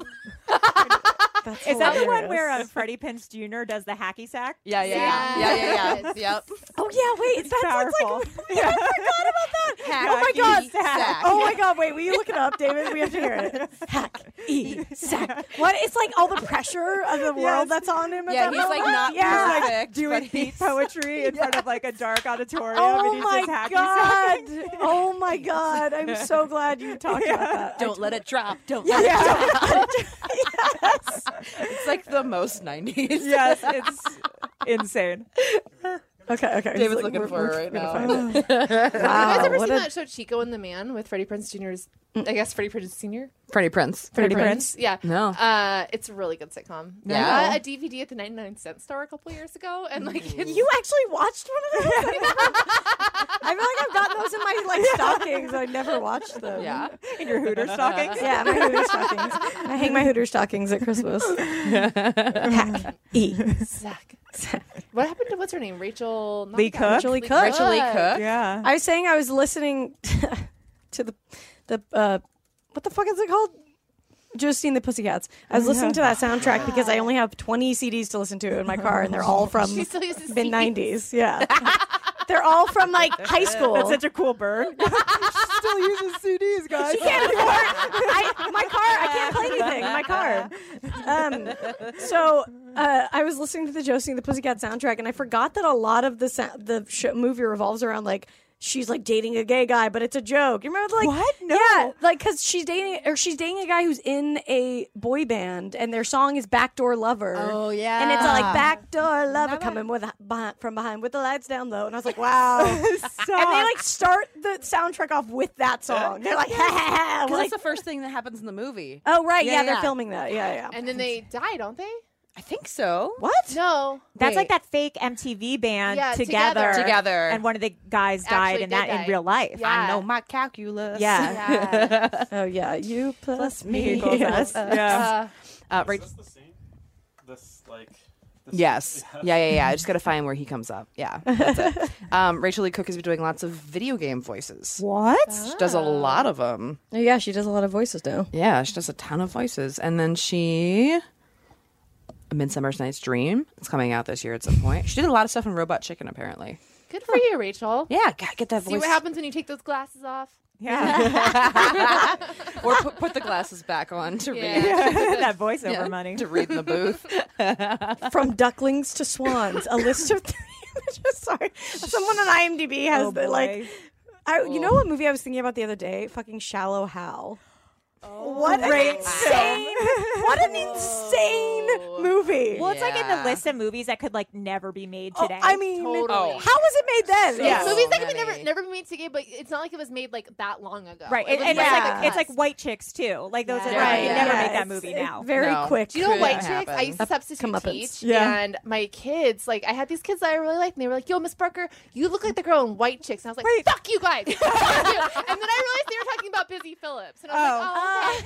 Speaker 3: That.
Speaker 2: That's
Speaker 6: Is that the one
Speaker 2: hilarious.
Speaker 6: where uh, Freddie Pinch Jr. does the hacky sack?
Speaker 3: Yeah, yeah, yeah, yeah, yeah, yeah. Yep.
Speaker 2: Oh yeah, wait, that's that's
Speaker 6: powerful.
Speaker 2: like I forgot about that. oh my god,
Speaker 3: sack.
Speaker 2: Oh my god, wait, will you look it up, David? We have to hear it. Hack e sack. What? It's like all the pressure of the world that's on him. at
Speaker 3: Yeah,
Speaker 2: that
Speaker 3: he's like
Speaker 2: moment.
Speaker 3: not
Speaker 2: Yeah.
Speaker 3: perfect, but
Speaker 6: doing
Speaker 3: he's
Speaker 6: beat poetry in front of like a dark auditorium. and
Speaker 2: Oh
Speaker 6: he's
Speaker 2: my
Speaker 6: just hacky sack.
Speaker 2: god! Oh my god! I'm so glad you talked about that.
Speaker 3: don't let it drop. Don't.
Speaker 2: Yeah,
Speaker 3: Let it.
Speaker 2: yeah.
Speaker 3: It's like the most nineties.
Speaker 6: Yes, it's insane.
Speaker 2: Okay, okay.
Speaker 3: David's looking for her right now.
Speaker 4: Have you guys ever
Speaker 2: Uh, what
Speaker 4: seen
Speaker 2: a- Mm.
Speaker 4: that show Chico and the Man with Freddie Prince Jr.'s? I guess Freddie Prince Sr.
Speaker 3: Freddie Prince.
Speaker 6: Pretty Prince.
Speaker 4: Yeah.
Speaker 3: No.
Speaker 4: Uh, it's a really good sitcom.
Speaker 3: Yeah.
Speaker 4: I got a DVD at the 99 cent store a couple years ago, and like it's,
Speaker 6: You actually watched one of those?
Speaker 2: I feel like I've gotten those in my like stockings. I never watched them.
Speaker 3: Yeah.
Speaker 6: in your Hooter stockings?
Speaker 2: Yeah, my Hooter stockings. I hang my Hooter stockings at Christmas. Hack. E.
Speaker 4: Zach. What happened to what's her name? Rachel not
Speaker 6: Lee
Speaker 4: that,
Speaker 6: Cook?
Speaker 4: Rachel
Speaker 2: Lee Cook.
Speaker 3: Rachel Lee Cook.
Speaker 6: Yeah.
Speaker 2: I was saying I was listening to the the uh, what the fuck is it called? Josie and the Pussycats. I was listening to that soundtrack because I only have 20 CDs to listen to in my car, and they're all from
Speaker 4: She still uses
Speaker 2: mid
Speaker 4: CDs.
Speaker 2: 90s. Yeah, they're all from like high school.
Speaker 6: That's such a cool bird.
Speaker 3: Still uses CDs, guys.
Speaker 2: can't afford I, my car. I can't play anything. in My car. Um, so uh, I was listening to the Josie and the Pussycat soundtrack, and I forgot that a lot of the sa- the sh- movie revolves around like she's like dating a gay guy, but it's a joke. You remember like
Speaker 6: What? No.
Speaker 2: Yeah, like because she's dating or she's dating a guy who's in a boy band, and their song is Backdoor Lover.
Speaker 7: Oh, yeah.
Speaker 2: And it's like backdoor lover coming with behind, from behind with the lights down low, and I was like, wow. And they like start the soundtrack off with that song. They're like, ha ha ha. We're
Speaker 3: Well,
Speaker 2: like,
Speaker 3: that's the first thing that happens in the movie.
Speaker 2: oh right, yeah,
Speaker 3: Yeah,
Speaker 2: they're
Speaker 3: yeah.
Speaker 2: filming that. Yeah, yeah.
Speaker 4: And then they die, don't they?
Speaker 3: I think so.
Speaker 2: What?
Speaker 4: No.
Speaker 6: That's
Speaker 3: Wait.
Speaker 6: like that fake MTV band
Speaker 4: Yeah,
Speaker 6: together.
Speaker 4: Together.
Speaker 3: Together.
Speaker 6: And one of the guys died
Speaker 4: Actually
Speaker 6: in that
Speaker 4: did
Speaker 6: in
Speaker 4: die.
Speaker 6: real life.
Speaker 4: Yeah.
Speaker 3: I know my calculus.
Speaker 6: Yeah.
Speaker 4: Yeah.
Speaker 2: Oh yeah, you plus, plus
Speaker 6: Me equals us. Yeah.
Speaker 4: Uh,
Speaker 3: Uh, right.
Speaker 8: Is this the same? This like. This
Speaker 3: Yes. Yeah, yeah, yeah. I just gotta find where he comes up. Yeah. That's it. Um, Rachel Lee Cook has been doing lots of video game voices.
Speaker 6: What?
Speaker 3: She does a lot of them.
Speaker 2: Oh yeah, she does a lot of voices now.
Speaker 3: Yeah, she does a ton of voices. And then she A Midsummer's Night's Dream. It's coming out this year at some point. She did a lot of stuff in Robot Chicken apparently.
Speaker 4: good for you, Rachel.
Speaker 3: Yeah, gotta get that
Speaker 4: See
Speaker 3: voice.
Speaker 4: what happens when you take those glasses off.
Speaker 6: Yeah.
Speaker 3: or put, put the glasses back on to read
Speaker 6: that voiceover money.
Speaker 3: to read in the booth.
Speaker 2: From ducklings to swans, a list of three images. Sorry, someone on IMDb has the like.
Speaker 6: Oh, boy.
Speaker 2: I, you know what movie I was thinking about the other day? Fucking Shallow Hal. what
Speaker 6: Great
Speaker 2: an insane! what an insane movie!
Speaker 6: Well, it's like in the
Speaker 3: Yeah.
Speaker 6: list of movies that could like never be made
Speaker 2: Oh,
Speaker 6: today.
Speaker 2: I mean,
Speaker 4: Totally.
Speaker 2: how was it made then?
Speaker 3: Yeah.
Speaker 4: It's movies that could be
Speaker 3: many.
Speaker 4: never never be made today, but it's not like it was made like that long ago.
Speaker 6: right?
Speaker 4: It
Speaker 6: And,
Speaker 4: was
Speaker 6: and
Speaker 4: made
Speaker 6: it's
Speaker 4: the
Speaker 6: like it's
Speaker 4: cuts.
Speaker 6: like White Chicks too. Like those are
Speaker 4: Yeah.
Speaker 6: like,
Speaker 4: Right,
Speaker 6: you
Speaker 4: yeah.
Speaker 6: never
Speaker 4: Yeah.
Speaker 6: make that
Speaker 2: It's-
Speaker 6: movie
Speaker 2: it's
Speaker 6: now.
Speaker 2: Very
Speaker 3: No.
Speaker 2: quick.
Speaker 4: Do you know
Speaker 3: Could
Speaker 4: white chicks?
Speaker 3: happen.
Speaker 4: I used to substitute
Speaker 2: comeuppance.
Speaker 4: teach,
Speaker 2: Yeah.
Speaker 4: and my kids, like, I had these kids that I really liked, and they were like, "Yo, Miss Parker, you look like the girl in White Chicks." And I was like,
Speaker 6: Wait.
Speaker 4: "Fuck you guys!" Fuck you. And then I realized they were talking about Busy Phillips, and I was like, "Oh, okay.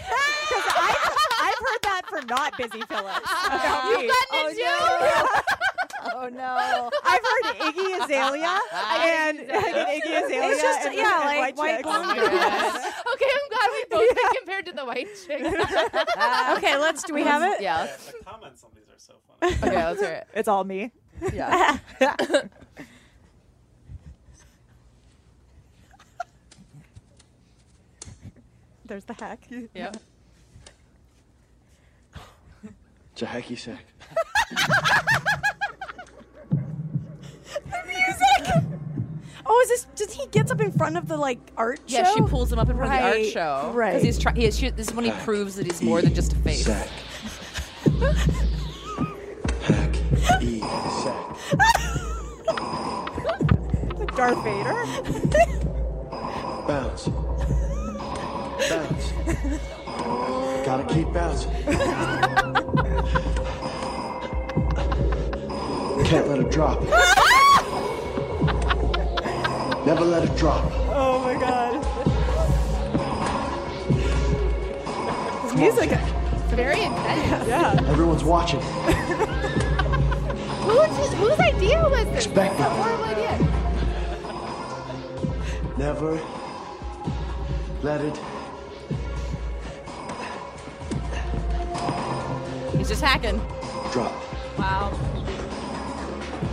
Speaker 6: Because I've, I've heard that for not busy Phillips.
Speaker 2: Ah,
Speaker 6: about
Speaker 4: you've
Speaker 6: me.
Speaker 4: "Oh, gotten it too."
Speaker 3: Oh no.
Speaker 6: I've heard Iggy Azalea and
Speaker 4: Iggy Azalea.
Speaker 6: and Iggy Azalea.
Speaker 2: It's just-
Speaker 6: and-
Speaker 2: yeah,
Speaker 6: and
Speaker 2: like white
Speaker 6: Chicks.
Speaker 2: blonde
Speaker 4: um, okay, I'm glad we both get compared to the White Chicks.
Speaker 2: okay, let's. Do we have it?
Speaker 3: Yeah.
Speaker 8: Yeah, the comments on these are so funny.
Speaker 3: Okay, let's hear
Speaker 6: It's all me.
Speaker 3: it. Yeah.
Speaker 6: There's the heck.
Speaker 3: yeah.
Speaker 9: It's a hacky sack.
Speaker 2: Oh, is this? Does he gets up in front of the like art show?
Speaker 3: Yeah, she pulls him up in front of the
Speaker 2: Right,
Speaker 3: art show.
Speaker 2: right.
Speaker 3: Because he's trying. This is when he proves that he's more than just a face.
Speaker 9: Sack. Hack. E. Sack.
Speaker 6: Like Darth Vader.
Speaker 9: Bounce. Bounce. Gotta keep bouncing. Can't let it drop. Never let it drop.
Speaker 6: Oh my god.
Speaker 9: His music.
Speaker 4: Very intense.
Speaker 9: Everyone's watching.
Speaker 4: Who, did- whose idea was this?
Speaker 9: Expect
Speaker 4: That's a horrible idea.
Speaker 9: Never let it
Speaker 3: He's just hacking.
Speaker 9: drop.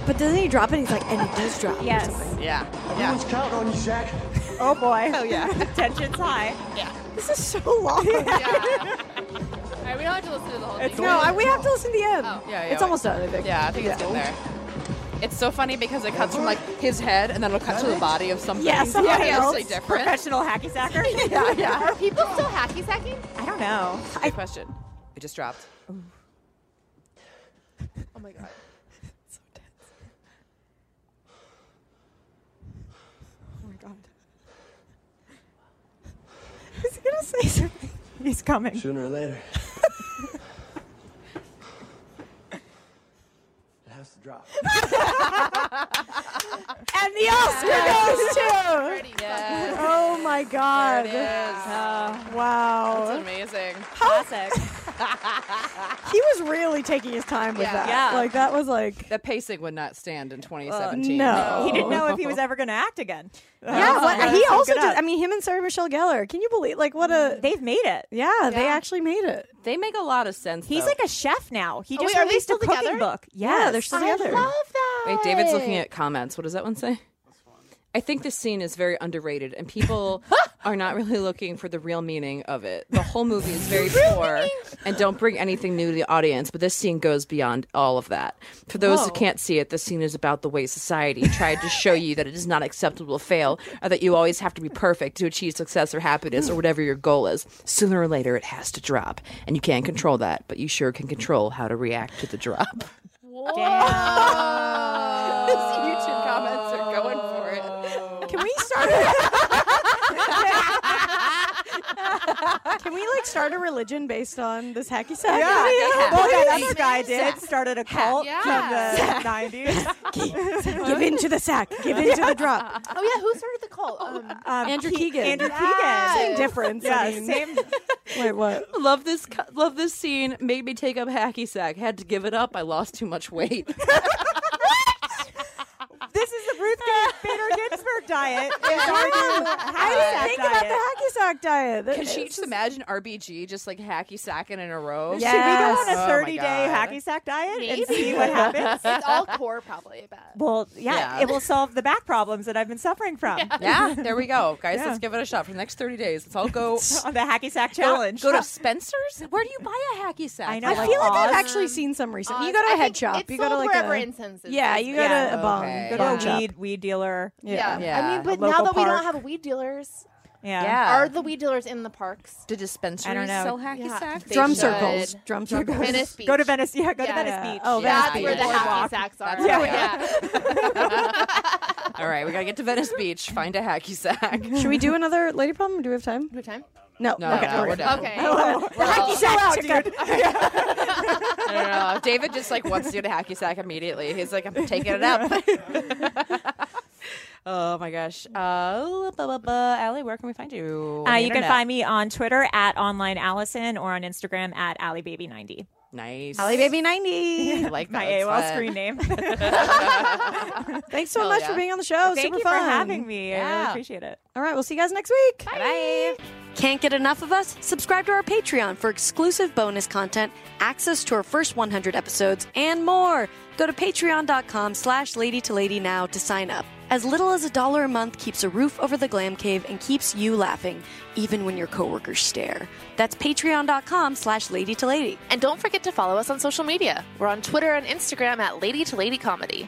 Speaker 2: But doesn't he drop it? He's like, and it does drop.
Speaker 6: Yes.
Speaker 3: Yeah.
Speaker 9: Everyone's counting on you, Zach.
Speaker 6: Oh boy.
Speaker 3: Oh yeah.
Speaker 6: Tension's high.
Speaker 2: This is so long.
Speaker 4: Yeah. All right, we don't have to listen to the whole
Speaker 6: It's
Speaker 4: thing.
Speaker 2: No, I, we have to listen to the end.
Speaker 4: Oh.
Speaker 3: Yeah, yeah,
Speaker 2: it's
Speaker 3: yeah.
Speaker 2: almost done. I think.
Speaker 3: Yeah, I think it's getting there. It's so funny because it cuts from like his head and then it'll cut to the body of something.
Speaker 6: Yeah, someone
Speaker 3: obviously
Speaker 6: else.
Speaker 3: different.
Speaker 6: Professional hacky sacker.
Speaker 3: Yeah, yeah.
Speaker 4: Are people still hacky sacking?
Speaker 6: I don't know.
Speaker 3: Good question. It just dropped.
Speaker 4: Oh my god.
Speaker 6: say something? He's coming.
Speaker 9: Sooner or later. it has to drop.
Speaker 6: And the Oscar
Speaker 2: Oh,
Speaker 6: goes to.
Speaker 4: Pretty yeah.
Speaker 6: Oh my God. Uh, wow.
Speaker 4: amazing.
Speaker 6: Classic. he was really taking his time with
Speaker 4: Yeah.
Speaker 6: that.
Speaker 7: Yeah.
Speaker 6: Like that was like.
Speaker 3: The pacing would not stand in
Speaker 6: uh,
Speaker 3: 2017.
Speaker 6: no. He didn't know if he was ever going to act again.
Speaker 2: Yeah, what,
Speaker 6: Yeah,
Speaker 2: he
Speaker 6: so
Speaker 2: also
Speaker 6: good
Speaker 2: did.
Speaker 6: up.
Speaker 2: I mean, him and Sarah Michelle Gellar. Can you believe? Like, what a
Speaker 6: Uh, They've made it.
Speaker 2: Mm-hmm. yeah, they actually made it.
Speaker 3: They make a lot of sense.
Speaker 6: He's
Speaker 3: though.
Speaker 6: like a chef now. He
Speaker 4: Oh,
Speaker 6: just
Speaker 4: wait, are they
Speaker 6: released a
Speaker 4: still
Speaker 6: cooking
Speaker 4: together?
Speaker 6: book.
Speaker 2: Yeah, they're still together.
Speaker 3: Wait, David's looking at comments. What does that one say? I think this scene is very underrated, and people are not really looking for the real meaning of it. The whole movie is very poor and don't bring anything new to the audience, but this scene goes beyond all of that. For those who can't see it, this scene is about the way society tried to show you that it is not acceptable to fail, or that you always have to be perfect to achieve success or happiness or whatever your goal is. Sooner or later, it has to drop, and you can't control that, but you sure can control how to react to the drop. These YouTube comments are going for it.
Speaker 6: Can we start?
Speaker 2: Can we like start a religion based on this hacky sack?
Speaker 6: yeah.
Speaker 2: movie?
Speaker 6: Well, that other guy did started a cult
Speaker 4: Yeah.
Speaker 6: from the 90s.
Speaker 2: Give in to the sack. Give in to the drop.
Speaker 4: Oh yeah, who started the cult? Um,
Speaker 6: Um,
Speaker 2: Andrew
Speaker 6: Ke-
Speaker 2: Keegan.
Speaker 6: Andrew Keegan.
Speaker 2: Same difference. I
Speaker 6: Yeah,
Speaker 2: mean.
Speaker 6: same.
Speaker 2: Wait, what?
Speaker 3: Love this, cu- love this scene. Made me take up hacky sack. Had to give it up. I lost too much weight.
Speaker 6: This is the Ruth Bader Ginsburg diet. I
Speaker 2: Think about the hacky sack diet.
Speaker 3: Can she just imagine RBG just like hacky sacking in a row?
Speaker 2: Yeah.
Speaker 6: Should we go
Speaker 2: Yes.
Speaker 6: on
Speaker 3: Oh
Speaker 6: a
Speaker 3: my
Speaker 6: 30 day
Speaker 3: God.
Speaker 6: hacky sack diet
Speaker 4: Maybe.
Speaker 6: and see what happens?
Speaker 4: it's all core, probably. I bet.
Speaker 6: Well, yeah,
Speaker 3: Yeah.
Speaker 6: it will solve the back problems that I've been suffering from
Speaker 3: Yeah, there we go, guys.
Speaker 6: Yeah.
Speaker 3: Let's give it a shot for the next thirty days. Let's all go
Speaker 6: on the hacky sack challenge.
Speaker 3: Go to Spencer's. Where do you buy a hacky sack?
Speaker 6: I know,
Speaker 2: I
Speaker 6: like
Speaker 2: feel like
Speaker 6: Oz.
Speaker 2: I've actually seen some recently. You go to
Speaker 4: I
Speaker 2: a head
Speaker 4: think
Speaker 2: shop.
Speaker 4: It's
Speaker 2: You go to
Speaker 4: sold
Speaker 2: like
Speaker 4: wherever
Speaker 2: a
Speaker 4: incense is.
Speaker 2: yeah. You go
Speaker 6: Yeah.
Speaker 2: to a bong.
Speaker 3: Okay.
Speaker 2: Go to
Speaker 6: Go to
Speaker 2: a
Speaker 6: a
Speaker 2: shop.
Speaker 6: weed, weed dealer.
Speaker 4: Yeah.
Speaker 3: Yeah.
Speaker 4: I mean, but
Speaker 6: A
Speaker 4: now
Speaker 6: local
Speaker 4: that we
Speaker 6: park.
Speaker 4: don't have weed dealers,
Speaker 6: Yeah.
Speaker 3: Yeah.
Speaker 4: are the weed dealers in the parks?
Speaker 3: Do dispensaries
Speaker 6: I don't know.
Speaker 3: sell hacky
Speaker 4: Yeah.
Speaker 3: sacks?
Speaker 4: They
Speaker 2: Drum
Speaker 4: should.
Speaker 2: circles. Drum circles.
Speaker 4: Venice Beach.
Speaker 6: Go to Venice. Yeah, go to
Speaker 4: Yeah.
Speaker 6: Venice
Speaker 4: Yeah.
Speaker 6: Beach.
Speaker 2: Oh,
Speaker 4: That's
Speaker 3: Venice
Speaker 4: where
Speaker 3: Beach.
Speaker 4: the hacky sacks are.
Speaker 3: Yeah.
Speaker 4: yeah.
Speaker 3: All right, we gotta get to Venice Beach. Find a hacky sack.
Speaker 2: Should we do another lady problem? Do we have time?
Speaker 4: Good time.
Speaker 2: No.
Speaker 3: No,
Speaker 2: okay.
Speaker 3: no, we're done.
Speaker 4: Okay.
Speaker 6: Hacky sack chicken.
Speaker 3: I don't know. David just like wants to do the hacky sack immediately. He's like, I'm taking it up. oh my gosh. Uh, blah, blah, blah. Allie, where can we find you?
Speaker 6: Uh, you can find me on Twitter at online Allison or on Instagram at AllieBaby90.
Speaker 3: nice.
Speaker 2: Allie Baby 90.
Speaker 3: I like that.
Speaker 6: My
Speaker 3: It's
Speaker 6: AOL
Speaker 3: fun.
Speaker 6: screen name.
Speaker 2: Thanks so
Speaker 3: Hell
Speaker 2: much
Speaker 3: yeah.
Speaker 2: for being on the show.
Speaker 6: Thank
Speaker 2: Super
Speaker 6: you
Speaker 2: fun.
Speaker 6: for having me. I really
Speaker 3: Yeah.
Speaker 6: appreciate it.
Speaker 2: All right, we'll see you guys next week. Bye. Can't get enough of us? Subscribe to our Patreon for exclusive bonus content, access to our first 100 episodes, and more. Go to patreon.com slash lady to lady now to sign up. As little as a dollar a month keeps a roof over the glam cave and keeps you laughing, even when your coworkers stare. That's patreon.com slash lady to lady.
Speaker 10: And don't forget to follow us on social media. We're on Twitter and Instagram at Lady to Lady Comedy.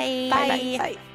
Speaker 10: Bye.
Speaker 2: Bye. Bye.